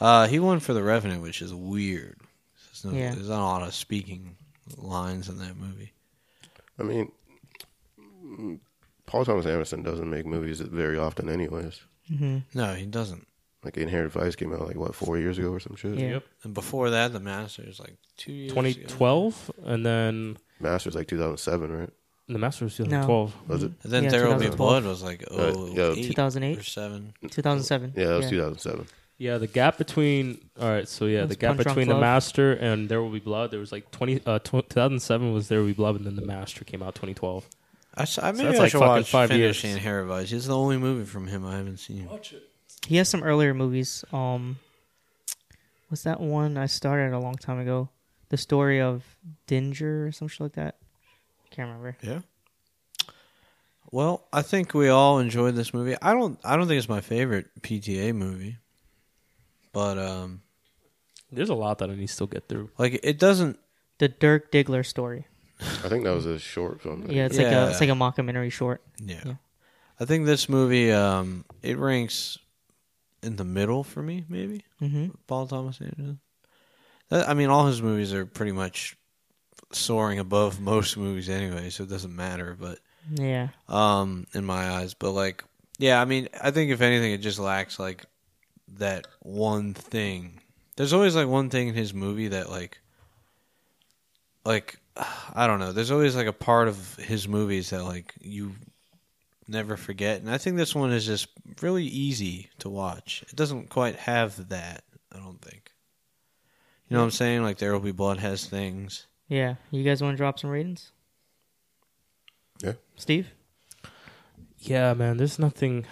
Speaker 3: Uh, he won for the Revenant, which is weird. There's, no,
Speaker 1: Yeah.
Speaker 3: there's not a lot of speaking lines in that movie.
Speaker 4: I mean, mm, Paul Thomas Anderson doesn't make movies very often, anyways.
Speaker 1: Mm-hmm.
Speaker 3: No, he doesn't.
Speaker 4: Like Inherent Vice came out like what four years ago or some shit.
Speaker 1: yeah.
Speaker 2: Yep.
Speaker 3: And before that, The Master is like two years. ago.
Speaker 2: 2012 and then
Speaker 4: Masters like 2007, right?
Speaker 2: The Master was
Speaker 1: No.
Speaker 2: 2012.
Speaker 4: Was it?
Speaker 3: And then
Speaker 1: Yeah,
Speaker 3: There Will Be
Speaker 1: 2012.
Speaker 3: Blood was like
Speaker 4: Uh,
Speaker 3: oh,
Speaker 4: yeah,
Speaker 1: 2008.
Speaker 3: or seven.
Speaker 1: 2007.
Speaker 4: Yeah, that was 2007.
Speaker 2: Yeah, the gap between All right, so yeah,
Speaker 1: That
Speaker 2: the
Speaker 1: was
Speaker 2: gap
Speaker 1: Punch Drunk
Speaker 2: between The
Speaker 1: Love.
Speaker 2: Master and There Will Be Blood, there was like 20 uh, tw- 2007 was There Will Be Blood and then The Master came out 2012.
Speaker 3: I, s- I- maybe
Speaker 2: that's
Speaker 3: I
Speaker 2: like
Speaker 3: should
Speaker 2: fucking
Speaker 3: watch
Speaker 2: five
Speaker 3: Finish
Speaker 2: years.
Speaker 3: and Heritage. It's the only movie from him I haven't seen.
Speaker 1: He has some earlier movies. Um, what's that one I started a long time ago? The story of Dinger or some shit like that. Can't remember.
Speaker 3: Yeah. Well, I think we all enjoyed this movie. I don't. I don't think it's my favorite PTA movie, but um,
Speaker 2: There's a lot that I need to still get through.
Speaker 3: like it doesn't.
Speaker 1: The Dirk Diggler story.
Speaker 4: I think that was a short film.
Speaker 1: Yeah, it's like a
Speaker 3: Yeah.
Speaker 1: it's like a mockumentary short.
Speaker 3: Yeah.
Speaker 1: Yeah.
Speaker 3: I think this movie um it ranks in the middle for me, maybe.
Speaker 1: hmm
Speaker 3: Paul Thomas Anderson. That- I mean, all his movies are pretty much soaring above most movies anyway, so it doesn't matter. But
Speaker 1: Yeah,
Speaker 3: um, in my eyes, but like, yeah, I mean, I think if anything, it just lacks like that one thing. There's always like one thing in his movie that like, like I don't know. There's always like a part of his movies that like you never forget, and I think this one is just really easy to watch. It doesn't quite have that. I don't think. You know what I'm saying? Like there will be blood has things.
Speaker 1: yeah. You guys want to drop some ratings?
Speaker 4: Yeah.
Speaker 1: Steve.
Speaker 2: Yeah, man, there's nothing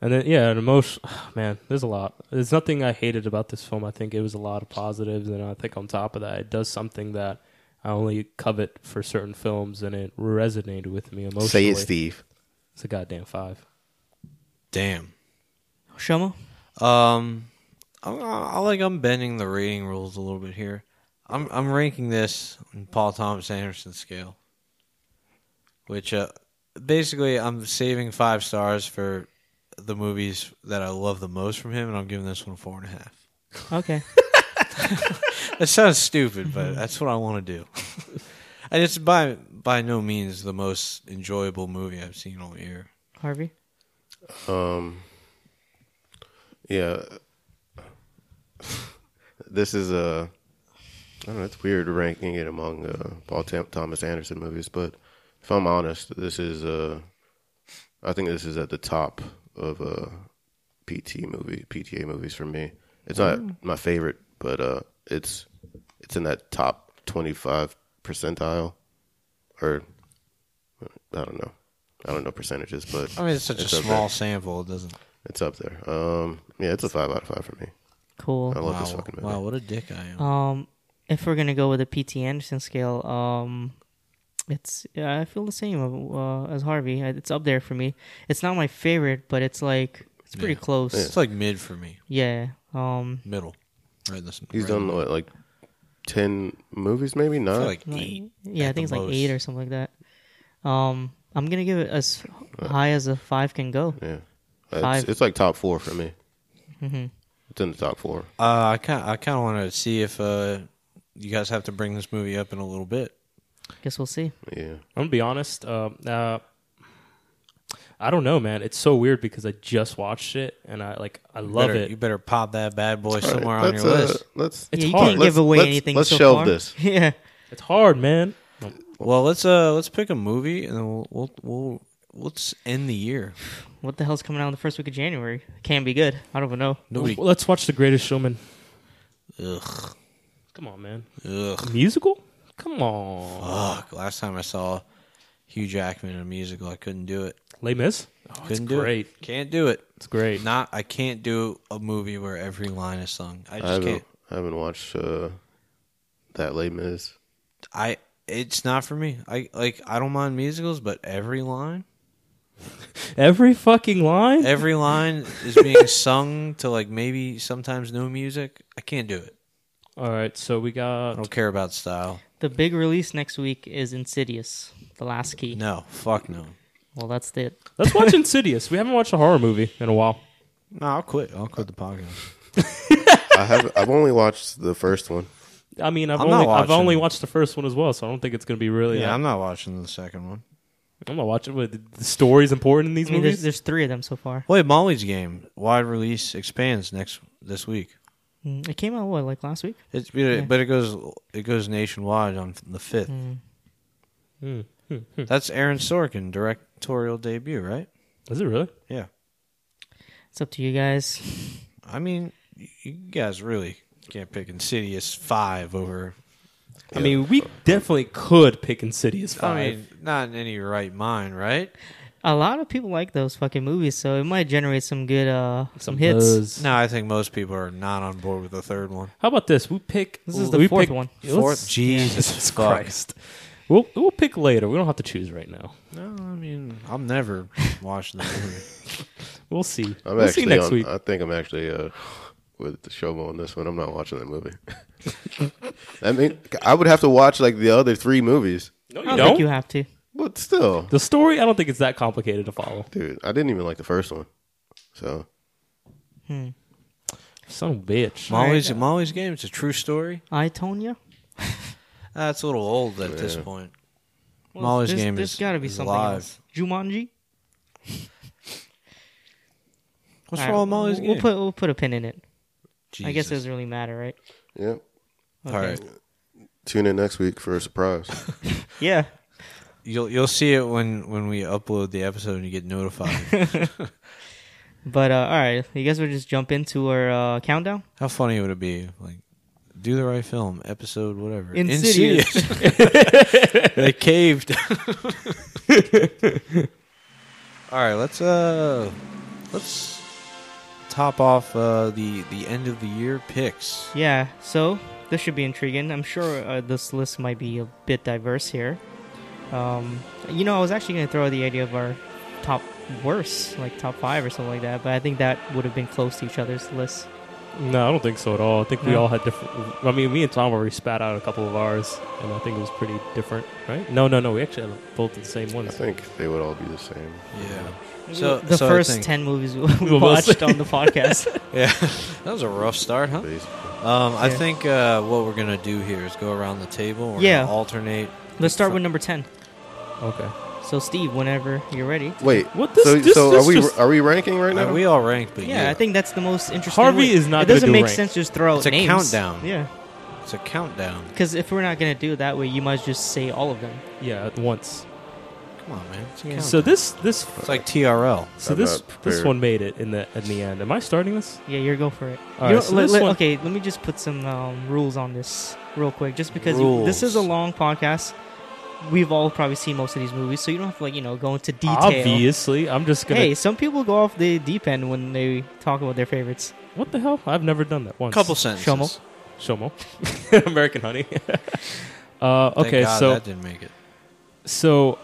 Speaker 2: And then yeah, an emotion man, there's a lot. There's nothing I hated about this film. I think it was a lot of positives and I think on top of that, it does something that I only covet for certain films and it resonated with me emotionally.
Speaker 4: Say it, Steve.
Speaker 2: It's a goddamn 5.
Speaker 3: Damn.
Speaker 1: Shoma.
Speaker 3: Um, I'm, I like I'm bending the rating rules a little bit here. I'm I'm ranking this on Paul Thomas Anderson scale, which uh, basically I'm saving five stars for the movies that I love the most from him, and I'm giving this one a four and a half.
Speaker 1: Okay.
Speaker 3: That sounds stupid, but that's what I want to do. and it's by by no means the most enjoyable movie I've seen all year.
Speaker 1: Harvey.
Speaker 4: Um, yeah. this is a. I don't know. It's weird ranking it among uh, Paul Tam- Thomas Anderson movies, but if I'm honest, this is uh, I think this is at the top of uh, PT movie PTA movies for me. It's not
Speaker 3: Mm.
Speaker 4: my favorite, but uh, it's it's in that top twenty five percentile, or I don't know, I don't know percentages, but
Speaker 3: I mean, it's such
Speaker 4: It's
Speaker 3: a
Speaker 4: okay.
Speaker 3: small sample. It doesn't.
Speaker 4: it's up there. Um, yeah, it's a five out of five for me. I
Speaker 1: Cool.
Speaker 4: love
Speaker 3: Wow,
Speaker 4: this fucking movie.
Speaker 3: wow, what a dick I am.
Speaker 1: Um, if we're gonna go with a PT Anderson scale, um, it's yeah, I feel the same uh, as Harvey. I- It's up there for me. It's not my favorite, but it's like it's pretty
Speaker 3: Yeah.
Speaker 1: close.
Speaker 3: It's like mid for me,
Speaker 1: Yeah. Um,
Speaker 3: middle. Right in this.
Speaker 4: He's
Speaker 3: right in
Speaker 4: done
Speaker 3: the-
Speaker 4: what, like ten movies, maybe
Speaker 3: I
Speaker 4: not.
Speaker 3: feel like
Speaker 1: like-
Speaker 3: eight.
Speaker 1: yeah, I
Speaker 3: at
Speaker 1: think it's
Speaker 3: the
Speaker 1: like eight
Speaker 3: most.
Speaker 1: or something like that. Um, I'm gonna give it as high as a five can go.
Speaker 4: yeah,
Speaker 1: Five.
Speaker 4: It's, it's like top four for me.
Speaker 3: Mm-hmm.
Speaker 4: It's in the top four.
Speaker 3: Uh, I kind I kind of want to see if uh, you guys have to bring this movie up in a little bit.
Speaker 1: Guess we'll see.
Speaker 4: Yeah,
Speaker 2: I'm gonna be honest. Um, uh, I don't know, man. It's so weird because I just watched it and I like I love
Speaker 3: Better-
Speaker 2: it.
Speaker 3: You better pop that bad boy somewhere on
Speaker 4: Let's,
Speaker 3: your
Speaker 4: uh,
Speaker 3: list.
Speaker 4: Let's
Speaker 2: It's
Speaker 1: yeah, you
Speaker 2: hard.
Speaker 1: can't
Speaker 4: Let's-
Speaker 1: give away
Speaker 4: let's-
Speaker 1: anything.
Speaker 4: let's
Speaker 1: so
Speaker 4: shelve
Speaker 1: far.
Speaker 4: this.
Speaker 1: yeah.
Speaker 2: It's hard, man.
Speaker 3: Well, let's uh let's pick a movie and then we'll we'll, we'll let's end the year.
Speaker 1: What the hell's coming out in the first week of January? Can't be good. I don't even know.
Speaker 3: Nobody.
Speaker 2: Well, let's watch The Greatest Showman.
Speaker 3: Ugh.
Speaker 2: Come on, man.
Speaker 3: Ugh.
Speaker 2: Musical? Come on.
Speaker 3: Fuck. Last time I saw Hugh Jackman in a musical, I couldn't do it.
Speaker 2: Les Mis? Oh, it's
Speaker 3: Couldn't do
Speaker 2: great.
Speaker 3: it. Can't do it.
Speaker 2: It's great.
Speaker 3: Not. I can't do a movie where every line is sung. I
Speaker 4: I
Speaker 3: just
Speaker 4: haven't,
Speaker 3: can't.
Speaker 4: I haven't watched uh, that late Mis.
Speaker 3: I. It's not for me. I like. I don't mind musicals, but every line,
Speaker 2: Every fucking line?
Speaker 3: every line is being sung to like maybe sometimes no music. I can't do it.
Speaker 2: All right, so we
Speaker 3: I
Speaker 2: got
Speaker 3: don't care about style.
Speaker 1: The big release next week is Insidious, The Last Key.
Speaker 3: No. Fuck no.
Speaker 1: Well, that's it.
Speaker 2: Let's watch Insidious. We haven't watched a horror movie in a while.
Speaker 3: No. I'll quit. I'll quit the podcast.
Speaker 4: I have. I've only watched the first one.
Speaker 2: I mean, I've
Speaker 3: I'm not
Speaker 2: only I've
Speaker 3: watching
Speaker 2: only
Speaker 3: it.
Speaker 2: watched the first one as well, so I don't think it's going to be really.
Speaker 3: Yeah,
Speaker 2: I'm,
Speaker 3: I'm not watching the second one.
Speaker 2: not watching. But the- the story's important in these
Speaker 1: I mean,
Speaker 2: movies.
Speaker 1: there's, there's three of them so far.
Speaker 3: Play Molly's game. Wide release expands next this week.
Speaker 1: Mm, It came out what like last week.
Speaker 3: It's but it goes it goes nationwide on the fifth. That's Aaron Sorkin directorial debut, right?
Speaker 2: Is it really?
Speaker 3: Yeah.
Speaker 1: It's up to you guys.
Speaker 3: I mean, y- you guys really can't pick Insidious five over.
Speaker 2: I mean, we definitely could pick Insidious five.
Speaker 3: I mean, not in any right mind, right?
Speaker 1: A lot of people like those fucking movies, so it might generate some good uh some,
Speaker 2: Some
Speaker 1: hits.
Speaker 2: buzz.
Speaker 3: No, I think most people are not on board with the third one.
Speaker 2: How about this? We pick.
Speaker 1: This is the
Speaker 2: we
Speaker 1: fourth
Speaker 2: pick-
Speaker 1: one.
Speaker 2: Let's-
Speaker 3: Fourth? Jesus fuck.
Speaker 2: Christ. We'll we'll pick later. We don't have to choose right now.
Speaker 3: No, I mean, I'm never watching the movie.
Speaker 2: We'll see.
Speaker 4: I'm
Speaker 2: we'll
Speaker 4: actually
Speaker 2: see next
Speaker 4: on,
Speaker 2: week.
Speaker 4: I think I'm actually uh, with the Shomo on this one. I'm not watching that movie. I mean, I would have to watch like the other three movies,
Speaker 2: no,
Speaker 1: I don't
Speaker 2: you
Speaker 1: think
Speaker 2: don't.
Speaker 1: you have to.
Speaker 4: but still,
Speaker 2: the story. I don't think it's that complicated to follow.
Speaker 4: dude, I didn't even like the first one. So
Speaker 2: Son of a bitch.
Speaker 3: Molly's Molly's game. It's a true story.
Speaker 1: I Tonya.
Speaker 3: That's a little old at this point.
Speaker 1: Well,
Speaker 3: Molly's
Speaker 1: there's,
Speaker 3: game
Speaker 1: there's
Speaker 3: is-
Speaker 1: gotta be
Speaker 3: is
Speaker 1: something
Speaker 3: live.
Speaker 1: else. Jumanji.
Speaker 3: What's
Speaker 1: All right,
Speaker 3: wrong with Molly's
Speaker 1: we'll
Speaker 3: game?
Speaker 1: put we'll put a pin in it. I guess it
Speaker 3: Jesus.
Speaker 1: doesn't really matter, right?
Speaker 4: yeah,
Speaker 3: All right.
Speaker 4: tune in next week for a surprise.
Speaker 1: Yeah.
Speaker 3: You'll you'll see it when when we upload the episode and you get notified.
Speaker 1: But uh, all right, you guys would just jump into our uh, countdown.
Speaker 3: How funny would it be? Like, do the right film episode, whatever.
Speaker 1: Insidious.
Speaker 3: Insidious. they caved. All right, let's uh, let's top off uh, the the end of the year picks.
Speaker 1: Yeah, so this should be intriguing. I'm sure uh, this list might be a bit diverse here. Um, you know, I was actually going to throw the idea of our top worst, like top five or something like that, but I think that would have been close to each other's lists.
Speaker 2: No, I don't think so at all. I think we
Speaker 1: No.
Speaker 2: all had different. I mean, me and Tom already spat out a couple of ours, and I think it was pretty different, right? No, no, no. We actually had both the same
Speaker 4: I
Speaker 2: ones.
Speaker 4: think they would all be the same.
Speaker 3: Yeah. So
Speaker 1: the
Speaker 3: so I
Speaker 1: first
Speaker 3: think-
Speaker 1: ten movies we
Speaker 2: We'll
Speaker 1: watched
Speaker 2: see.
Speaker 1: on the podcast.
Speaker 3: Yeah, that was a rough start, huh?
Speaker 4: Basically.
Speaker 3: Um, I
Speaker 1: Yeah.
Speaker 3: think uh, what we're gonna do here is go around the table. We're
Speaker 1: Yeah.
Speaker 3: gonna alternate.
Speaker 1: Let's start with number ten.
Speaker 2: Okay.
Speaker 1: So, Steve, whenever you're ready.
Speaker 4: Wait,
Speaker 2: What this-
Speaker 4: so
Speaker 2: this-
Speaker 4: so
Speaker 2: this
Speaker 4: are we
Speaker 2: just-
Speaker 4: are we ranking right now?
Speaker 3: Uh, we all ranked, but
Speaker 1: Yeah,
Speaker 3: you.
Speaker 1: I think that's the most interesting.
Speaker 2: Harvey
Speaker 1: way-
Speaker 2: is not
Speaker 1: It
Speaker 2: gonna
Speaker 1: doesn't
Speaker 2: do
Speaker 1: make
Speaker 2: rank.
Speaker 1: sense to just throw
Speaker 3: It's
Speaker 1: out
Speaker 3: a
Speaker 1: names.
Speaker 3: countdown.
Speaker 1: Yeah,
Speaker 3: it's a countdown.
Speaker 1: because if we're not gonna do it that way, you might as just say all of them.
Speaker 2: Yeah, at once.
Speaker 3: Come on, man. It's, a
Speaker 1: Yeah.
Speaker 3: countdown.
Speaker 2: So this this
Speaker 3: it's like TRL.
Speaker 2: so
Speaker 4: I'm
Speaker 2: this
Speaker 4: not
Speaker 2: this
Speaker 4: prepared.
Speaker 2: one made it in the in the end. Am I starting this?
Speaker 1: Yeah, you're go for it.
Speaker 2: All
Speaker 1: You
Speaker 2: right,
Speaker 1: know,
Speaker 2: so
Speaker 1: let-
Speaker 2: this
Speaker 1: let-
Speaker 2: one-
Speaker 1: okay, let me just put some um, rules on this real quick, just because you, this is a
Speaker 3: Rules.
Speaker 1: long podcast. We've all probably seen most of these movies, so you don't have to like you know go into detail.
Speaker 2: Obviously, I'm just gonna.
Speaker 1: Hey, some people go off the deep end when they talk about their favorites.
Speaker 2: What the hell? I've never done that once.
Speaker 3: couple sentences.
Speaker 1: Shomo.
Speaker 2: Shomo, American Honey. uh,
Speaker 3: Thank
Speaker 2: okay,
Speaker 3: God
Speaker 2: so
Speaker 3: that didn't make it.
Speaker 2: So,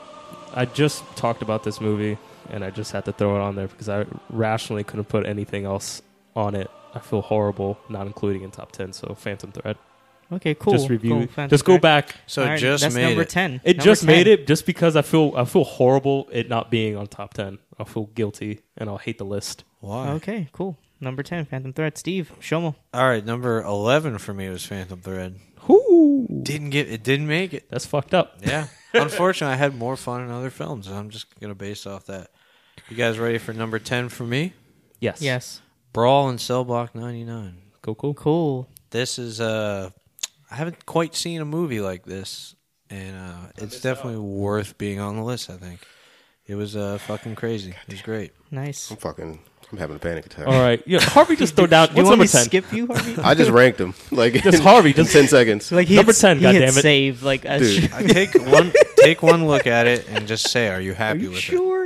Speaker 2: I just talked about this movie, and I just had to throw it on there because I rationally couldn't put anything else on it. I feel horrible not including in top ten. So, Phantom Thread.
Speaker 1: Okay, cool.
Speaker 2: just review.
Speaker 1: cool, fantastic.
Speaker 2: just go back.
Speaker 3: So
Speaker 1: All right,
Speaker 3: just
Speaker 1: that's
Speaker 3: made
Speaker 1: number
Speaker 3: it.
Speaker 1: ten.
Speaker 2: It
Speaker 1: Number
Speaker 2: just
Speaker 1: 10.
Speaker 2: made it just because I feel I feel horrible it not being on top ten. I'll feel guilty and I'll hate the list.
Speaker 3: Why?
Speaker 1: Okay, cool. Number ten, Phantom Thread. Steve, Shomo.
Speaker 3: All right, number eleven for me was Phantom Thread.
Speaker 2: Whoo,
Speaker 3: Didn't get it. Didn't make it.
Speaker 2: that's fucked up.
Speaker 3: Yeah. Unfortunately, I had more fun in other films, and I'm just gonna base off that. You guys ready for number ten for me?
Speaker 2: Yes.
Speaker 1: Yes.
Speaker 3: Brawl in Cell Block 99.
Speaker 2: Go cool.
Speaker 1: Cool.
Speaker 3: This is uh, I haven't quite seen a movie like this, and uh, it's definitely worth being on the list. I think it was uh, fucking crazy. It was great.
Speaker 1: Nice.
Speaker 4: I'm fucking. I'm having a panic attack.
Speaker 2: All right. Yeah. Harvey just throw down.
Speaker 1: Do you
Speaker 2: What's
Speaker 1: want
Speaker 2: number
Speaker 1: me to
Speaker 2: ten?
Speaker 1: skip you, Harvey?
Speaker 4: I just ranked them like
Speaker 2: Just
Speaker 4: in-
Speaker 2: Harvey,
Speaker 4: in
Speaker 2: just-
Speaker 4: ten seconds.
Speaker 1: like he
Speaker 2: Number
Speaker 1: hit,
Speaker 2: 10,
Speaker 1: He hit
Speaker 2: goddammit.
Speaker 1: save like as
Speaker 4: Dude,
Speaker 1: sh-
Speaker 3: I take one take one look at it and just say, are you
Speaker 1: Are
Speaker 3: happy
Speaker 1: you
Speaker 3: with
Speaker 1: sure?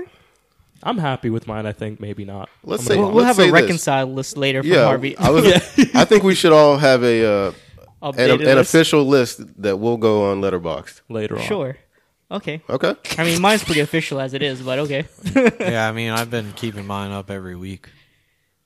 Speaker 2: I'm happy with mine. I think maybe not.
Speaker 4: Let's
Speaker 2: I'm
Speaker 4: say-
Speaker 2: gonna-
Speaker 1: We'll, we'll
Speaker 4: Let's
Speaker 1: have a
Speaker 4: say this.
Speaker 1: reconciled list later from
Speaker 4: yeah,
Speaker 1: Harvey.
Speaker 4: I was. I think we should all have a uh, an,
Speaker 1: Updated
Speaker 4: an
Speaker 1: list.
Speaker 4: official list that will go on Letterboxd.
Speaker 2: later on.
Speaker 1: Sure. Okay.
Speaker 4: Okay.
Speaker 1: I mean, mine's pretty official as it is, but okay.
Speaker 3: it? Yeah, I mean, I've been keeping mine up every week.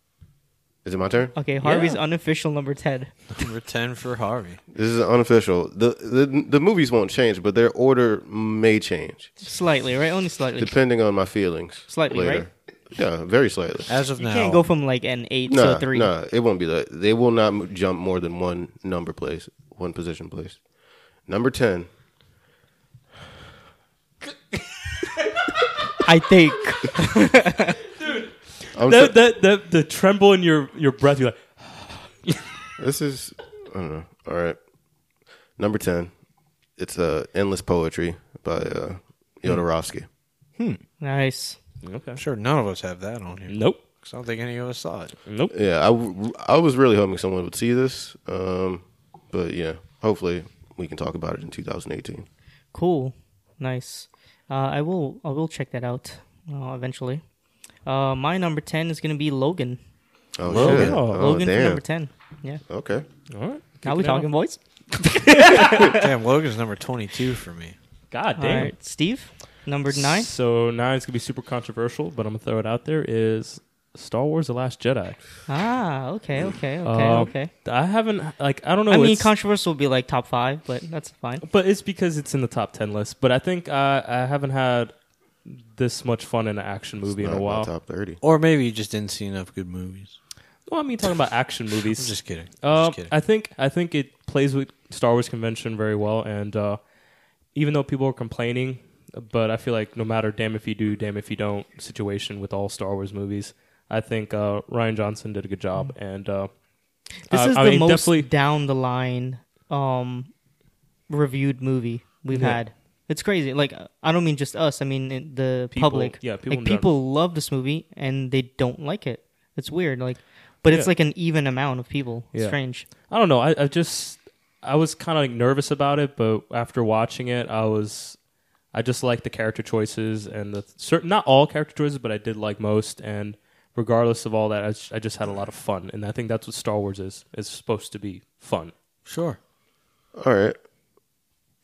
Speaker 4: Is it my turn?
Speaker 1: Okay, Harvey's unofficial number 10.
Speaker 3: Number ten for Harvey.
Speaker 4: This is unofficial. The, the the movies won't change, but their order may change
Speaker 1: Slightly, right? Only slightly.
Speaker 4: depending on my feelings.
Speaker 1: Slightly,
Speaker 4: Yeah, very slightly.
Speaker 3: As of
Speaker 1: you
Speaker 3: now,
Speaker 1: can't go from like an 8 to
Speaker 4: No,
Speaker 1: a 3.
Speaker 4: no, it won't be that. They will not m- jump more than one number place, one position place. Number ten.
Speaker 1: I think.
Speaker 4: I'm
Speaker 2: The,
Speaker 4: so-
Speaker 2: the, the, the tremble in your, your breath, you're like,
Speaker 4: this is I don't know. All right, number ten. It's uh, "Endless Poetry" by uh,
Speaker 2: Hmm.
Speaker 4: Yodorovsky.
Speaker 1: Nice.
Speaker 2: okay.
Speaker 3: I'm sure none of us have that on here.
Speaker 2: Nope.
Speaker 3: 'cause I don't think any of us saw it.
Speaker 2: Nope.
Speaker 4: Yeah, I, w- I was really hoping someone would see this, um, but yeah, hopefully we can talk about it in 2018.
Speaker 1: Cool. Nice. Uh, I will I will check that out uh, eventually. Uh, my number 10 is going to be Logan.
Speaker 4: Oh
Speaker 2: Logan.
Speaker 4: shit!
Speaker 2: Oh,
Speaker 4: Oh,
Speaker 1: Logan for
Speaker 4: damn.
Speaker 1: number 10. Yeah.
Speaker 4: Okay.
Speaker 2: All right.
Speaker 1: Now
Speaker 2: Kick
Speaker 1: we
Speaker 2: it out.
Speaker 1: talking, boys?
Speaker 3: Damn, Logan's number twenty-two for me.
Speaker 2: God
Speaker 1: All
Speaker 2: damn.
Speaker 1: right. Steve, number 9.
Speaker 2: So nine's going to be super controversial, but I'm going to throw it out there is Star Wars The Last Jedi.
Speaker 1: Ah, okay, okay, okay,
Speaker 2: Uh,
Speaker 1: okay.
Speaker 2: I haven't, like, I don't know.
Speaker 1: I mean,
Speaker 2: it's- Uh,
Speaker 1: controversial would be like top 5, but that's fine.
Speaker 2: but it's because it's in the top 10 list. But I think uh, I haven't had this much fun in an action movie in
Speaker 4: Not
Speaker 2: a
Speaker 4: my
Speaker 2: while.
Speaker 4: Top 30.
Speaker 3: Or maybe you just didn't see enough good movies.
Speaker 2: Well, I mean, talking about action
Speaker 3: I'm
Speaker 2: movies.
Speaker 3: just kidding. I'm
Speaker 2: Um,
Speaker 3: just kidding.
Speaker 2: I think I think it plays with Star Wars convention very well, and uh, even though people are complaining, but I feel like no matter damn if you do, damn if you don't situation with all Star Wars movies, I think uh, Ryan Johnson did a good job,
Speaker 3: Mm.
Speaker 2: and uh,
Speaker 1: This
Speaker 2: I-
Speaker 1: is
Speaker 2: I
Speaker 1: the
Speaker 2: mean,
Speaker 1: most
Speaker 2: definitely-
Speaker 1: down the line um, reviewed movie we've
Speaker 2: Yeah.
Speaker 1: had. It's crazy. Like I don't mean just us. I mean in the
Speaker 2: People-
Speaker 1: public.
Speaker 2: yeah, people
Speaker 1: Like
Speaker 2: in general.
Speaker 1: people love this movie and they don't like it. It's weird. Like, but it's
Speaker 2: Yeah.
Speaker 1: like an even amount of people. It's
Speaker 2: Yeah.
Speaker 1: Strange.
Speaker 2: I don't know, I, I just I was kind of like nervous about it, but after watching it, I was I just liked the character choices and the certain not all character choices, but I did like most and. Regardless of all that, I just, I just had a lot of fun, and I think that's what Star Wars is. It's supposed to be fun.
Speaker 3: sure.
Speaker 4: All right.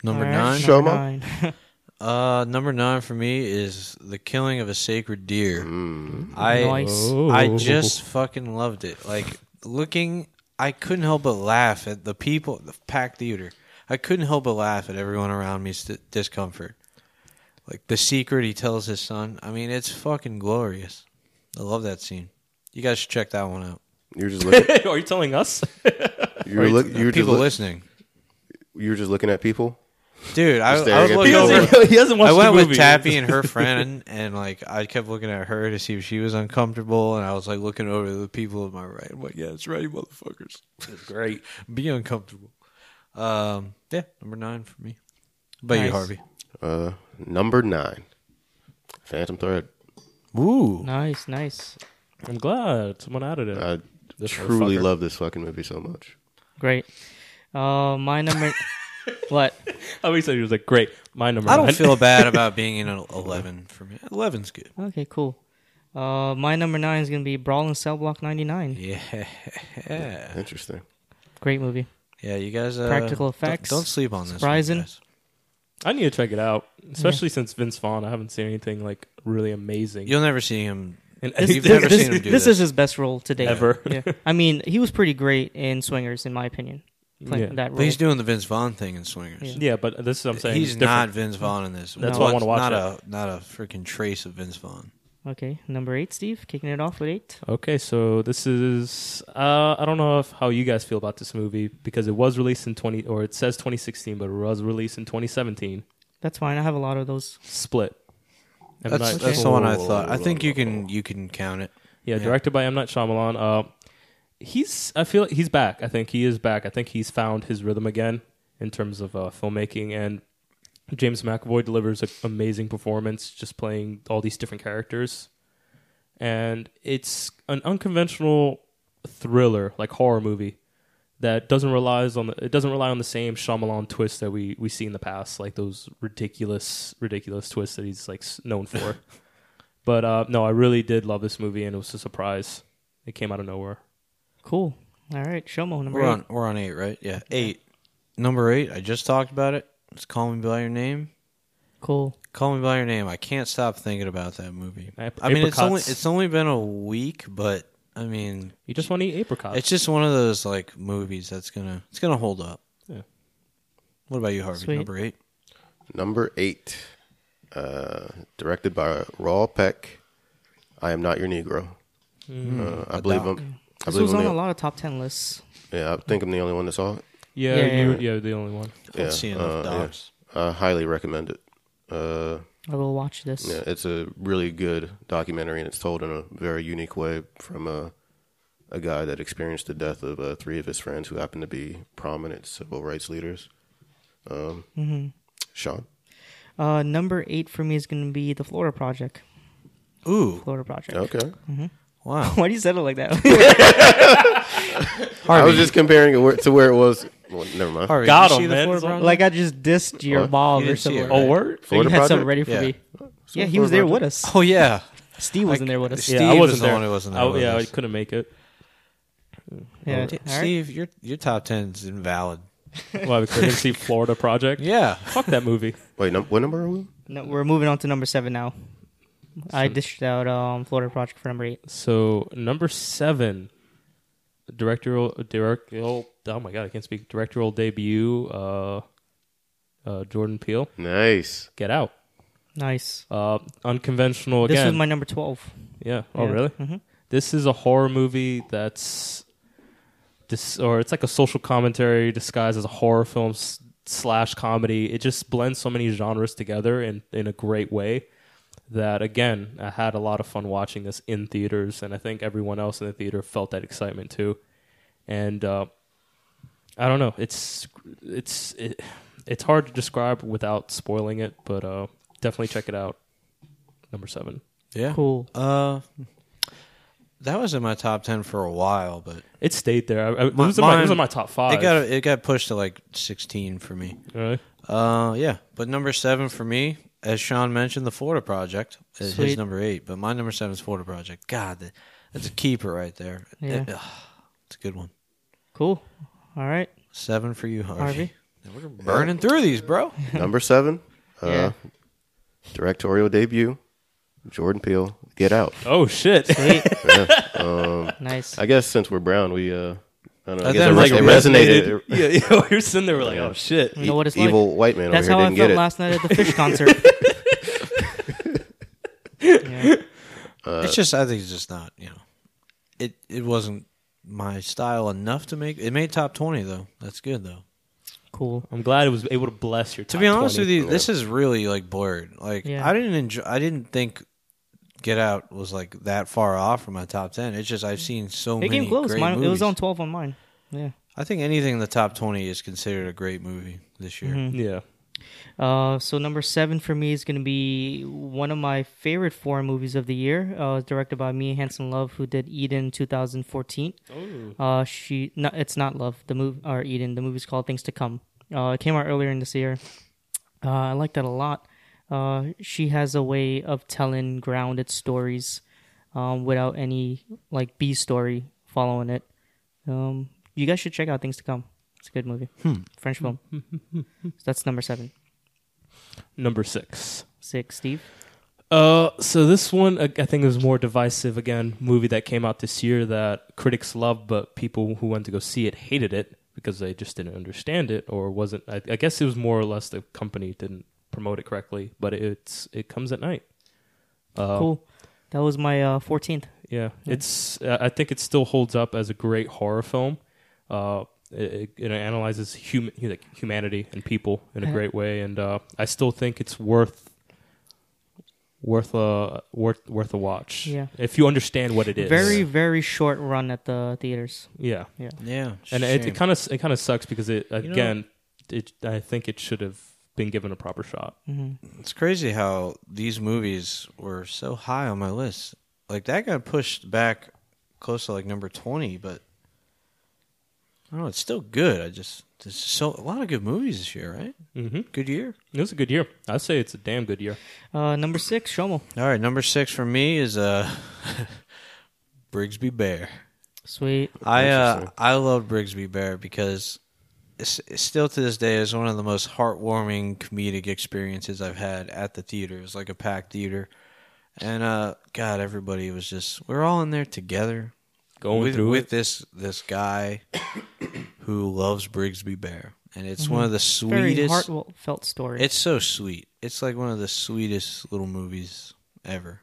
Speaker 3: Number
Speaker 1: All right,
Speaker 3: nine.
Speaker 4: Shomo.
Speaker 1: nine.
Speaker 3: Uh, number nine for me is the killing of a sacred deer.
Speaker 4: Mm.
Speaker 3: I
Speaker 1: Nice.
Speaker 3: I just fucking loved it. Like looking, I couldn't help but laugh at the people, the packed theater. I couldn't help but laugh at everyone around me's d- discomfort. Like the secret he tells his son. I mean, it's fucking glorious. I love that scene. You guys should check that one out.
Speaker 4: You're just looking.
Speaker 2: Are you telling us?
Speaker 4: You're, look, you're, just
Speaker 3: people
Speaker 4: look,
Speaker 3: listening,
Speaker 4: you're just looking at people.
Speaker 3: dude. I, I was
Speaker 4: staring at
Speaker 3: looking
Speaker 4: people.
Speaker 3: over.
Speaker 2: he hasn't
Speaker 3: I went with Tappy and her friend, and like I kept looking at her to see if she was uncomfortable, and I was like looking over to the people to my right. I'm like, yeah, it's right, you motherfuckers. It's great. Be uncomfortable. Um, yeah, number nine for me. How About you,
Speaker 1: Nice.
Speaker 3: Harvey.
Speaker 4: Uh, number nine. Phantom Thread.
Speaker 3: Ooh.
Speaker 1: Nice, nice.
Speaker 2: I'm glad someone added it.
Speaker 4: I
Speaker 2: This
Speaker 4: truly
Speaker 2: motherfucker.
Speaker 4: love this fucking movie so much.
Speaker 1: Great. Uh, my number. what?
Speaker 2: I mean, he said he was like, great. My number.
Speaker 3: I don't
Speaker 2: nine.
Speaker 3: feel bad about being in an 11 for me. 11's good.
Speaker 1: Okay, cool. Uh, my number nine is gonna be Brawl in Cell Block 99.
Speaker 3: Yeah. Yeah,
Speaker 4: Interesting.
Speaker 1: Great movie.
Speaker 3: you guys. Uh,
Speaker 1: Practical
Speaker 3: don't-
Speaker 1: effects.
Speaker 3: Don't, sleep on this.
Speaker 1: Surprising.
Speaker 3: One, guys.
Speaker 2: I need to check it out, especially since Vince Vaughn. I haven't seen anything like really amazing.
Speaker 3: You'll never see him.
Speaker 2: and
Speaker 1: This,
Speaker 3: You've
Speaker 1: this-
Speaker 3: never
Speaker 1: this-
Speaker 3: seen him do
Speaker 1: this
Speaker 3: this.
Speaker 1: is his best role to date.
Speaker 2: Ever.
Speaker 1: Yeah. I mean, he was pretty great in Swingers, in my opinion. Playing
Speaker 2: Yeah.
Speaker 1: that role.
Speaker 3: But he's doing the Vince Vaughn thing in Swingers.
Speaker 1: Yeah.
Speaker 2: yeah, but this is what I'm saying.
Speaker 3: He's
Speaker 2: it's
Speaker 3: not
Speaker 2: different.
Speaker 3: Vince Vaughn in this.
Speaker 2: That's
Speaker 1: why I
Speaker 3: Not-
Speaker 2: wanna watch
Speaker 3: Not a not a freaking trace of Vince Vaughn.
Speaker 1: okay, number eight, Steve, kicking it off with eight.
Speaker 3: Oh.
Speaker 2: Okay, so this is uh, I don't know if how you guys feel about this movie because it was released in 20 or it says 2016, but it was released in 2017.
Speaker 1: That's fine. I have a lot of those.
Speaker 2: Split. M.
Speaker 3: That's,
Speaker 2: Night
Speaker 3: that's the one I
Speaker 4: Whoa,
Speaker 3: thought. I think
Speaker 4: whoa,
Speaker 3: you can you can count it.
Speaker 2: Yeah,
Speaker 3: Yeah.
Speaker 2: directed by M Night Shyamalan. Uh, he's I feel like he's back. I think he is back. I think he's found his rhythm again in terms of uh, filmmaking and James McAvoy delivers an amazing performance, just playing all these different characters, and it's an unconventional thriller like horror movie that doesn't relies on the, it doesn't rely on the same Shyamalan twist that we we see in the past, like those ridiculous ridiculous twists that he's like s- known for. But uh, no, I really did love this movie, and it was a surprise. It came out of nowhere.
Speaker 1: Cool. All right, Shomo, number
Speaker 3: We're
Speaker 1: eight.
Speaker 3: on we're on eight, right? Yeah, eight. Number eight. I just talked about it. It's Call Me by Your Name.
Speaker 1: Cool.
Speaker 3: Call Me by Your Name. I can't stop thinking about that movie.
Speaker 2: Ap-
Speaker 3: I mean, it's only
Speaker 2: apricots.
Speaker 3: it's only been a week, but I mean,
Speaker 2: You just want to eat apricots.
Speaker 3: it's just one of those like movies that's gonna it's gonna hold up.
Speaker 2: Yeah.
Speaker 3: What about you, Harvey?
Speaker 1: Sweet.
Speaker 3: Number eight.
Speaker 4: Number eight, uh, directed by Raw Peck. I am not your Negro. Uh, I believe I'm. I
Speaker 1: Hmm. This
Speaker 4: believe
Speaker 1: was
Speaker 4: I'm
Speaker 1: on a
Speaker 4: the,
Speaker 1: lot of top ten lists.
Speaker 4: yeah, I think I'm the only one that saw it.
Speaker 2: yeah,
Speaker 1: Yeah,
Speaker 2: you,
Speaker 1: yeah.
Speaker 2: yeah, the only one.
Speaker 3: I don't
Speaker 4: Yeah,
Speaker 3: see enough
Speaker 4: uh, yeah.
Speaker 3: dogs.
Speaker 4: I highly recommend it. Uh,
Speaker 1: I will watch this.
Speaker 4: yeah, it's a really good documentary, and it's told in a very unique way from a a guy that experienced the death of uh, three of his friends who happened to be prominent civil rights leaders. Um,
Speaker 1: Mm-hmm.
Speaker 4: Sean,
Speaker 1: Uh, number eight for me is going to be the Florida Project.
Speaker 3: Ooh,
Speaker 1: Florida Project.
Speaker 4: okay.
Speaker 1: Mm-hmm.
Speaker 3: wow.
Speaker 1: Why do you settle like that?
Speaker 4: I was just comparing it where, to where it was. Well, never mind.
Speaker 3: Harvey,
Speaker 2: Got
Speaker 3: you see
Speaker 2: him,
Speaker 3: the
Speaker 2: man.
Speaker 3: Florida
Speaker 2: It's on-
Speaker 3: Project?
Speaker 1: like I just dissed your
Speaker 4: What?
Speaker 1: mom
Speaker 3: Oh, You
Speaker 1: or
Speaker 3: didn't see
Speaker 1: something.
Speaker 3: it, right? Oh,
Speaker 2: word?
Speaker 1: So you
Speaker 4: Florida
Speaker 1: had something
Speaker 4: Project?
Speaker 1: ready for
Speaker 3: Yeah.
Speaker 1: me. Yeah, he
Speaker 4: Florida
Speaker 1: was there
Speaker 4: Project?
Speaker 1: with us.
Speaker 3: Oh yeah,
Speaker 1: Steve wasn't there with us.
Speaker 2: Yeah,
Speaker 3: Steve
Speaker 2: I
Speaker 3: was
Speaker 2: wasn't
Speaker 3: the
Speaker 2: there.
Speaker 3: one who wasn't there
Speaker 2: I-
Speaker 3: with
Speaker 2: yeah,
Speaker 3: us.
Speaker 2: I couldn't make it.
Speaker 1: Yeah. All
Speaker 3: T-
Speaker 1: right.
Speaker 3: Oh, Steve, your your top ten is invalid.
Speaker 2: Well, I couldn't see Florida Project.
Speaker 3: Yeah,
Speaker 2: Fuck that movie.
Speaker 4: Wait, num- what number are we?
Speaker 1: No, we're moving on to number seven now. I dished out um, Florida Project for number eight.
Speaker 2: So number seven, directorial, directorial. Oh my god, I can't speak. Directorial debut. Uh, uh, Jordan Peele.
Speaker 4: Nice.
Speaker 2: Get out.
Speaker 1: Nice.
Speaker 2: Uh, unconventional
Speaker 1: This
Speaker 2: again.
Speaker 1: was my number twelve.
Speaker 2: Yeah. Oh,
Speaker 1: Yeah.
Speaker 2: really? This is a horror movie that's dis- or it's like a social commentary disguised as a horror film s- slash comedy. It just blends so many genres together in in a great way that again, I had a lot of fun watching this in theaters and I think everyone else in the theater felt that excitement too. And uh I don't know. It's it's it, it's hard to describe without spoiling it, but uh definitely check it out. Number 7.
Speaker 3: yeah.
Speaker 1: Cool.
Speaker 3: Uh, that was in my top ten for a while, but
Speaker 2: It stayed there. I, I, it,
Speaker 3: Mi-
Speaker 2: was in my, it was
Speaker 3: mine-
Speaker 2: in my top five.
Speaker 3: it got it got pushed to like sixteen for me.
Speaker 2: Really?
Speaker 3: Uh, yeah, but number seven for me, as Sean mentioned, the Florida Project is his
Speaker 1: Sweet.
Speaker 3: number eight, but my number seven is Florida Project. God, that, that's a keeper right there.
Speaker 1: Yeah.
Speaker 3: It- ugh, it's a good one.
Speaker 1: Cool. All right.
Speaker 3: Seven for you, Harvey.
Speaker 1: Harvey.
Speaker 3: We're burning through these, bro.
Speaker 4: Number seven, uh,
Speaker 1: Yeah.
Speaker 4: directorial debut, Jordan Peele, Get Out.
Speaker 2: Oh shit!
Speaker 1: Nice.
Speaker 4: I guess since we're brown, we uh, I don't know. I
Speaker 3: I
Speaker 4: guess
Speaker 3: thought
Speaker 4: it,
Speaker 3: it
Speaker 4: res-
Speaker 3: was
Speaker 4: it resonated.
Speaker 2: yeah, yeah, we were sitting there. We're like, oh shit.
Speaker 1: You know what it's like.
Speaker 4: Evil white man
Speaker 1: That's
Speaker 4: over
Speaker 1: how
Speaker 4: here
Speaker 1: I
Speaker 4: didn't get
Speaker 1: felt
Speaker 4: it.
Speaker 1: last night at the Fish concert. yeah.
Speaker 3: it's just, I think it's just not, you know, it it wasn't my style enough to make it made top twenty though. That's good though.
Speaker 1: Cool.
Speaker 2: I'm glad it was able to bless your.
Speaker 3: To be honest with you, this is really like blurred. Like
Speaker 1: Yeah.
Speaker 3: I didn't enjoy. I didn't think Get Out was like that far off from my top ten. It's just I've seen so
Speaker 1: It
Speaker 3: many.
Speaker 1: came close.
Speaker 3: Great
Speaker 1: Mine, it was
Speaker 3: movies.
Speaker 1: on twelve on mine. Yeah. Mm-hmm.
Speaker 3: I think anything in the top twenty is considered a great movie this year.
Speaker 2: yeah,
Speaker 1: Uh, so number seven for me is going to be one of my favorite foreign movies of the year. Uh, it's directed by Mia Hansen Love, who did Eden 2014. Uh, she no, it's not Love the movie or Eden. The movie's called Things to Come. Uh, it came out earlier in this year. Uh, I like that a lot. Uh, she has a way of telling grounded stories um, without any like B story following it. Um, you guys should check out Things to Come. It's a good movie. French film. so that's number seven.
Speaker 2: Number six.
Speaker 1: Six, Steve.
Speaker 2: Uh, so this one I I think is more divisive. Again, movie that came out this year that critics loved, but people who went to go see it hated it because they just didn't understand it or wasn't. I, I guess it was more or less the company didn't promote it correctly. But it's it comes at night. Uh,
Speaker 1: cool. That was my uh, 14th.
Speaker 2: Yeah, it's. Uh, I think it still holds up as a great horror film. Uh, it, it analyzes human like humanity and people in a great way, and uh, I still think it's worth worth a worth worth a watch.
Speaker 1: Yeah.
Speaker 2: if you understand what it is.
Speaker 1: Very, very short run at the theaters.
Speaker 2: yeah,
Speaker 3: Yeah,
Speaker 2: and it, it
Speaker 3: comes
Speaker 2: kind of it kind of sucks because it
Speaker 3: know-
Speaker 2: again, it I think it should have been given a proper shot.
Speaker 3: it's crazy how these movies were so high on my list. Like that got pushed back close to like number twenty, but I don't know. It's still good. I just there's so a lot of good movies this year, right?
Speaker 2: Mm-hmm.
Speaker 3: Good year.
Speaker 2: It was a good year. I'd say it's a damn good year.
Speaker 1: Uh, number six, Shomo.
Speaker 3: All right, number six for me is uh Brigsby Bear.
Speaker 1: Sweet.
Speaker 3: I uh, I love Brigsby Bear because it's, it's still to this day is one of the most heartwarming comedic experiences I've had at the theater. It was like a packed theater, and uh, God, everybody was just we're all in there together
Speaker 2: Going
Speaker 3: with,
Speaker 2: through
Speaker 3: with
Speaker 2: it.
Speaker 3: this this guy who loves Brigsby Bear, and it's one of the
Speaker 1: Very
Speaker 3: sweetest.
Speaker 1: heartfelt story.
Speaker 3: It's so sweet. It's like one of the sweetest little movies ever.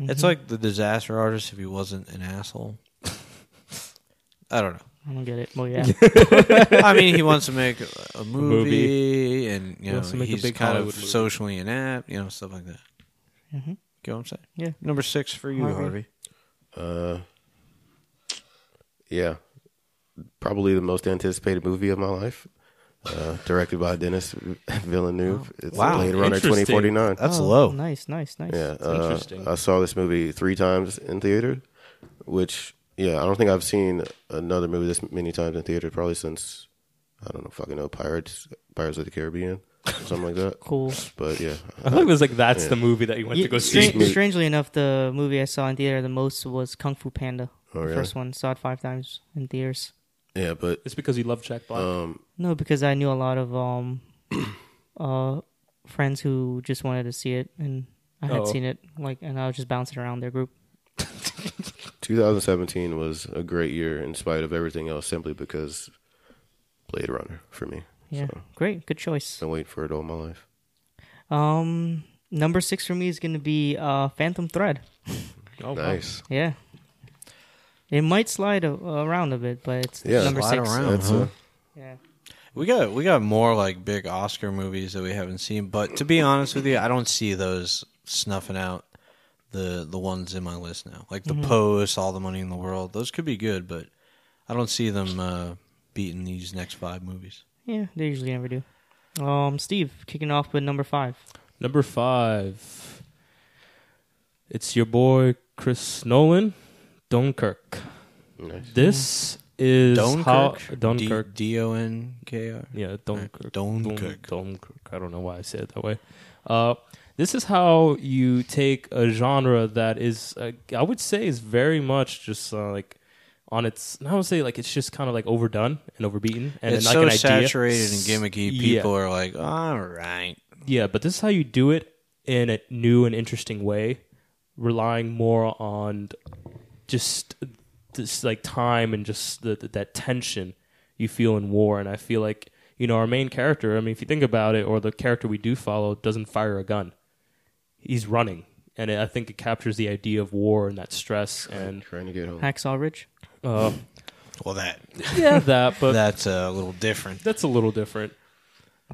Speaker 2: Mm-hmm.
Speaker 3: It's like the disaster artist if he wasn't an asshole. I don't know.
Speaker 1: I don't get it. Well, yeah.
Speaker 3: I mean, he wants to make a- a movie, and you know
Speaker 2: wants to make a
Speaker 3: he's
Speaker 2: big
Speaker 3: kind of
Speaker 2: Hollywood movie.
Speaker 3: socially inept, you know stuff like that. Mm-hmm. Get what I'm saying?
Speaker 1: Yeah.
Speaker 3: Number six for you,
Speaker 1: Harvey.
Speaker 3: Harvey.
Speaker 4: Uh, yeah, probably the most anticipated movie of my life. Uh, directed by Dennis Villeneuve. It's
Speaker 3: Wow,
Speaker 4: Blade Runner
Speaker 2: interesting.
Speaker 4: 2049.
Speaker 3: That's
Speaker 1: Oh,
Speaker 3: low.
Speaker 1: Nice, nice, nice.
Speaker 4: Yeah, uh,
Speaker 2: interesting.
Speaker 4: I saw this movie three times in theater, which yeah, I don't think I've seen another movie this many times in theater probably since I don't know fucking know Pirates Pirates of the Caribbean or something like that.
Speaker 1: Cool.
Speaker 4: But yeah,
Speaker 2: I think it was like that's the movie that you went
Speaker 1: Yeah,
Speaker 2: to go
Speaker 1: stra-
Speaker 2: see.
Speaker 1: strangely enough, the movie I saw in theater the most was Kung Fu Panda. the
Speaker 4: Oh, really?
Speaker 1: first one. Saw it five times in theaters.
Speaker 4: yeah, but
Speaker 2: It's because you love Jack Black.
Speaker 4: um,
Speaker 1: No, because I knew a lot of um, uh, friends who just wanted to see it, and I had
Speaker 2: Oh.
Speaker 1: seen it like, and I was just bouncing around their group.
Speaker 4: 2017 was a great year in spite of everything else, simply because Blade Runner for me.
Speaker 1: Yeah,
Speaker 4: So,
Speaker 1: great, good choice.
Speaker 4: been waiting for it all my life.
Speaker 1: Um, number six for me is gonna be uh, Phantom Thread.
Speaker 2: oh, wow.
Speaker 4: Nice.
Speaker 1: Yeah, it might slide a- around a bit, but it's
Speaker 4: Yeah,
Speaker 1: number
Speaker 3: Slide
Speaker 1: six.
Speaker 3: around.
Speaker 2: Uh-huh.
Speaker 4: That's
Speaker 3: huh?
Speaker 4: uh,
Speaker 1: Yeah,
Speaker 3: We got we got more like big Oscar movies that we haven't seen, but to be honest with you, I don't see those snuffing out the the ones in my list now. Like
Speaker 2: Mm-hmm.
Speaker 3: the Post, All the Money in the World, those could be good, but I don't see them uh, beating these next five movies.
Speaker 1: yeah, they usually never do. Um, Steve kicking off with number five.
Speaker 2: Number five. It's your boy Chris Nolan, Dunkirk.
Speaker 4: nice.
Speaker 2: This is how
Speaker 3: Dunkirk,
Speaker 2: Dunkirk.
Speaker 3: D O N K R.
Speaker 2: yeah, Dunkirk. Dun-
Speaker 3: Dunkirk.
Speaker 2: Dunkirk. I don't know why I said it that way. Uh, this is how you take a genre that is, uh, I would say, is very much just uh, like on its. I would say like it's just kind of like overdone and overbeaten, and
Speaker 3: it's
Speaker 2: like
Speaker 3: so
Speaker 2: an idea.
Speaker 3: saturated and gimmicky.
Speaker 2: Yeah.
Speaker 3: People are like, all right.
Speaker 2: Yeah, but this is how you do it in a new and interesting way, relying more on just this like time and just the, the- that tension you feel in war. And I feel like you know our main character. I mean, if you think about it, or the character we do follow doesn't fire a gun; he's running, and it, I think it captures the idea of war and that stress. And
Speaker 4: Trying to get home.
Speaker 1: Hacksaw Ridge.
Speaker 2: uh,
Speaker 3: Well, that
Speaker 2: yeah, that. But
Speaker 3: that's a little different.
Speaker 2: that's a little different.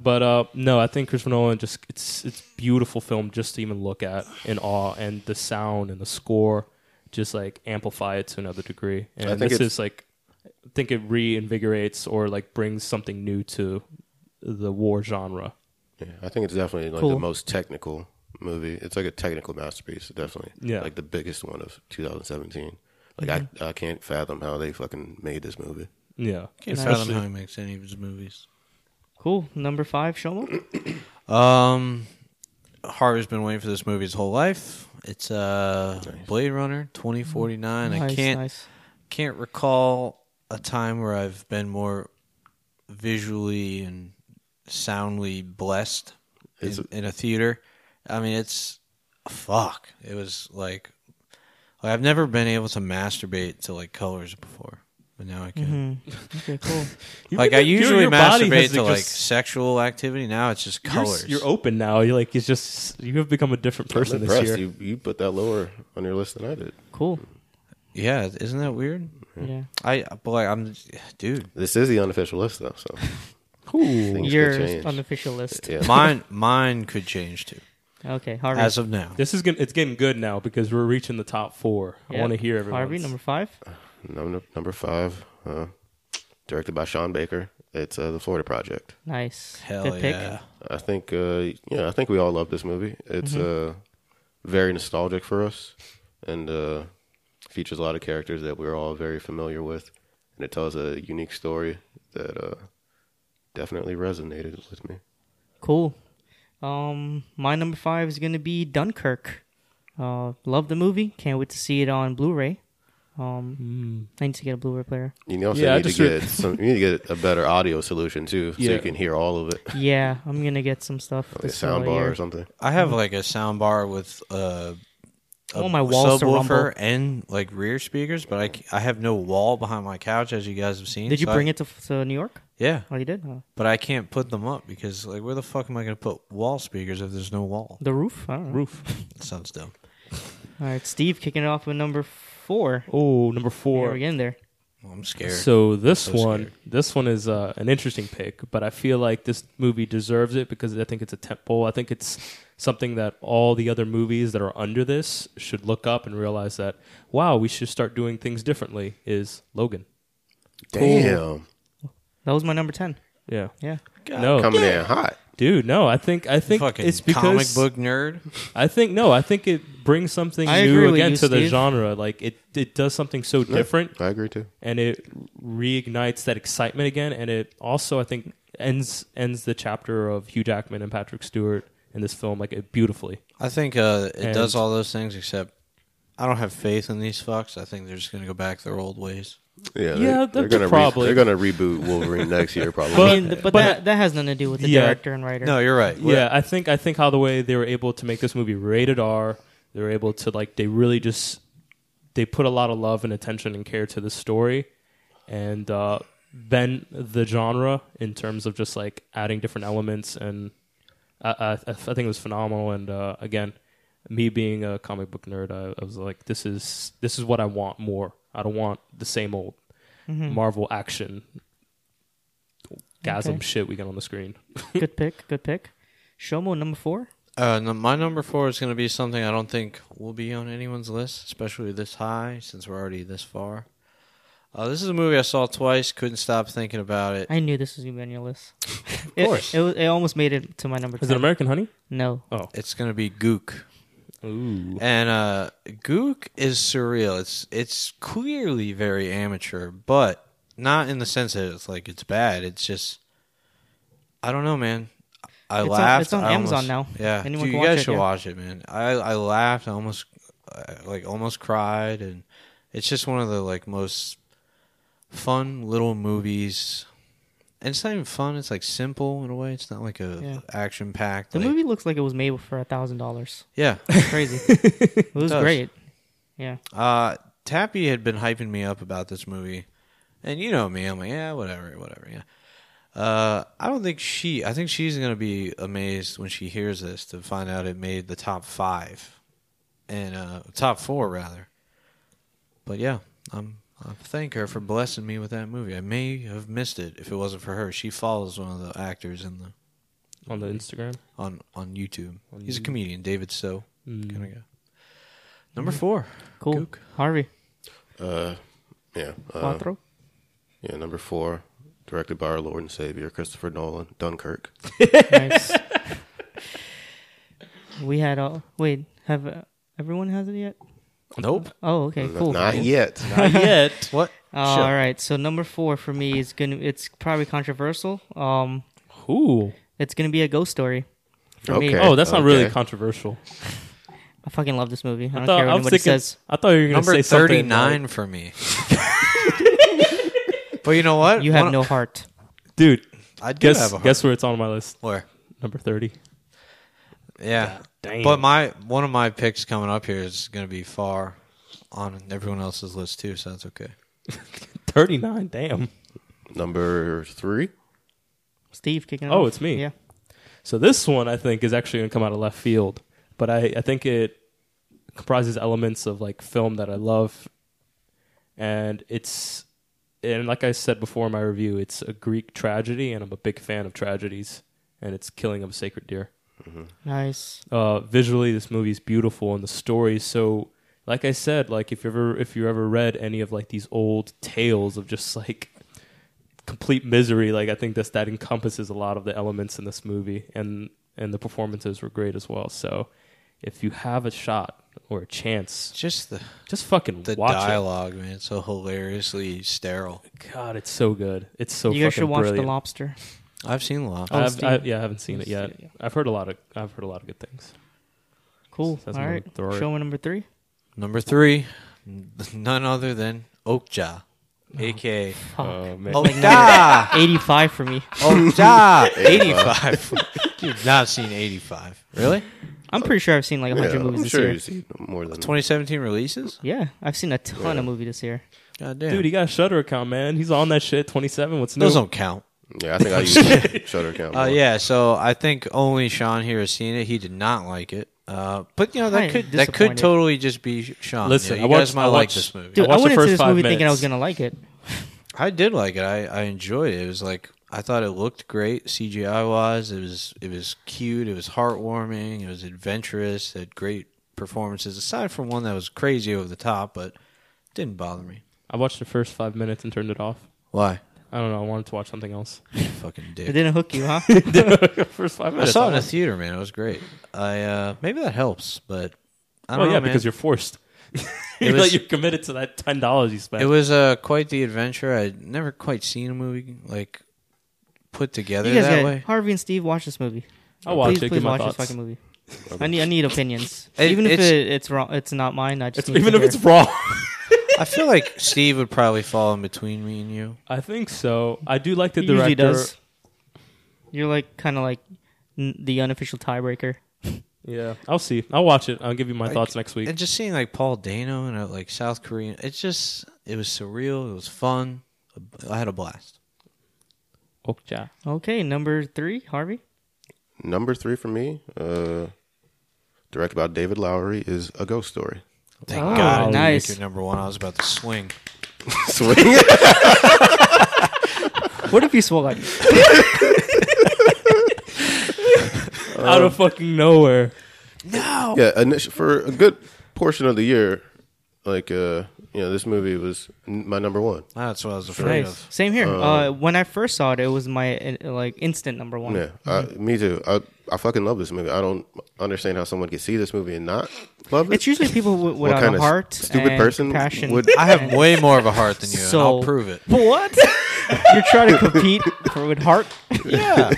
Speaker 2: But uh, no, I think Christopher Nolan just it's it's beautiful film just to even look at in awe, and the sound and the score just like amplify it to another degree. And
Speaker 4: I think
Speaker 2: this
Speaker 4: it's-
Speaker 2: is like I think it reinvigorates or like brings something new to the war genre.
Speaker 4: Yeah, I think it's definitely like
Speaker 1: Cool.
Speaker 4: the most technical movie. It's like a technical masterpiece, definitely.
Speaker 2: Yeah. Mm-hmm.
Speaker 4: like the biggest one of 2017. Like I, I can't fathom how they fucking made this movie.
Speaker 2: Yeah.
Speaker 3: Can't fathom how he makes any of his movies.
Speaker 1: Cool. Number five, Shomo.
Speaker 3: Um, Harvey's been waiting for this movie his whole life. It's uh, Blade Runner 2049. I
Speaker 1: Nice,
Speaker 3: can't
Speaker 1: nice.
Speaker 3: can't recall a time where I've been more visually and soundly blessed
Speaker 4: It's
Speaker 3: in, in a theater. I mean, it's fuck. It was like, like I've never been able to masturbate to like colors before, but now I can.
Speaker 1: Mm-hmm. Okay, cool.
Speaker 3: Like I usually masturbate to, like
Speaker 2: just,
Speaker 3: sexual activity. Now it's just
Speaker 2: you're,
Speaker 3: colors.
Speaker 2: you're open now. You're like it's just you have become a different person
Speaker 4: I'm
Speaker 2: this
Speaker 4: impressed.
Speaker 2: year.
Speaker 4: You you put that lower on your list than I did.
Speaker 1: Cool.
Speaker 3: yeah, isn't that weird?
Speaker 1: Yeah.
Speaker 3: I but like, I'm dude.
Speaker 4: This is the unofficial list though, so
Speaker 2: Ooh.
Speaker 4: things
Speaker 1: Your
Speaker 4: could change.
Speaker 1: unofficial list.
Speaker 4: yeah,
Speaker 3: Mine mine could change too
Speaker 1: Okay, Harvey.
Speaker 3: as of now.
Speaker 2: This is gonna, it's getting good now because we're reaching the top four. I
Speaker 1: Yeah.
Speaker 2: want to hear everyone.
Speaker 1: Harvey, number five.
Speaker 4: number number five, uh, directed by Sean Baker. It's uh, the Florida Project.
Speaker 1: Nice.
Speaker 3: Hell
Speaker 1: Good pick.
Speaker 3: yeah!
Speaker 4: I think uh, yeah, I think we all love this movie. It's
Speaker 2: Mm-hmm.
Speaker 4: uh, very nostalgic for us, and uh, features a lot of characters that we're all very familiar with, and it tells a unique story that uh, definitely resonated with me.
Speaker 1: Cool. Um, my number five is gonna be Dunkirk. Uh, love the movie. Can't wait to see it on Blu-ray. Um,
Speaker 2: Hmm.
Speaker 1: I need to get a Blu-ray player.
Speaker 4: You also
Speaker 2: Yeah, I
Speaker 4: need to
Speaker 2: just re-
Speaker 4: get some, you need to get a better audio solution too, so
Speaker 2: Yeah.
Speaker 4: you can hear all of it,
Speaker 1: Yeah, I'm gonna get some stuff.
Speaker 4: like a
Speaker 1: this uh,
Speaker 4: sound
Speaker 1: year.
Speaker 4: bar or something.
Speaker 3: I have like a sound bar with uh, a
Speaker 1: Oh, my walls to rumble.
Speaker 3: subwoofer and like rear speakers, but I, c- I have no wall behind my couch as you guys have seen.
Speaker 1: Did you
Speaker 3: so I-
Speaker 1: bring it to, to New York?
Speaker 3: Yeah,
Speaker 1: Oh, you did. Uh,
Speaker 3: but I can't put them up because like where the fuck am I going to put wall speakers if there's no wall?
Speaker 1: the roof. I don't know.
Speaker 2: roof.
Speaker 3: That sounds dumb.
Speaker 1: All right, Steve, kicking it off with number four.
Speaker 2: Oh, number
Speaker 1: Yeah,
Speaker 2: four.
Speaker 1: we're getting there.
Speaker 3: I'm scared.
Speaker 2: So this
Speaker 3: So
Speaker 2: one,
Speaker 3: scared.
Speaker 2: this one is uh, an interesting pick, but I feel like this movie deserves it because I think it's a tempo. I think it's something that all the other movies that are under this should look up and realize that wow, we should start doing things differently. Is Logan?
Speaker 4: Damn,
Speaker 1: That was my number ten.
Speaker 2: Yeah.
Speaker 1: Yeah.
Speaker 2: No,
Speaker 4: coming in hot.
Speaker 2: dude, no. I think I think
Speaker 3: fucking
Speaker 2: it's because
Speaker 3: comic book nerd.
Speaker 2: I think no. I think it brings something
Speaker 1: I agree
Speaker 2: new
Speaker 1: with
Speaker 2: again
Speaker 1: you,
Speaker 2: to the
Speaker 1: Steve.
Speaker 2: genre. Like it, it does something so different.
Speaker 4: I agree too.
Speaker 2: and it reignites that excitement again and it also i think ends ends the chapter of hugh jackman and patrick stewart in this film like it beautifully
Speaker 3: I think uh, it
Speaker 2: And-
Speaker 3: does all those things except I don't have faith in these fucks. I think they're just gonna go back their old ways.
Speaker 2: Yeah,
Speaker 4: Yeah, they're,
Speaker 2: they're
Speaker 4: they're gonna re-
Speaker 2: probably-
Speaker 4: they're gonna reboot Wolverine next year probably.
Speaker 2: But-
Speaker 1: I mean, th- but,
Speaker 2: but-
Speaker 1: that, that has nothing to do with the
Speaker 2: Yeah.
Speaker 1: director and writer.
Speaker 3: No, you're right.
Speaker 2: yeah i think i think how the way they were able to make this movie rated r they were able to like they really just they put a lot of love and attention and care to the story and uh bend the genre in terms of just like adding different elements and I, I, I think it was phenomenal and uh again me being a comic book nerd I, I was like this is this is what i want more i don't want the same old
Speaker 1: Mm-hmm.
Speaker 2: marvel action gasm
Speaker 1: Hmm. Okay.
Speaker 2: shit we get on the screen
Speaker 1: Good pick. Good pick. Shomo number four.
Speaker 3: Uh, no, my number four is gonna be something I don't think will be on anyone's list, especially this high since we're already this far. Uh, this is a movie I saw twice. Couldn't stop thinking about it.
Speaker 1: I knew this was gonna be on your list. of
Speaker 3: course.
Speaker 1: It, it, it almost made it to my number.
Speaker 2: is
Speaker 1: 10.
Speaker 2: it american honey
Speaker 1: No.
Speaker 3: It's gonna be Gook.
Speaker 2: Ooh.
Speaker 3: And uh, Gook is surreal. It's it's clearly very amateur, but not in the sense that it's like it's bad. It's just I don't know, man. I
Speaker 1: It's on-
Speaker 3: laughed.
Speaker 1: it's on
Speaker 3: I
Speaker 1: Amazon now.
Speaker 3: Yeah,
Speaker 1: Anyone
Speaker 3: Dude,
Speaker 1: can
Speaker 3: you guys
Speaker 1: watch it,
Speaker 3: should
Speaker 1: yeah.
Speaker 3: watch it, man. I I laughed. I almost I, like almost cried, and it's just one of the like most fun little movies. And it's not even fun. It's like simple in a way. It's not like a
Speaker 1: Yeah.
Speaker 3: action packed.
Speaker 1: The
Speaker 3: like,
Speaker 1: movie looks like it was made for a thousand dollars.
Speaker 3: yeah.
Speaker 1: Crazy. it was
Speaker 3: does.
Speaker 1: great. Yeah.
Speaker 3: Uh, Tappy had been hyping me up about this movie, and you know me, I'm like, yeah, whatever, whatever, yeah. Uh, I don't think she. I think she's gonna be amazed when she hears this to find out it made the top five, and uh, top four rather. But yeah, I'm. I thank her for blessing me with that movie. I may have missed it if it wasn't for her. She follows one of the actors in the
Speaker 2: on the Instagram.
Speaker 3: on on YouTube. He's a comedian, David So. Kind of guy. Number four.
Speaker 1: Cool.
Speaker 3: Gook.
Speaker 1: Harvey.
Speaker 4: Uh, yeah, uh,
Speaker 1: Quattro.
Speaker 4: yeah. Number four, directed by our Lord and Savior Christopher Nolan, Dunkirk.
Speaker 1: Nice. we had all. Wait, have uh, everyone has it yet?
Speaker 3: Nope.
Speaker 1: Oh, okay, cool.
Speaker 4: Not yet.
Speaker 2: Not yet.
Speaker 3: What?
Speaker 1: Uh, All right, so number four for me is gonna. It's probably controversial. Um,
Speaker 2: Ooh.
Speaker 1: it's gonna be a ghost story. For me,
Speaker 4: Okay.
Speaker 2: Oh, that's not really
Speaker 4: Okay.
Speaker 2: controversial.
Speaker 1: I fucking love this movie. I don't
Speaker 2: I thought-
Speaker 1: care what
Speaker 2: I was
Speaker 1: anybody
Speaker 2: thinking-
Speaker 1: says.
Speaker 2: I thought you were going to
Speaker 3: Number
Speaker 2: say something.
Speaker 3: thirty nine for me. but you know what?
Speaker 1: You have
Speaker 3: One-
Speaker 1: no heart.
Speaker 2: like- dude.
Speaker 3: I do
Speaker 2: Guess
Speaker 3: have a
Speaker 2: guess where it's on my list.
Speaker 3: where.
Speaker 2: Number thirty.
Speaker 3: Yeah.
Speaker 2: damn.
Speaker 3: But my one of my picks coming up here is going to be far on everyone else's list too, so that's okay.
Speaker 2: Thirty nine. Damn.
Speaker 4: Number three.
Speaker 1: Steve kicking. it
Speaker 2: Oh,
Speaker 1: off.
Speaker 2: it's me.
Speaker 1: Yeah.
Speaker 2: So this one I think is actually going to come out of left field, but I, I think it comprises elements of like film that I love, and it's and like I said before in my review, it's a Greek tragedy, and I'm a big fan of tragedies, and it's Killing of a Sacred Deer.
Speaker 1: Nice.
Speaker 2: Uh, visually, this movie is beautiful, and the story is so. Like I said, like if you ever if you ever read any of like these old tales of just like complete misery. Like I think this that encompasses a lot of the elements in this movie, and and the performances were great as well. So if you have a shot or a chance,
Speaker 3: Just the
Speaker 2: just fucking
Speaker 3: the
Speaker 2: watch
Speaker 3: dialogue, man, it's so hilariously sterile.
Speaker 2: it. God, it's so good. It's so
Speaker 1: you guys
Speaker 2: fucking
Speaker 1: should watch
Speaker 2: brilliant.
Speaker 1: The Lobster.
Speaker 3: I've seen a lot.
Speaker 1: Oh,
Speaker 2: I've,
Speaker 1: Steve.
Speaker 2: I, yeah, I haven't seen it
Speaker 1: Yeah,
Speaker 2: yet. I've heard a lot of I've heard a lot of good things.
Speaker 1: Cool.
Speaker 2: That's
Speaker 1: All
Speaker 2: number
Speaker 1: right.
Speaker 2: three.
Speaker 1: Show me number three.
Speaker 3: Number 3, n- none other than Okja, aka
Speaker 1: Fuck.
Speaker 2: Oh man,
Speaker 3: Okja.
Speaker 1: 85 for me.
Speaker 3: Okja 85. You've not seen 85. Really?
Speaker 1: I'm pretty sure I've seen like 100
Speaker 4: Yeah,
Speaker 1: movies
Speaker 4: I'm
Speaker 1: this
Speaker 4: sure
Speaker 1: year.
Speaker 4: you see more than
Speaker 3: 2017 releases?
Speaker 1: Yeah, I've seen a ton of movie this year.
Speaker 3: God damn.
Speaker 2: dude, he got a Shutter account, man. He's on that shit. Twenty seven. What's new?
Speaker 3: Those don't count.
Speaker 4: Yeah, I think I used Shutter Count.
Speaker 3: Uh,
Speaker 1: Oh,
Speaker 4: more.
Speaker 3: yeah, so I think only Sean here has seen it. He did not like it. Uh, but you know
Speaker 1: I
Speaker 3: that
Speaker 1: am
Speaker 3: could that could
Speaker 1: disappointed.
Speaker 3: totally just be Sean.
Speaker 2: Listen,
Speaker 3: Yeah,
Speaker 2: I
Speaker 3: you
Speaker 2: watched-
Speaker 3: guys might
Speaker 2: I
Speaker 3: like
Speaker 2: watched-
Speaker 3: this movie.
Speaker 1: Dude, I,
Speaker 2: watched the
Speaker 1: went into
Speaker 2: first
Speaker 1: this
Speaker 2: five
Speaker 1: movie thinking I was
Speaker 2: minutes.
Speaker 1: going to like it.
Speaker 3: I did like it. I, I enjoyed it. It was like I thought it looked great CGI wise. It was it was cute. It was heartwarming. It was adventurous. It had great performances. Aside from one that was crazy over the top, but didn't bother me.
Speaker 2: I watched the first five minutes and turned it off.
Speaker 3: Why?
Speaker 2: I don't know. I wanted to watch something else.
Speaker 3: Fucking
Speaker 1: It
Speaker 3: dick.
Speaker 1: didn't hook you, huh?
Speaker 2: first five
Speaker 3: I
Speaker 2: minutes.
Speaker 3: saw it in a theater, man. It was great. I uh, maybe that helps, but I
Speaker 2: Oh
Speaker 3: don't
Speaker 2: yeah,
Speaker 3: know. man.
Speaker 2: because you're forced.
Speaker 3: It
Speaker 2: you're,
Speaker 3: was-
Speaker 2: like, you're committed to that ten dollars you spent.
Speaker 3: It was uh, quite the adventure. I'd never quite seen a movie like put together
Speaker 1: you guys
Speaker 3: that
Speaker 1: got-
Speaker 3: way.
Speaker 1: Harvey and Steve, watch this movie.
Speaker 2: I'll watch
Speaker 1: please,
Speaker 2: it.
Speaker 1: Please
Speaker 2: give
Speaker 1: watch
Speaker 2: my
Speaker 1: this
Speaker 2: thoughts.
Speaker 1: fucking movie. I need, I need opinions.
Speaker 3: It-
Speaker 1: even if
Speaker 3: it's-
Speaker 1: it, it's wrong, it's not mine. I just
Speaker 2: It's,
Speaker 1: need
Speaker 2: even
Speaker 1: to
Speaker 2: if
Speaker 1: hear.
Speaker 2: it's wrong.
Speaker 3: I feel like Steve would probably fall in between me and you.
Speaker 2: I think so. I do like the
Speaker 1: It
Speaker 2: director.
Speaker 1: usually does. You're like kind of like n- the unofficial tiebreaker.
Speaker 2: Yeah, I'll see. I'll watch it. I'll give you my thoughts next week.
Speaker 3: And just seeing like Paul Dano and uh, like South Korean, it's just it was surreal. It was fun. I had a blast.
Speaker 2: Okja.
Speaker 1: Okay, number three, Harvey.
Speaker 4: Number three for me, uh, directed by David Lowery, is A Ghost Story.
Speaker 3: Thank
Speaker 2: Oh,
Speaker 3: God, you
Speaker 1: nice.
Speaker 3: picked your number one. I was about to swing.
Speaker 4: Swing.
Speaker 1: What if you swallowed?
Speaker 2: Out of fucking nowhere.
Speaker 4: yeah, initial, for a good portion of the year, like uh, you know, this movie was n- my number one.
Speaker 3: That's what I was afraid
Speaker 1: Nice.
Speaker 3: of.
Speaker 1: Same here. Uh, when I first saw it, it was my uh, like instant number one.
Speaker 4: Yeah, I, me too. I I fucking love this movie. I don't understand how someone could see this movie and not love it.
Speaker 1: It's usually people w- without
Speaker 4: kind
Speaker 1: a
Speaker 4: of
Speaker 1: heart,
Speaker 4: stupid
Speaker 1: and
Speaker 4: person
Speaker 1: passion.
Speaker 4: would-
Speaker 3: I have way more of a heart than you. and I'll
Speaker 1: So-
Speaker 3: prove it.
Speaker 1: what? You're trying to compete for, with heart?
Speaker 3: Yeah.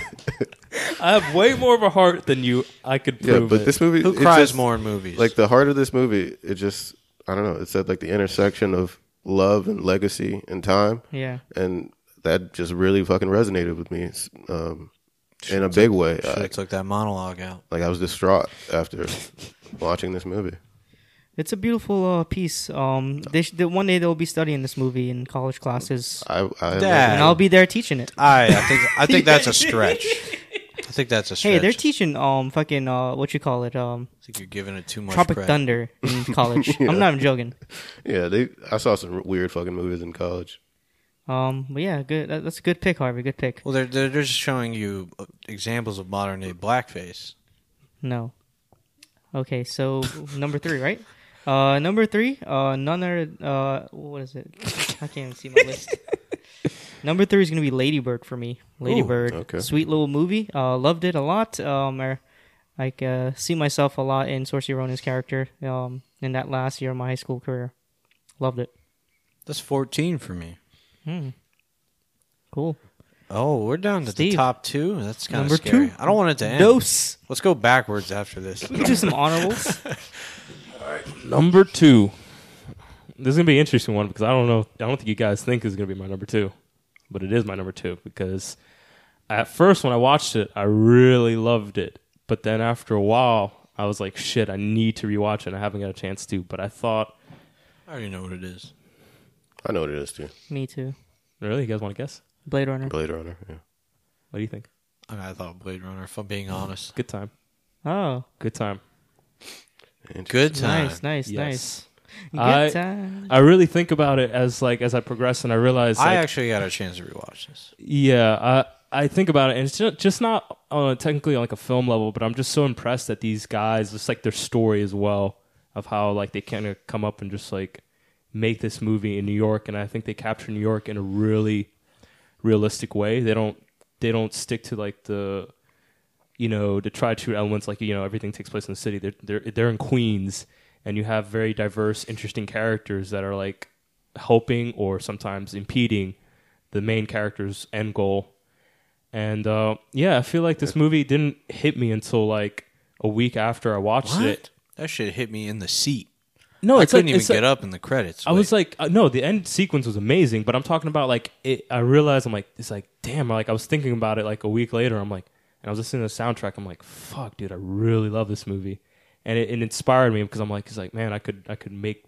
Speaker 2: I have way more of a heart than you. I could
Speaker 4: yeah,
Speaker 2: prove
Speaker 4: but
Speaker 2: it.
Speaker 4: this movie
Speaker 3: Who
Speaker 4: it
Speaker 3: cries
Speaker 4: just-
Speaker 3: more in movies?
Speaker 4: Like the heart of this movie, it just I don't know. It's at like the intersection of love and legacy and time.
Speaker 1: Yeah.
Speaker 4: and that just really fucking resonated with me um, in a big way.
Speaker 3: should
Speaker 4: I,
Speaker 3: have took that monologue out.
Speaker 4: like I was distraught after watching this movie.
Speaker 1: It's a beautiful uh, piece. Um, they sh- the one day they'll be studying this movie in college classes,
Speaker 4: I, I
Speaker 3: Dad.
Speaker 1: and I'll be there teaching it.
Speaker 3: I, I think I think that's a stretch. I think that's a stretch.
Speaker 1: Hey, they're teaching um fucking uh what you call it um
Speaker 3: I think you're giving it too much
Speaker 1: Tropic
Speaker 3: credit.
Speaker 1: Thunder in college. I'm not even joking.
Speaker 4: yeah, they. I saw some weird fucking movies in college.
Speaker 1: Um, but yeah, good. That, that's a good pick, Harvey. Good pick.
Speaker 3: Well, they're, they're they're just showing you uh, examples of modern day blackface.
Speaker 1: No. Okay, so number three, right? Uh, number three. Uh, none are. Uh, what is it? I can't even see my list. Number three is gonna be Ladybird for me. Ladybird,
Speaker 4: okay.
Speaker 1: sweet little movie. Uh, loved it a lot. Um, I, I uh, see myself a lot in Saoirse Ronan's character. Um, in that last year of my high school career, loved it.
Speaker 3: That's 14 for me.
Speaker 1: Cool.
Speaker 3: Oh, we're down to
Speaker 1: Steve.
Speaker 3: the top two. That's kind
Speaker 1: Number
Speaker 3: of scary.
Speaker 1: two.
Speaker 3: I don't want it to end.
Speaker 1: Dose.
Speaker 3: Let's go backwards after this.
Speaker 1: We can do some honorables.
Speaker 2: Number two. This is gonna be an interesting one because I don't know. I don't think you guys think is gonna be my number two, but it is my number two because at first when I watched it, I really loved it, but then after a while, I was like, "Shit, I need to rewatch it." I haven't got a chance to, but I thought,
Speaker 3: I already know what it is.
Speaker 4: I know what it is too.
Speaker 1: me too.
Speaker 2: really, you guys want to guess?
Speaker 1: Blade Runner.
Speaker 4: Blade Runner. Yeah.
Speaker 2: What do you think?
Speaker 3: I, mean, I thought Blade Runner, if I'm being honest.
Speaker 2: Good time,
Speaker 1: Oh,
Speaker 2: good time.
Speaker 3: Good time.
Speaker 1: nice, nice,
Speaker 2: Yes.
Speaker 1: nice. Good
Speaker 2: I-
Speaker 1: time.
Speaker 2: I really think about it as like as I progress, and I realize
Speaker 3: I
Speaker 2: like,
Speaker 3: actually got a chance to rewatch this.
Speaker 2: Yeah, I I think about it, and it's just, just not uh, technically on like a film level, but I'm just so impressed at these guys, just like their story as well, of how like they kind of come up and just like make this movie in New York, and I think they capture New York in a really realistic way. They don't they don't stick to like the you know the tried true elements like you know everything takes place in the city. They're they're they're in Queens, and you have very diverse, interesting characters that are like helping or sometimes impeding the main character's end goal. And uh, yeah, I feel like this movie didn't hit me until like a week after I watched it.
Speaker 3: That shit hit me in the seat.
Speaker 2: No,
Speaker 3: I
Speaker 2: it's like-
Speaker 3: couldn't even
Speaker 2: it's like-
Speaker 3: get up in the credits.
Speaker 2: I was like, uh, no, the end sequence was amazing, but I'm talking about like it. I realized I'm like, it's like, damn, like I was thinking about it like a week later. I'm like, and I was listening to the soundtrack. I'm like, fuck, dude, I really love this movie, and it, it inspired me because I'm like, it's like, man, I could, I could make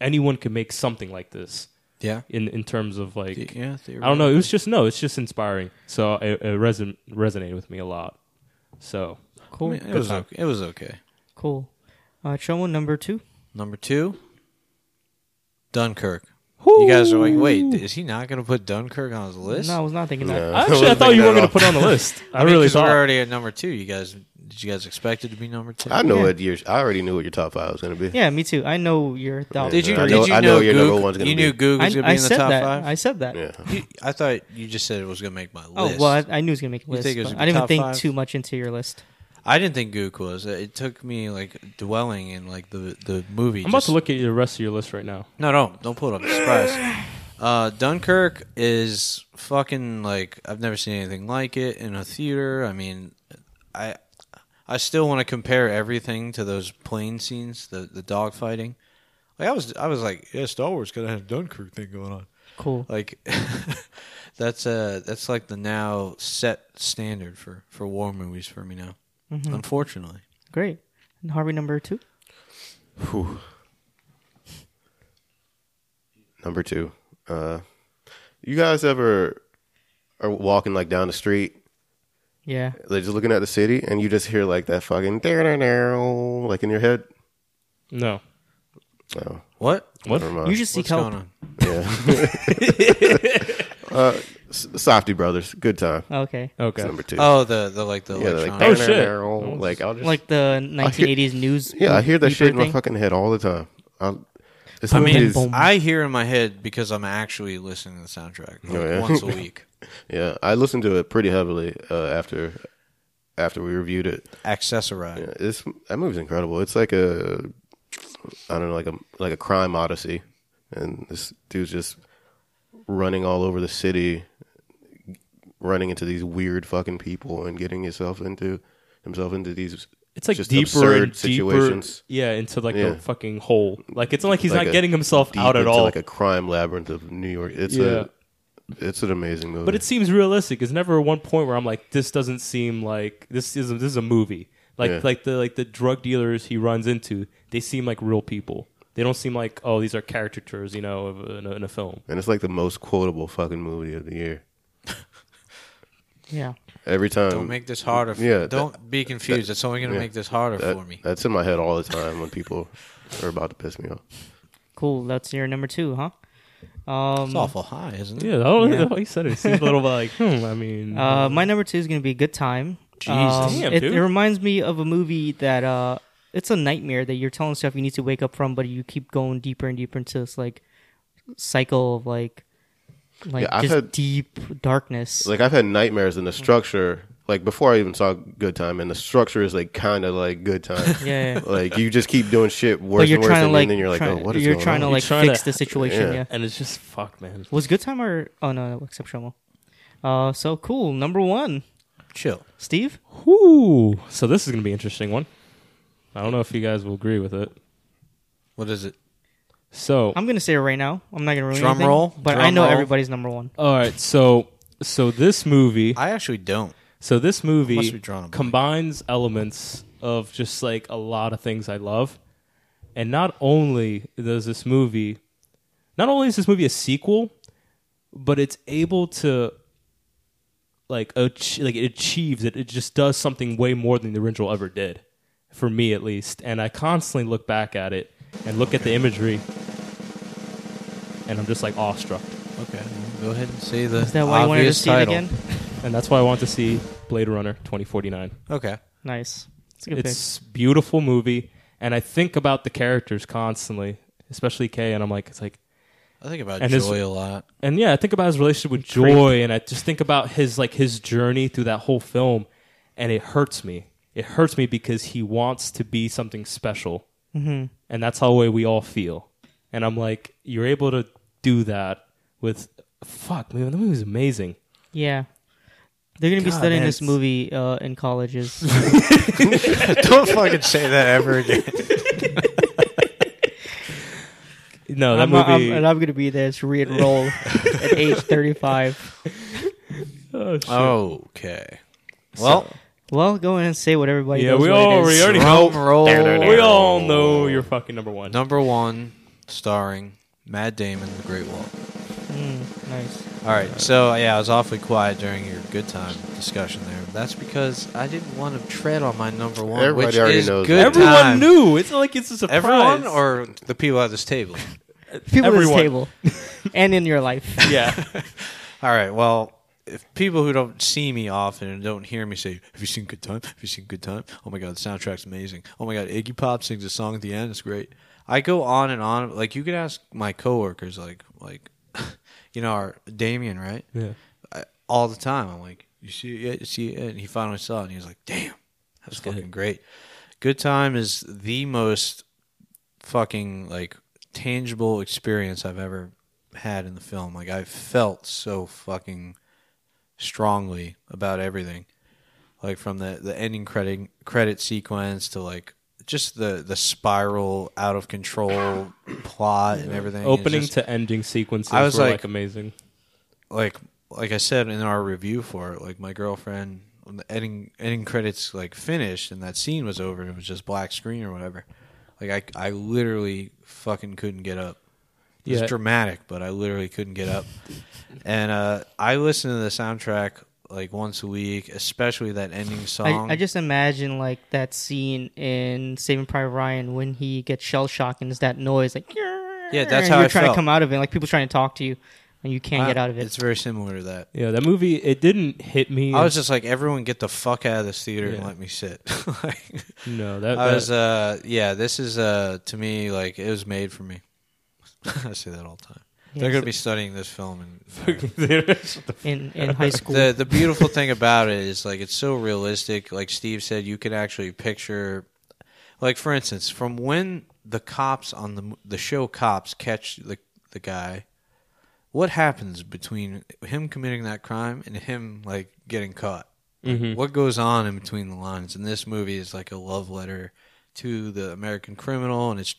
Speaker 2: anyone could make something like this
Speaker 3: yeah.
Speaker 2: in in terms of like,
Speaker 3: Th- yeah,
Speaker 2: I don't know. It was just no, it's just inspiring. So it, it reson- resonated with me a lot. So
Speaker 3: I
Speaker 1: Cool.
Speaker 3: mean, it was okay. It was okay.
Speaker 1: Cool. Uh, Chomo number two.
Speaker 3: Number two, Dunkirk. You guys are like, wait, is he not going to put Dunkirk on his list?
Speaker 1: No, I was not thinking that.
Speaker 4: No,
Speaker 2: actually, I
Speaker 4: wasn't
Speaker 2: thought you
Speaker 4: thinking
Speaker 2: were
Speaker 4: that
Speaker 2: going
Speaker 4: at
Speaker 2: to put it on the list. I, really
Speaker 3: because we're
Speaker 2: thought.
Speaker 3: already at number two. You guys, did you guys expect it to be number two?
Speaker 4: all. I know
Speaker 1: Yeah.
Speaker 4: what your. I already knew what your top five was gonna be.
Speaker 1: Yeah, me too. I know your thought.
Speaker 3: Did you?
Speaker 4: I
Speaker 3: did
Speaker 4: know-
Speaker 3: you
Speaker 4: I know your number
Speaker 3: Goog-
Speaker 4: one's gonna
Speaker 3: You
Speaker 4: be-
Speaker 3: knew Goog
Speaker 1: I,
Speaker 3: was going to
Speaker 1: I
Speaker 3: be in the
Speaker 1: said
Speaker 3: top
Speaker 1: that.
Speaker 3: five.
Speaker 1: I said that.
Speaker 4: Yeah.
Speaker 3: You- I thought you just said it was going to make my list.
Speaker 1: Oh well, I, I knew he was gonna make a
Speaker 3: You
Speaker 1: list.
Speaker 3: think it was
Speaker 1: but
Speaker 3: gonna
Speaker 1: I
Speaker 3: be
Speaker 1: didn't
Speaker 3: top
Speaker 1: think
Speaker 3: five?
Speaker 1: too much into your list.
Speaker 3: I didn't think Gook was. It took me like dwelling in like the the movie.
Speaker 2: I'm about
Speaker 3: just-
Speaker 2: to look at the rest of your list right now.
Speaker 3: No, no, don't pull it up. Surprise. Uh, Dunkirk is fucking like I've never seen anything like it in a theater. I mean, I I still want to compare everything to those plane scenes, the the dogfighting. Like I was I was like, yeah, Star Wars gonna have Dunkirk thing going on.
Speaker 1: Cool.
Speaker 3: Like that's uh that's like the now set standard for for war movies for me now. Unfortunately.
Speaker 1: Great. And Harvey number two.
Speaker 4: Whew. Number two. Uh, you guys ever are walking like down the street?
Speaker 1: Yeah.
Speaker 4: They're just looking at the city, and you just hear like that fucking like in your head.
Speaker 2: No,
Speaker 4: Oh,
Speaker 3: What?
Speaker 2: what?
Speaker 4: never mind.
Speaker 1: you should seek
Speaker 3: What's
Speaker 1: help.
Speaker 3: going on?
Speaker 4: S- Softy Brothers, good time.
Speaker 1: Oh, Okay.
Speaker 2: Okay.
Speaker 4: That's number two.
Speaker 3: Oh, the the like the
Speaker 4: yeah, they're
Speaker 3: electronic.
Speaker 4: like,
Speaker 2: Oh, shit.
Speaker 4: "Darn-darn-darn-darn." Like I'll just
Speaker 1: Like the 1980s news.
Speaker 4: yeah, I hear that
Speaker 1: beeper
Speaker 4: shit in my
Speaker 1: thing.
Speaker 4: fucking head all the time. I'll, this
Speaker 3: I
Speaker 4: movie
Speaker 3: mean,
Speaker 4: is-
Speaker 3: I hear in my head because I'm actually listening to the soundtrack like,
Speaker 4: Oh, yeah.
Speaker 3: once a week.
Speaker 4: yeah, I listened to it pretty heavily uh, after after we reviewed it.
Speaker 3: Accessorize.
Speaker 4: Yeah, This that movie's incredible. It's like a I don't know, like a like a crime odyssey, and this dude's just running all over the city, running into these weird fucking people, and getting himself into himself into these.
Speaker 2: It's like
Speaker 4: just
Speaker 2: deeper
Speaker 4: absurd
Speaker 2: and deeper,
Speaker 4: situations.
Speaker 2: yeah, into like
Speaker 4: Yeah.
Speaker 2: the fucking hole. Like it's not like he's not
Speaker 4: Like a
Speaker 2: getting himself
Speaker 4: deep
Speaker 2: out at
Speaker 4: into,
Speaker 2: all.
Speaker 4: Like a crime labyrinth of New York. It's
Speaker 2: Yeah.
Speaker 4: a it's an amazing movie.
Speaker 2: but it seems realistic. It's never one point where I'm like, this doesn't seem like this is a, this is a movie. Like
Speaker 4: Yeah.
Speaker 2: like the like the drug dealers he runs into, they seem like real people. They don't seem like oh these are caricatures, you know, of, in, a, in a film.
Speaker 4: and it's like the most quotable fucking movie of the year.
Speaker 1: Yeah.
Speaker 4: Every time.
Speaker 3: Don't make this harder. For,
Speaker 4: Um, Yeah, that-
Speaker 3: Don't be confused. it's only going to
Speaker 4: yeah,
Speaker 3: make this harder
Speaker 4: that-
Speaker 3: for me.
Speaker 4: That's in my head all the time when people are about to piss me off.
Speaker 1: Cool. That's your number two, huh?
Speaker 3: It's
Speaker 1: Um,
Speaker 3: awful high, isn't it?
Speaker 2: Yeah, I don't
Speaker 1: Yeah.
Speaker 2: know why you said it. It seems a little like hmm, I mean,
Speaker 1: Uh, my number two is gonna be Good Time.
Speaker 3: Jesus.
Speaker 2: Damn,
Speaker 1: it,
Speaker 2: dude.
Speaker 1: it reminds me of a movie that uh, it's a nightmare that you're telling yourself you need to wake up from, but you keep going deeper and deeper into this like cycle of like like
Speaker 4: Yeah, I've
Speaker 1: just
Speaker 4: had-
Speaker 1: deep darkness.
Speaker 4: Like I've had nightmares in the structure. Like before I even saw Good Time, and the structure is like kind of like Good Time.
Speaker 1: yeah, yeah.
Speaker 4: Like you just keep doing shit worse
Speaker 1: but you're
Speaker 4: and worse,
Speaker 1: trying to
Speaker 4: and
Speaker 1: like,
Speaker 4: then you're like,
Speaker 1: try-
Speaker 4: oh, what is
Speaker 1: you're
Speaker 4: going
Speaker 1: trying to
Speaker 4: on?
Speaker 1: like
Speaker 2: trying
Speaker 1: fix
Speaker 2: to-
Speaker 1: the situation.
Speaker 4: yeah.
Speaker 1: yeah.
Speaker 2: and it's just fuck, man.
Speaker 1: Was good time or oh no, no exceptional. Uh, so cool. Number one,
Speaker 3: Chill.
Speaker 1: Steve.
Speaker 2: Whoo! So this is gonna be an interesting one. I don't know if you guys will agree with it.
Speaker 3: What is it?
Speaker 2: So
Speaker 1: I'm gonna say it right now. I'm not gonna ruin
Speaker 3: Drum
Speaker 1: anything,
Speaker 3: roll,
Speaker 1: but
Speaker 3: drum
Speaker 1: I know
Speaker 3: roll.
Speaker 1: everybody's number one.
Speaker 2: all right, so so this movie,
Speaker 3: I actually don't.
Speaker 2: so this movie
Speaker 3: Must be drawn a blank.
Speaker 2: combines elements of just like a lot of things I love, and not only does this movie, not only is this movie a sequel, but it's able to like ach- like it achieves it. It just does something way more than the original ever did, for me at least. And I constantly look back at it and look at the imagery, and I'm just like awestruck.
Speaker 3: Okay, go ahead and say the
Speaker 1: Is that why you wanted to
Speaker 3: obvious
Speaker 1: see
Speaker 3: title.
Speaker 1: it again?
Speaker 2: And that's why I want to see Blade Runner 2049.
Speaker 3: Okay,
Speaker 1: Nice. It's a good pick.
Speaker 2: it's beautiful movie, and I think about the characters constantly, especially Kay, and I'm like, it's like,
Speaker 3: I think about
Speaker 2: And
Speaker 3: Joy
Speaker 2: this-
Speaker 3: a lot.
Speaker 2: and yeah, I think about his relationship with Joy, and I just think about his like his journey through that whole film, and it hurts me. It hurts me because he wants to be something special, mm-hmm. and that's how way we all feel. And I'm like, you're able to do that with fuck, man, the movie's amazing.
Speaker 1: Yeah. They're gonna be
Speaker 2: God,
Speaker 1: studying
Speaker 2: man,
Speaker 1: this
Speaker 2: it's-
Speaker 1: movie uh, in colleges.
Speaker 3: Don't fucking say that ever again.
Speaker 2: No, that
Speaker 1: I'm, I'm-
Speaker 2: movie.
Speaker 1: and I'm gonna be there to re-enroll at age 35.
Speaker 2: oh, shit.
Speaker 3: Okay. Well,
Speaker 1: Well, go in and say what everybody.
Speaker 2: Yeah,
Speaker 1: knows
Speaker 2: we
Speaker 1: what it
Speaker 2: all-
Speaker 1: is.
Speaker 2: we already-
Speaker 3: drum roll.
Speaker 2: we all know you're fucking number one.
Speaker 3: Number one, starring Matt Damon, The Great Wall.
Speaker 1: Mm, nice.
Speaker 3: All right, so yeah, I was awfully quiet during your good time discussion there. That's because I didn't want to tread on my number one,
Speaker 4: Everybody
Speaker 3: which
Speaker 4: already
Speaker 3: is
Speaker 4: knows
Speaker 3: good
Speaker 4: that.
Speaker 2: Everyone
Speaker 3: time.
Speaker 2: knew. It's not like it's a surprise.
Speaker 3: Everyone or the people at this table.
Speaker 1: People
Speaker 2: Everyone.
Speaker 1: at this table, and in your life.
Speaker 2: yeah.
Speaker 3: All right. Well, if people who don't see me often and don't hear me say, "Have you seen Good Time? Have you seen Good Time? Oh my God, the soundtrack's amazing. Oh my God, Iggy Pop sings a song at the end. It's great." I go on and on. Like you could ask my coworkers, like like you know, our Damien, right?
Speaker 2: Yeah.
Speaker 3: I, all the time. I'm like, "You see it yet? You see it?" Yet? And he finally saw it, and he was like, "Damn, that was fucking great." Good Time is the most fucking like tangible experience I've ever had in the film. Like I felt so fucking strongly about everything. Like from the, the ending credit credit sequence to like just the, the spiral out of control plot and everything. It's
Speaker 2: Opening
Speaker 3: just-
Speaker 2: to ending sequences
Speaker 3: I was
Speaker 2: were like,
Speaker 3: like-
Speaker 2: amazing.
Speaker 3: like like I said in our review for it, like my girlfriend when the ending ending credits like finished and that scene was over and it was just black screen or whatever. Like I I literally fucking couldn't get up. It
Speaker 2: Yeah.
Speaker 3: was dramatic, but I literally couldn't get up. and uh I listen to the soundtrack like once a week, especially that ending song.
Speaker 1: I, I just imagine like that scene in Saving Private Ryan when he gets shell shocked and there's that noise like yeah,
Speaker 3: that's how
Speaker 1: you're
Speaker 3: I
Speaker 1: trying
Speaker 3: felt.
Speaker 1: to come out of it. Like people trying to talk to you and you can't
Speaker 3: I-
Speaker 1: get out of it.
Speaker 3: It's very similar to that.
Speaker 2: Yeah, that movie it didn't hit me.
Speaker 3: I was just like, everyone get the fuck out of this theater and
Speaker 2: Yeah.
Speaker 3: let me sit. like,
Speaker 2: no, that,
Speaker 3: I
Speaker 2: that-
Speaker 3: was, uh, yeah, this is, uh, to me, like, it was made for me. I say that all the time. They're
Speaker 1: Yeah,
Speaker 3: going
Speaker 1: so-
Speaker 3: to be studying this film. And
Speaker 1: in in high school.
Speaker 3: the, the beautiful thing about it is, like, it's so realistic. Like Steve said, you can actually picture, like, for instance, from when the cops on the, the show Cops catch the, the guy, what happens between him committing that crime and him, like, getting caught?
Speaker 2: Mhm.
Speaker 3: what goes on in between the lines and this movie is like a love letter to the american criminal and it's,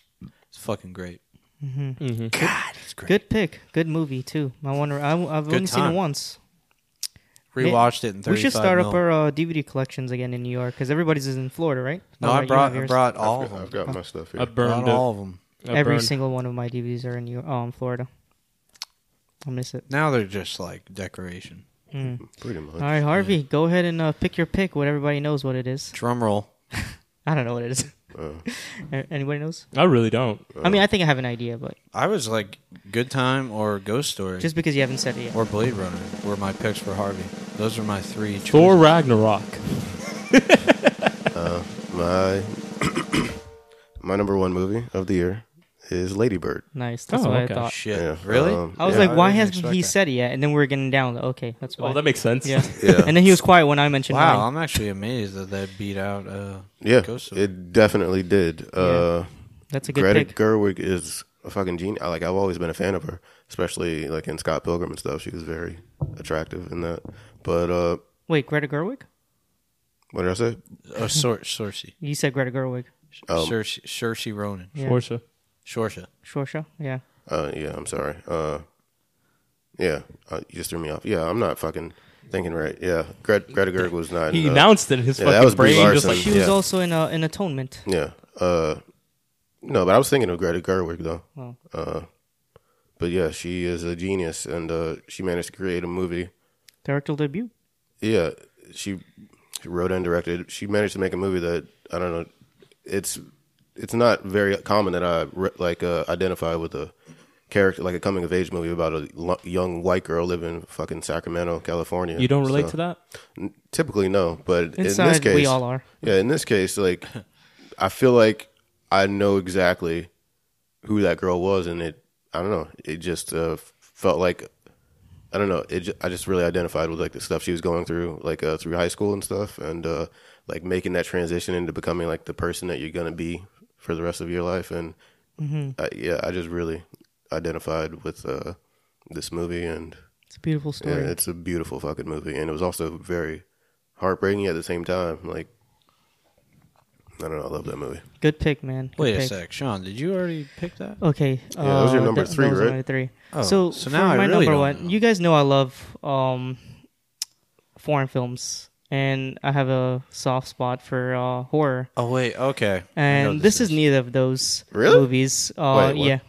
Speaker 3: it's fucking great
Speaker 1: Mm-hmm.
Speaker 3: god it's great
Speaker 1: Good pick. Good movie too. I wonder. I, I've
Speaker 3: Good
Speaker 1: only seen
Speaker 3: time.
Speaker 1: it once.
Speaker 3: rewatched it in 35
Speaker 1: We should start up
Speaker 3: mil.
Speaker 1: our uh, DVD collections again in New York because everybody's is in Florida, right?
Speaker 3: no
Speaker 1: Or
Speaker 3: i
Speaker 1: you
Speaker 3: brought
Speaker 1: have
Speaker 3: i
Speaker 1: yours?
Speaker 3: brought
Speaker 4: I've
Speaker 3: all
Speaker 4: got-
Speaker 3: of
Speaker 4: I've
Speaker 3: them
Speaker 4: got my stuff here.
Speaker 2: I burned
Speaker 3: Brought
Speaker 2: it.
Speaker 3: all of them
Speaker 2: I
Speaker 1: every
Speaker 2: burned-
Speaker 1: single one of my DVDs are in New York. Oh, in Florida. I miss it.
Speaker 3: now they're just like decoration
Speaker 4: Pretty much.
Speaker 1: All right, Harvey, go ahead and uh, pick your pick. What everybody knows what it is.
Speaker 3: drum roll
Speaker 1: I don't know what it is.
Speaker 4: Uh.
Speaker 1: A- Anybody knows?
Speaker 2: I really don't.
Speaker 1: I mean, I think I have an idea, but
Speaker 3: i was like good time or ghost story
Speaker 1: just because you haven't said it yet.
Speaker 3: or blade runner were my picks for harvey those were my three choices.
Speaker 2: Thor Ragnarok.
Speaker 4: My my number one movie of the year is Ladybird.
Speaker 1: Nice. That's
Speaker 2: Oh,
Speaker 1: what
Speaker 2: okay.
Speaker 1: I thought.
Speaker 3: Shit,
Speaker 4: Yeah,
Speaker 3: really?
Speaker 4: um,
Speaker 1: I was
Speaker 4: yeah.
Speaker 1: like, why
Speaker 3: didn't
Speaker 1: hasn't
Speaker 3: expect
Speaker 1: he
Speaker 3: that.
Speaker 1: said it yet? And then we were getting down. Okay, that's why.
Speaker 2: Oh, that makes sense.
Speaker 1: yeah.
Speaker 4: Yeah.
Speaker 1: And then he was quiet when I mentioned
Speaker 3: Wow,
Speaker 1: mine.
Speaker 3: I'm actually amazed that that beat out. Uh,
Speaker 4: Yeah,
Speaker 3: Ghost Story.
Speaker 4: it definitely did. Uh,
Speaker 1: That's a good
Speaker 4: Greta
Speaker 1: pick.
Speaker 4: Gerwig is a fucking genius. I- Like I've always been a fan of her, especially like in Scott Pilgrim and stuff. She was very attractive in that. But uh,
Speaker 1: Wait, Greta Gerwig?
Speaker 4: what did I say?
Speaker 3: oh, Sor- Sorcy,
Speaker 1: You said Greta Gerwig.
Speaker 4: Um,
Speaker 3: Cersei, Cersei Ronan,
Speaker 1: Yeah.
Speaker 2: Portia.
Speaker 3: Shorsha.
Speaker 1: Shorsha? Yeah.
Speaker 4: Uh, yeah, I'm sorry. Uh, yeah, uh, you just threw me off. Yeah, I'm not fucking thinking right. Yeah, Gret- Greta Gerwig was not.
Speaker 2: He
Speaker 4: uh,
Speaker 2: announced it in his
Speaker 4: yeah, that
Speaker 2: fucking
Speaker 4: was Brie
Speaker 2: brain, just
Speaker 4: Larson.
Speaker 2: like
Speaker 1: She was
Speaker 4: Yeah.
Speaker 1: also in uh, in Atonement.
Speaker 4: Yeah. Uh, no, but I was thinking of Greta Gerwig though.
Speaker 1: Oh.
Speaker 4: Uh, but yeah, she is a genius, and uh, she managed to create a movie.
Speaker 1: Directorial debut.
Speaker 4: Yeah, she wrote and directed. She managed to make a movie that I don't know. It's it's not very common that I re- like uh, identify with a character like a coming of age movie about a lo- young white girl living in fucking Sacramento, California.
Speaker 2: you don't relate to that.
Speaker 4: N- Typically, no, but in this
Speaker 1: Inside,
Speaker 4: case,
Speaker 1: we all are.
Speaker 4: yeah, in this case, like I feel like I know exactly who that girl was, and it I don't know, it just uh, felt like I don't know, it ju- I just really identified with like the stuff she was going through, like uh, through high school and stuff, and uh, like making that transition into becoming like the person that you're gonna be for the rest of your life, and I, yeah, I just really identified with uh, this movie and.
Speaker 1: It's a beautiful story.
Speaker 4: Yeah, it's a beautiful fucking movie, and it was also very heartbreaking at the same time. Like, I don't know, I love that movie.
Speaker 1: Good pick, man. Good
Speaker 3: Wait a
Speaker 1: pick.
Speaker 3: sec, Sean. Did you already pick that?
Speaker 1: Okay.
Speaker 4: Yeah, that was your
Speaker 1: uh,
Speaker 4: number
Speaker 1: that-
Speaker 4: three,
Speaker 1: that was
Speaker 4: right?
Speaker 1: my three.
Speaker 3: Oh,
Speaker 1: so,
Speaker 3: so
Speaker 1: for
Speaker 3: now I
Speaker 1: my
Speaker 3: really
Speaker 1: number
Speaker 3: don't
Speaker 1: one,
Speaker 3: know.
Speaker 1: you guys know I love um, foreign films, and I have a soft spot for uh, horror.
Speaker 3: Oh wait, okay. I know
Speaker 1: And this, is neither of those
Speaker 4: Really?
Speaker 1: movies. Uh,
Speaker 4: Wait, what?
Speaker 1: yeah.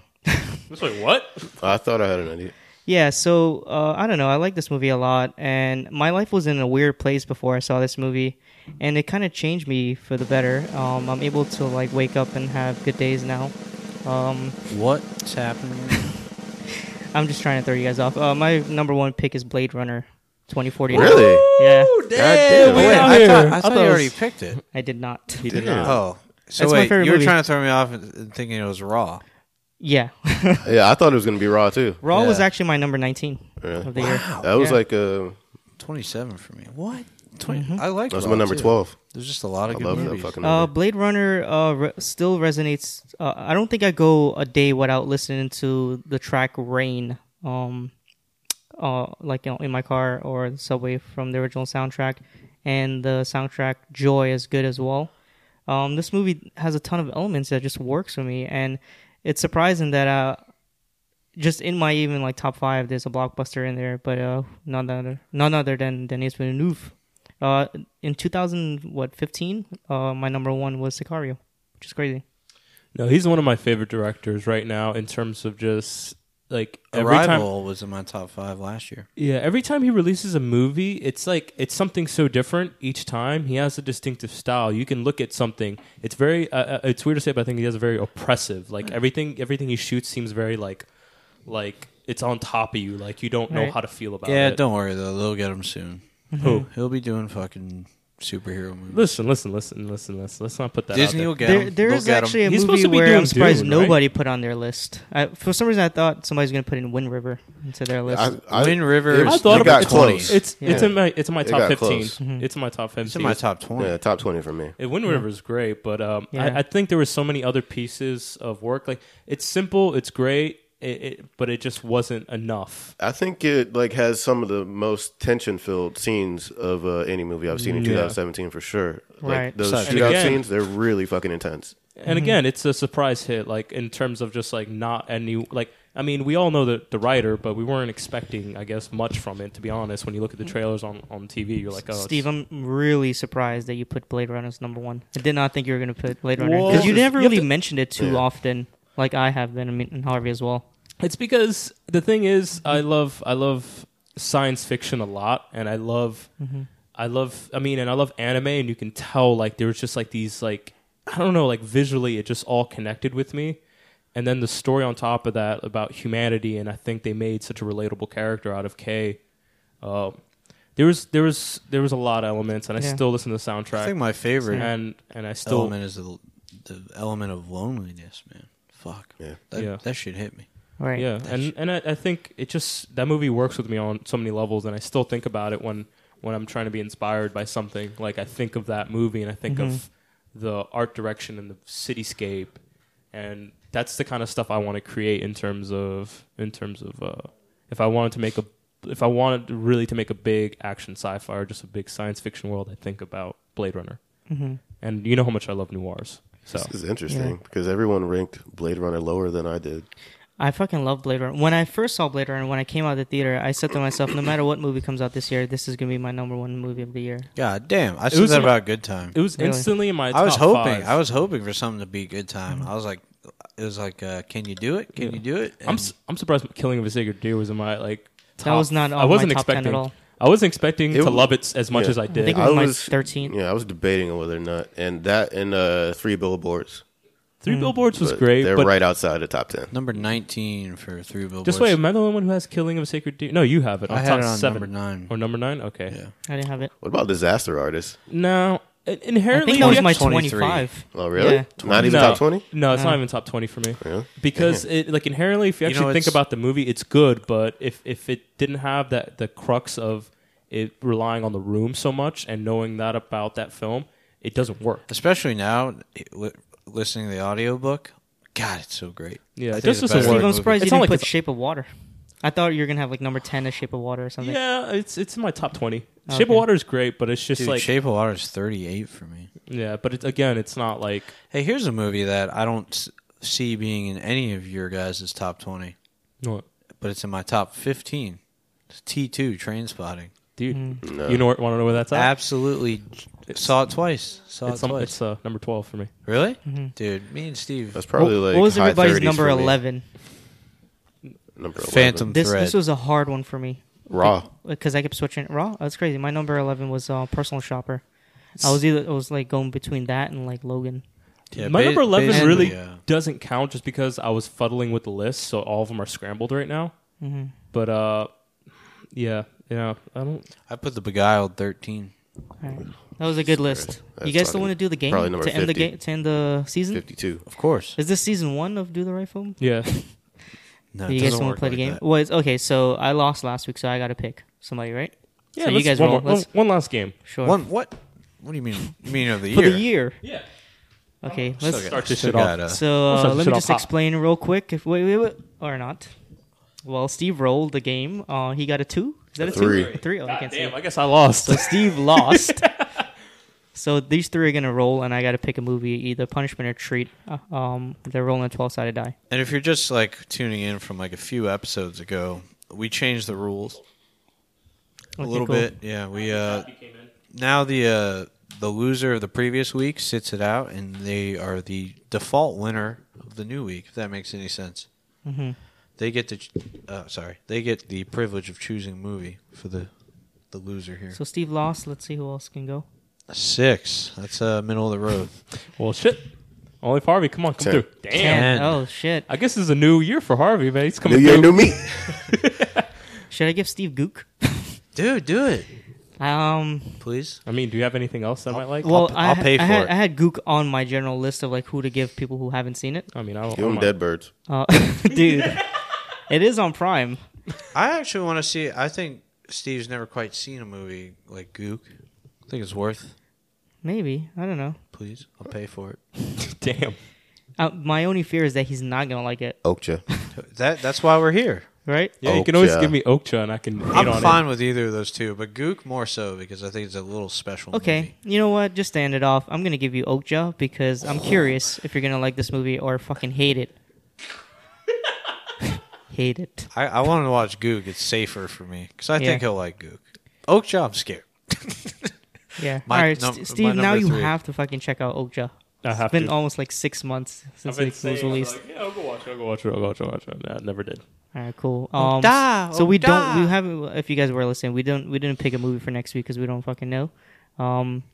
Speaker 2: It's like what?
Speaker 4: I thought I had an idea.
Speaker 1: Yeah, so uh, I don't know. I like this movie a lot, and my life was in a weird place before I saw this movie, and it kind of changed me for the better. Um, I'm able to like wake up and have good days now. Um,
Speaker 3: What's happening?
Speaker 1: I'm just trying to throw you guys off. Uh, my number one pick is Blade Runner, 2049.
Speaker 4: Really?
Speaker 1: Yeah,
Speaker 4: damn.
Speaker 3: Oh,
Speaker 4: we
Speaker 3: wait,
Speaker 2: out
Speaker 3: I
Speaker 2: here.
Speaker 3: thought, I thought you
Speaker 1: thought it
Speaker 3: already
Speaker 1: was-
Speaker 3: picked it.
Speaker 1: I did not.
Speaker 3: Oh, so
Speaker 1: That's my
Speaker 3: wait,
Speaker 1: favorite
Speaker 3: you were
Speaker 1: movie.
Speaker 3: trying to throw me off and- and thinking it was Raw.
Speaker 1: Yeah,
Speaker 4: Yeah, I thought it was gonna be Raw too.
Speaker 1: Raw was
Speaker 3: Yeah.
Speaker 1: actually my number 19
Speaker 4: Yeah.
Speaker 1: of the year.
Speaker 4: That was
Speaker 1: Yeah.
Speaker 4: like uh,
Speaker 3: Twenty-seven for me. What? 20 I like.
Speaker 4: that was
Speaker 3: Raw,
Speaker 4: my number
Speaker 3: too.
Speaker 4: twelve.
Speaker 3: There's just a lot of
Speaker 4: I
Speaker 3: good
Speaker 4: love that
Speaker 3: movies.
Speaker 4: fucking
Speaker 1: Uh,
Speaker 4: movie.
Speaker 1: Blade Runner uh, re- still resonates. Uh, I don't think I go a day without listening to the track "Rain," um, uh, like you know, in my car or the subway from the original soundtrack, and the soundtrack "Joy" is good as well. Um, this movie has a ton of elements that just works for me, and it's surprising that uh, just in my even like top five, there's a blockbuster in there, but uh, none other, none other than Denis Villeneuve. Uh, in 2000, what 15? Uh, my number one was Sicario, which is crazy.
Speaker 2: No, he's one of my favorite directors right now in terms of just like every time.
Speaker 3: Arrival was in my top five last year.
Speaker 2: Yeah, every time he releases a movie, it's like it's something so different each time. He has a distinctive style. You can look at something. It's very. Uh, uh, it's weird to say, but I think he has a very oppressive. Like everything, everything he shoots seems very like, like it's on top of you. Like you don't know
Speaker 1: Right.
Speaker 2: how to feel about
Speaker 3: Yeah,
Speaker 2: it.
Speaker 3: don't worry though. They'll get him soon.
Speaker 2: Who?
Speaker 3: He'll be doing fucking superhero movies.
Speaker 2: Listen, listen, listen, listen. Let's let's not put that. out
Speaker 3: Disney
Speaker 2: there.
Speaker 3: will get
Speaker 1: There,
Speaker 3: him.
Speaker 1: there
Speaker 3: They'll
Speaker 1: is
Speaker 3: get 'em.
Speaker 1: actually a
Speaker 2: He's supposed
Speaker 1: movie
Speaker 2: to be
Speaker 1: where
Speaker 2: doing
Speaker 1: I'm surprised
Speaker 2: Dune, right?
Speaker 1: nobody put on their list. I, for some reason, I thought somebody's going to put in Wind River into their list.
Speaker 3: Wind River
Speaker 4: it-
Speaker 2: I
Speaker 3: is-
Speaker 2: thought
Speaker 4: it
Speaker 2: about
Speaker 4: got
Speaker 2: it.
Speaker 4: close.
Speaker 2: It's it's
Speaker 4: Yeah.
Speaker 2: in my it's in my
Speaker 4: It
Speaker 2: top
Speaker 4: got
Speaker 2: 15
Speaker 4: close.
Speaker 2: It's in my top fifteen.
Speaker 3: It's in my top twenty.
Speaker 4: yeah, top twenty for me.
Speaker 2: It Wind River's great, but um,
Speaker 1: Yeah.
Speaker 2: I, I think there were so many other pieces of work. Like it's simple, it's great, it, it, but it just wasn't enough.
Speaker 4: I think it like has some of the most tension filled scenes of uh, any movie I've seen in
Speaker 2: Yeah.
Speaker 4: 2017 for sure. Like
Speaker 1: Right.
Speaker 4: those
Speaker 3: Such-
Speaker 2: And
Speaker 4: shootout
Speaker 2: again-
Speaker 4: scenes, they're really fucking intense.
Speaker 1: Mm-hmm.
Speaker 2: And again, it's a surprise hit. Like in terms of just like not any like. I mean, we all know the the writer, but we weren't expecting, I guess, much from it. To be honest, when you look at the trailers on on TV, you're like, oh, it's-
Speaker 1: Mm-hmm. Steve, I'm really surprised that you put Blade Runner as number one. I did not think you were going to put Blade Runner
Speaker 2: Well,
Speaker 1: because you
Speaker 2: this is-
Speaker 1: never
Speaker 2: you have
Speaker 1: really
Speaker 2: to-
Speaker 1: mentioned it too
Speaker 4: Yeah.
Speaker 1: often, like I have been. I mean, and Harvey as well.
Speaker 2: It's because the thing is, I love I love science fiction a lot, and I love I love I mean, and I love anime, and you can tell like there was just like these like I don't know like visually it just all connected with me, and then the story on top of that about humanity, and I think they made such a relatable character out of K. Uh, there was there was there was a lot of elements, and I
Speaker 1: Yeah.
Speaker 2: still listen to the
Speaker 3: I think
Speaker 2: soundtrack,
Speaker 3: my favorite
Speaker 2: and and I still
Speaker 3: element is the, the element of loneliness, man. fuck.
Speaker 4: Yeah.
Speaker 3: That,
Speaker 2: Yeah.
Speaker 3: that shit hit me.
Speaker 1: Right.
Speaker 2: Yeah, and and I, I think it just that movie works with me on so many levels, and I still think about it when when I'm trying to be inspired by something. Like I think of that movie, and I think of
Speaker 3: Mm-hmm.
Speaker 2: the art direction and the cityscape, and that's the kind of stuff I want to create in terms of in terms of uh, if I wanted to make a if I wanted to really to make a big action sci-fi or just a big science fiction world, I think about Blade Runner,
Speaker 1: Mhm.
Speaker 2: and you know how much I love noirs. So
Speaker 4: This is interesting because everyone ranked Blade Runner lower than I did.
Speaker 1: I fucking love Blade Runner. When I first saw Blade Runner, when I came out of the theater, I said to myself, no matter what movie comes out this year, this is gonna be my number one movie of the year.
Speaker 3: God damn. I said
Speaker 2: was
Speaker 3: that
Speaker 2: in my-
Speaker 3: about Good Time.
Speaker 2: it was
Speaker 1: Really?
Speaker 2: instantly in my.
Speaker 3: I was
Speaker 2: top
Speaker 3: hoping.
Speaker 2: five.
Speaker 3: I was hoping for something to be Good Time. I was like, it was like, uh, can you do it? Can you do it?
Speaker 2: I'm
Speaker 3: And-
Speaker 2: s- I'm surprised Killing of a Sacred Deer was in my like. Top,
Speaker 1: was not on
Speaker 2: I wasn't
Speaker 1: my top 10 at
Speaker 2: expecting
Speaker 1: all.
Speaker 2: I wasn't expecting
Speaker 4: It
Speaker 2: to
Speaker 4: w-
Speaker 2: love it s- as much
Speaker 4: yeah.
Speaker 2: as I did.
Speaker 1: think it was my 13th.
Speaker 4: Yeah, I was debating on whether or not, and that and uh, three billboards.
Speaker 1: Mm.
Speaker 2: Three Billboards was
Speaker 4: But
Speaker 2: great,
Speaker 4: They're
Speaker 2: but
Speaker 4: right outside the top ten.
Speaker 3: number 19 for Three Billboards.
Speaker 2: just wait. Am I the only one who has Killing of a Sacred Deer? No, you have it. On
Speaker 3: I
Speaker 2: top
Speaker 3: had it on
Speaker 2: seven Oh,
Speaker 3: number nine.
Speaker 2: or number nine. Okay.
Speaker 3: Yeah.
Speaker 1: I didn't have it.
Speaker 4: What about Disaster Artist?
Speaker 2: No, i-
Speaker 1: I
Speaker 2: inherently
Speaker 1: think that was
Speaker 2: the-
Speaker 1: my
Speaker 3: 23.
Speaker 1: 25.
Speaker 4: Oh, really?
Speaker 1: Yeah.
Speaker 4: Not even
Speaker 2: no,
Speaker 4: top twenty.
Speaker 2: No, it's
Speaker 1: No.
Speaker 2: not even top twenty for me.
Speaker 4: Really?
Speaker 2: Because it, like inherently, if you
Speaker 3: You
Speaker 2: actually
Speaker 3: know,
Speaker 2: think
Speaker 3: it's-
Speaker 2: about the movie, it's good. But if if it didn't have that the crux of it relying on the room so much and knowing that about that film, it doesn't work.
Speaker 3: Especially now, it- li- listening to the audiobook. God, it's so great.
Speaker 2: Yeah,
Speaker 3: I
Speaker 2: it
Speaker 3: think
Speaker 2: just
Speaker 3: it's
Speaker 2: doesn't
Speaker 3: better
Speaker 1: Steve,
Speaker 2: work.
Speaker 3: than the
Speaker 1: I'm
Speaker 3: movie.
Speaker 1: surprised you
Speaker 2: It's not
Speaker 1: didn't
Speaker 2: like
Speaker 1: put
Speaker 2: it's-
Speaker 1: Shape of Water. I thought you were gonna have like number ten as Shape of Water or something.
Speaker 2: Yeah, it's it's in my top twenty.
Speaker 1: Oh, Okay.
Speaker 2: Shape of Water is great, but it's just
Speaker 3: Dude,
Speaker 2: like
Speaker 3: Shape of Water is 38 for me.
Speaker 2: yeah. But it's again, it's not like
Speaker 3: Hey, here's a movie that I don't s- see being in any of your guys' top 20, but it's in my top 15. It's T2, Train Spotting.
Speaker 2: dude.
Speaker 1: Mm.
Speaker 4: No.
Speaker 2: You know, want to know where that's at?
Speaker 3: Absolutely saw it twice. Saw
Speaker 2: It's,
Speaker 3: it
Speaker 2: um,
Speaker 3: twice.
Speaker 2: it's uh, number twelve for me.
Speaker 3: really?
Speaker 1: Mm-hmm.
Speaker 3: Dude, me and Steve.
Speaker 4: That's probably
Speaker 1: What-
Speaker 4: like
Speaker 1: what was
Speaker 4: high
Speaker 1: everybody's
Speaker 4: 30s
Speaker 1: number
Speaker 4: for me.
Speaker 1: eleven?
Speaker 4: Number 11.
Speaker 3: Phantom
Speaker 1: This
Speaker 3: Thread.
Speaker 1: this was a hard one for me
Speaker 4: Raw.
Speaker 1: because I kept switching. Raw, that's crazy. My number eleven was uh, Personal Shopper. I was either I was like going between that and like Logan.
Speaker 3: Yeah,
Speaker 2: My
Speaker 3: ba-
Speaker 2: number eleven
Speaker 3: basically,
Speaker 2: really
Speaker 3: uh,
Speaker 2: doesn't count just because I was fuddling with the list, so all of them are scrambled right now.
Speaker 1: Mm-hmm.
Speaker 2: But uh, yeah, yeah, I don't.
Speaker 3: I put the Beguiled 13.
Speaker 1: Alright. That was a good list.
Speaker 4: That's
Speaker 1: You guys still
Speaker 4: probably-
Speaker 1: want to do the game
Speaker 4: probably number
Speaker 1: to end the
Speaker 4: 50.
Speaker 1: game to end the season?
Speaker 4: Fifty-two.
Speaker 3: Of course.
Speaker 1: Is this season one of Do the Right Film?
Speaker 2: Yeah,
Speaker 3: No,
Speaker 1: you
Speaker 3: it
Speaker 1: guys
Speaker 3: doesn't
Speaker 1: want
Speaker 3: work
Speaker 1: to play the
Speaker 3: like
Speaker 1: game?
Speaker 3: that.
Speaker 1: Well, it's, okay, so I lost last week, so I got to pick somebody, right?
Speaker 2: yeah.
Speaker 1: so you
Speaker 2: let's-
Speaker 1: guys
Speaker 2: one,
Speaker 1: roll.
Speaker 2: more- one-
Speaker 1: Let's-
Speaker 2: one last game.
Speaker 1: Sure.
Speaker 3: One, what? What do you mean? You mean of the
Speaker 1: for
Speaker 3: year?
Speaker 1: the year.
Speaker 2: Yeah,
Speaker 1: Okay,
Speaker 3: Still
Speaker 1: let's
Speaker 3: got-
Speaker 2: start this
Speaker 3: still
Speaker 2: shit off.
Speaker 3: got, uh,
Speaker 1: So
Speaker 2: We'll
Speaker 1: uh,
Speaker 2: start the
Speaker 1: let me
Speaker 2: shit off
Speaker 1: just
Speaker 2: hot.
Speaker 1: explain real quick. If wait, wait, wait, or not. Well, Steve rolled the game. Uh, he got a two. Is that a
Speaker 4: Three.
Speaker 1: two? A three. Oh, you can't see.
Speaker 2: damn. I
Speaker 1: it.
Speaker 2: guess I lost.
Speaker 1: So Steve lost. so these three are gonna roll, and I got to pick a movie, either punishment or treat. Uh, um, they're rolling a twelve-sided die.
Speaker 3: And if you're just like tuning in from like a few episodes ago, we changed the rules a
Speaker 1: Okay,
Speaker 3: little
Speaker 1: cool.
Speaker 3: bit. Yeah, we uh now the uh the loser of the previous week sits it out and they are the default winner of the new week if that makes any sense. They get the ch- uh, sorry, they get the privilege of choosing movie for the the loser here.
Speaker 1: So Steve lost. Let's see who else can go.
Speaker 3: 6. That's uh middle of the road.
Speaker 2: well, shit. Only Harvey, come on, come
Speaker 4: Ten.
Speaker 2: through. Damn.
Speaker 3: Ten.
Speaker 1: Oh shit!
Speaker 2: I guess this is a new year for Harvey, man. He's
Speaker 4: New
Speaker 2: coming
Speaker 4: year,
Speaker 2: through.
Speaker 4: new me.
Speaker 1: Should I give Steve Gook?
Speaker 3: Dude, do it,
Speaker 1: Um.
Speaker 3: please.
Speaker 2: I mean, do you have anything else that I might like?
Speaker 1: Well,
Speaker 3: p-
Speaker 1: i
Speaker 3: I'll pay
Speaker 1: I
Speaker 3: for
Speaker 1: had,
Speaker 3: it.
Speaker 1: I had Gook on my general list of like who to give people who haven't seen it.
Speaker 2: I mean, I don't.
Speaker 4: Give
Speaker 2: I
Speaker 4: them
Speaker 2: don't
Speaker 4: dead birds.
Speaker 1: Uh, dude, it is on Prime.
Speaker 3: I actually want to see. I think Steve's never quite seen a movie like Gook. I think it's worth.
Speaker 1: Maybe I don't know.
Speaker 3: Please, I'll pay for it.
Speaker 2: mind.
Speaker 3: Oh,
Speaker 2: Damn.
Speaker 1: Uh, my only fear is that he's not gonna like it,
Speaker 4: Okja.
Speaker 3: That that's why we're here.
Speaker 1: right?
Speaker 2: Yeah, you can
Speaker 4: Okja.
Speaker 2: always give me Okja, and I can. hate
Speaker 3: I'm
Speaker 2: on
Speaker 3: fine with either of those two, but Gook more so because I think it's a little special.
Speaker 1: Okay, you know what? Just to end it off, I'm gonna give you Okja because
Speaker 3: Oh.
Speaker 1: I'm curious if you're gonna like this movie or fucking hate it. hate it.
Speaker 3: movie. I, I want to watch Gook. It's safer for me because I
Speaker 1: Yeah.
Speaker 3: think he'll like Gook. Oakjaw, I'm scared.
Speaker 1: Yeah.
Speaker 3: My
Speaker 1: All right,
Speaker 3: num-
Speaker 1: St-
Speaker 3: my
Speaker 1: Steve. Now
Speaker 3: number
Speaker 1: you
Speaker 3: three.
Speaker 1: have to fucking check out Okja.
Speaker 2: It. I
Speaker 1: It's
Speaker 2: have
Speaker 1: been
Speaker 2: to.
Speaker 1: almost like six months since it was released.
Speaker 2: yeah, I'll go watch it. I'll go watch it. I'll go watch it. I'll watch it. Nah, never did.
Speaker 1: All right, cool. Um,
Speaker 3: da,
Speaker 1: so
Speaker 3: oh,
Speaker 1: we
Speaker 3: da.
Speaker 1: don't. We haven't. If you guys were listening, we don't. We didn't pick a movie for next week because we don't fucking know. Um,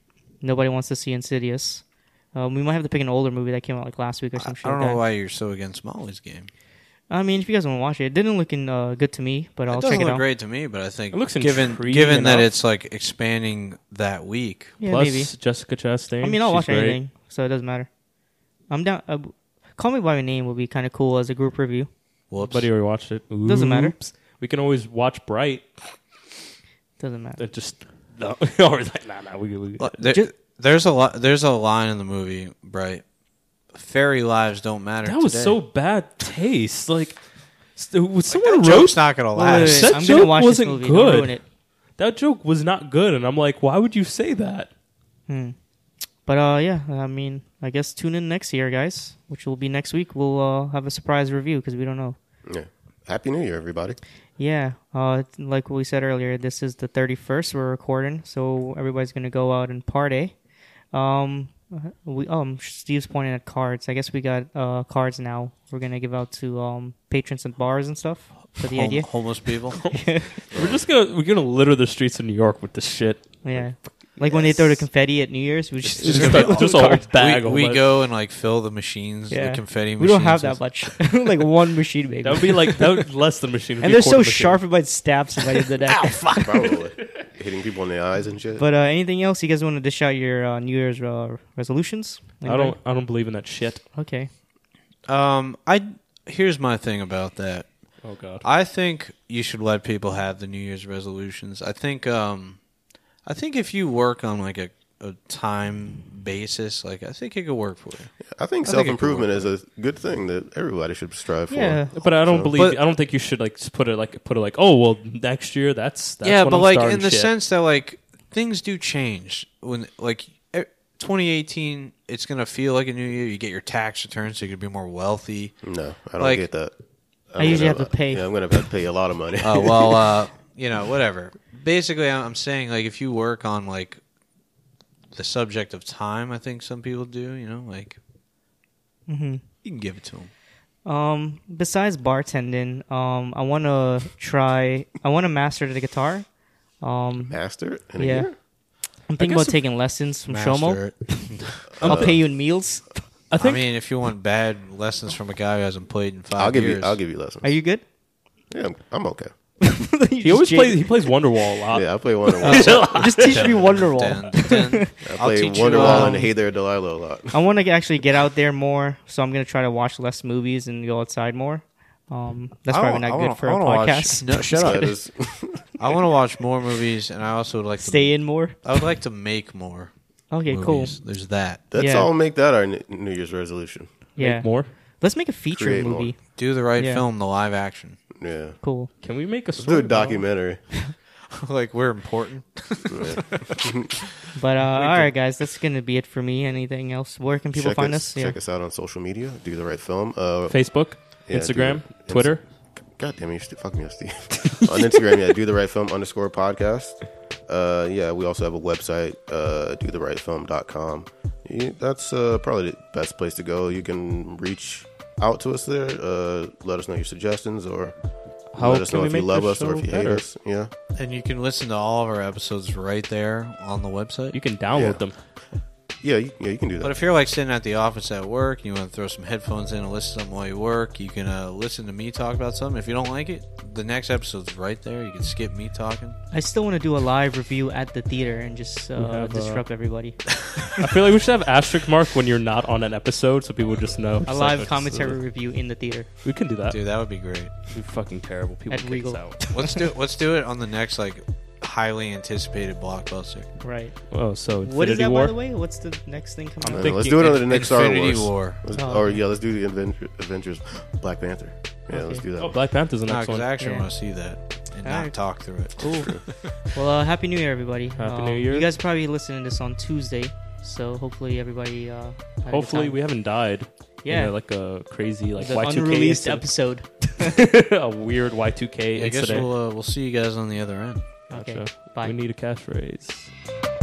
Speaker 1: nobody wants to see Insidious. Um, we might have to pick an older movie that came out like last week or
Speaker 3: I
Speaker 1: some shit.
Speaker 3: don't
Speaker 1: like
Speaker 3: know
Speaker 1: that.
Speaker 3: why you're so against Molly's game.
Speaker 1: I mean, if you guys want to watch it, it didn't look in, uh, good to me, but I'll
Speaker 3: it doesn't
Speaker 1: check it
Speaker 3: look
Speaker 1: out.
Speaker 3: great to me, but I think
Speaker 2: It looks
Speaker 3: given
Speaker 2: intriguing
Speaker 3: given that
Speaker 2: enough.
Speaker 3: it's like expanding that week.
Speaker 1: Yeah,
Speaker 2: Plus
Speaker 1: maybe.
Speaker 2: Jessica Chastain.
Speaker 1: I mean, I'll
Speaker 2: she's
Speaker 1: watch
Speaker 2: great.
Speaker 1: anything, so it doesn't matter. I'm down. Uh, Call Me by My Name would be kind of cool as a group review.
Speaker 3: Whoops.
Speaker 2: Buddy already watched it.
Speaker 1: Doesn't matter.
Speaker 2: Oops. We can always watch Bright.
Speaker 1: Doesn't matter.
Speaker 2: That just no. Or like, nah, nah, we, we,
Speaker 3: Well, there-
Speaker 1: Ju-
Speaker 3: there's a lot. There's a line in the movie, Bright. Fairy lives don't matter.
Speaker 2: that was
Speaker 3: today.
Speaker 2: so bad taste. Like, s- was
Speaker 3: That
Speaker 2: someone
Speaker 3: joke's
Speaker 2: roast
Speaker 3: not gonna
Speaker 2: Wait, wait,
Speaker 3: last.
Speaker 2: wait. That
Speaker 1: I'm gonna
Speaker 2: joke
Speaker 1: watch this
Speaker 2: wasn't
Speaker 1: movie.
Speaker 2: good.
Speaker 1: Don't ruin it.
Speaker 2: that joke was not good, and I'm like, why would you say that?
Speaker 1: But uh, yeah, I mean, I guess tune in next year, guys, which will be next week. We'll uh, have a surprise review because we don't know.
Speaker 4: Yeah. Happy New Year, everybody.
Speaker 1: Yeah, uh, like we said earlier, this is the 31st we're recording, so everybody's gonna go out and party. Um, we um Steve's pointing at cards. I guess we got uh cards now. We're gonna give out to um patrons and bars and stuff for the
Speaker 2: Oh
Speaker 3: Hom-
Speaker 1: idea.
Speaker 3: homeless people.
Speaker 2: We're just gonna we're gonna litter the streets of New York with this shit.
Speaker 1: Yeah, like when they throw the confetti at New Year's, we just,
Speaker 2: Just, a, just a whole bag.
Speaker 3: we,
Speaker 2: of
Speaker 3: we
Speaker 2: it.
Speaker 3: go and like fill the machines,
Speaker 1: Yeah.
Speaker 3: the confetti machines.
Speaker 1: we don't have that much.
Speaker 3: with-
Speaker 1: like one machine, maybe.
Speaker 2: That would be like that would less than machine. It'd
Speaker 1: and
Speaker 2: be a
Speaker 1: they're so
Speaker 2: quarter machine.
Speaker 1: sharp, it might stab somebody in the neck.
Speaker 4: Probably. Hitting people in the eyes and shit.
Speaker 1: But uh, anything else you guys want to dish out your uh, New Year's uh, resolutions?
Speaker 2: I don't I don't believe in that shit.
Speaker 1: Okay.
Speaker 3: Um, I here's my thing about that.
Speaker 2: Oh god.
Speaker 3: I think you should let people have the New Year's resolutions. I think um, I think if you work on like a, a time basis, like I think it could work for you.
Speaker 4: I think
Speaker 3: I think
Speaker 4: self
Speaker 3: it could
Speaker 4: improvement is a good thing that everybody should strive
Speaker 1: Yeah.
Speaker 4: for.
Speaker 2: But I don't
Speaker 4: So-
Speaker 2: believe
Speaker 3: But-
Speaker 2: I don't think you should like just put it like put it like oh well next year that's, that's
Speaker 3: yeah,
Speaker 2: when
Speaker 3: but
Speaker 2: I'm
Speaker 3: like
Speaker 2: starting
Speaker 3: in the
Speaker 2: shit.
Speaker 3: sense that like things do change when like e- 2018, it's gonna feel like a new year. You get your tax return, so you could be more wealthy.
Speaker 4: No, I don't
Speaker 3: Like-
Speaker 4: get that.
Speaker 1: I usually
Speaker 4: gonna-
Speaker 1: have to pay.
Speaker 4: Yeah, I'm going to have to pay a lot of money.
Speaker 3: Uh, well, uh, you know, whatever. Basically, I- I'm saying like if you work on like the subject of time, I think some people do. You know, like
Speaker 2: Mm-hmm.
Speaker 3: you can give it to them.
Speaker 1: Um, besides bartending, um, I want to try. I want to master the guitar. Um,
Speaker 4: Master it in a
Speaker 1: yeah.
Speaker 4: year?
Speaker 1: I'm thinking
Speaker 2: guess
Speaker 1: about
Speaker 2: if-
Speaker 1: taking lessons from Shomo.
Speaker 3: it.
Speaker 1: I'll pay you in meals.
Speaker 2: I
Speaker 3: I
Speaker 2: think
Speaker 3: mean, if you want bad lessons from a guy who hasn't played in 5
Speaker 4: I'll give
Speaker 3: years,
Speaker 4: you. I'll give you lessons.
Speaker 1: Are you good?
Speaker 4: yeah, I'm, I'm okay.
Speaker 2: he always plays he plays Wonderwall a lot.
Speaker 4: Yeah, I play Wonderwall.
Speaker 1: Just teach me Wonderwall.
Speaker 3: Then, then
Speaker 4: I
Speaker 3: I'll
Speaker 4: play
Speaker 3: teach you,
Speaker 4: Wonderwall
Speaker 3: um,
Speaker 4: and Hey There Delilah a lot.
Speaker 1: I want to actually get out there more, so I'm gonna try to watch less movies and go outside more. Um, that's
Speaker 3: I
Speaker 1: probably
Speaker 3: wanna-
Speaker 1: not
Speaker 3: I
Speaker 1: good
Speaker 3: wanna-
Speaker 1: for a
Speaker 3: I wanna watch-
Speaker 1: podcast.
Speaker 3: No, shut
Speaker 4: That
Speaker 3: up.
Speaker 4: is,
Speaker 3: I want to watch more movies, and I also would like to
Speaker 1: Stay in more.
Speaker 3: I would like to make more.
Speaker 1: Okay, cool.
Speaker 3: movies. There's that.
Speaker 4: that's
Speaker 1: Yeah.
Speaker 4: all. Make that our New New Year's resolution.
Speaker 1: Yeah,
Speaker 2: More.
Speaker 1: let's make a feature
Speaker 4: Create more.
Speaker 1: movie.
Speaker 3: Do the right
Speaker 1: Yeah.
Speaker 3: film, the live action.
Speaker 4: Yeah,
Speaker 1: Cool.
Speaker 2: Can we make a
Speaker 4: do
Speaker 2: story
Speaker 4: a
Speaker 2: about-
Speaker 4: documentary.
Speaker 3: like we're important.
Speaker 1: But uh, all right, guys, that's gonna be it for me. Anything else? Where can people
Speaker 4: check
Speaker 1: find
Speaker 4: us,
Speaker 1: us? Yeah.
Speaker 4: Check us out on social media. Do the right film. Uh,
Speaker 2: Facebook,
Speaker 4: Yeah,
Speaker 2: Instagram,
Speaker 4: dude. It's-
Speaker 2: Twitter.
Speaker 4: God damn it, you should fuck me up, Steve. on Instagram, yeah, do the right film underscore podcast. Uh, yeah, we also have a website, uh, do the right film.com. That's uh, probably the best place to go. You can reach out to us there, uh, let us know your suggestions, or
Speaker 2: How
Speaker 4: let us
Speaker 2: can
Speaker 4: know
Speaker 2: we
Speaker 4: if you
Speaker 2: make
Speaker 4: love
Speaker 2: this
Speaker 4: us or if
Speaker 2: show
Speaker 4: you
Speaker 2: better?
Speaker 4: hate us. Yeah,
Speaker 3: And you can listen to all of our episodes right there on the website.
Speaker 2: You can download
Speaker 4: Yeah.
Speaker 2: them.
Speaker 4: yeah, you, yeah, you can do that.
Speaker 3: but if you're like sitting at the office at work and you want to throw some headphones in and listen to them while you work, you can uh, listen to me talk about something. If you don't like it, the next episode's right there. You can skip me talking.
Speaker 1: I still want to do a live review at the theater and just uh,
Speaker 2: have, uh,
Speaker 1: disrupt everybody.
Speaker 2: I feel like we should have asterisk mark when you're not on an episode, so people just know.
Speaker 1: A
Speaker 2: Just
Speaker 1: live
Speaker 2: like,
Speaker 1: commentary review in the theater.
Speaker 2: We can do that.
Speaker 3: Dude, that would be great.
Speaker 2: We're fucking terrible. People
Speaker 1: At
Speaker 2: kick
Speaker 1: Regal.
Speaker 2: us out.
Speaker 3: Let's do let's do it on the next like highly anticipated blockbuster.
Speaker 1: Right.
Speaker 2: Oh, so
Speaker 1: what is
Speaker 2: Infinity
Speaker 1: that,
Speaker 2: War?
Speaker 1: by the way? What's the next thing coming
Speaker 4: I
Speaker 1: up?
Speaker 4: don't know,
Speaker 3: think
Speaker 4: let's
Speaker 3: you-
Speaker 4: do it
Speaker 3: in-
Speaker 4: under the next Star
Speaker 3: Infinity
Speaker 4: Wars.
Speaker 3: War.
Speaker 4: Let's-
Speaker 1: Oh,
Speaker 4: Or
Speaker 1: okay.
Speaker 4: yeah, let's do the Adventure, Adventures. Black Panther. Yeah, let's
Speaker 1: Okay.
Speaker 4: do that.
Speaker 2: Oh, Black Panther's the
Speaker 3: No,
Speaker 2: next
Speaker 3: 'cause
Speaker 2: one.
Speaker 3: I actually
Speaker 1: Yeah.
Speaker 3: want to see that and not
Speaker 1: Alright.
Speaker 3: talk through it.
Speaker 1: Cool. well, uh, happy New Year, everybody.
Speaker 2: Happy
Speaker 1: Um,
Speaker 2: New Year.
Speaker 1: You guys probably listening to this on Tuesday, so hopefully everybody. Uh, had a good
Speaker 2: Hopefully,
Speaker 1: time.
Speaker 2: we haven't died. in
Speaker 1: Yeah.
Speaker 2: a, like a crazy like
Speaker 1: the
Speaker 2: Y2K
Speaker 1: unreleased
Speaker 2: incident.
Speaker 1: episode.
Speaker 2: a weird Y2K
Speaker 3: I guess
Speaker 2: incident.
Speaker 3: we'll uh, we'll see you guys on the other end.
Speaker 1: Okay.
Speaker 2: Gotcha.
Speaker 1: Bye.
Speaker 2: We need a catchphrase.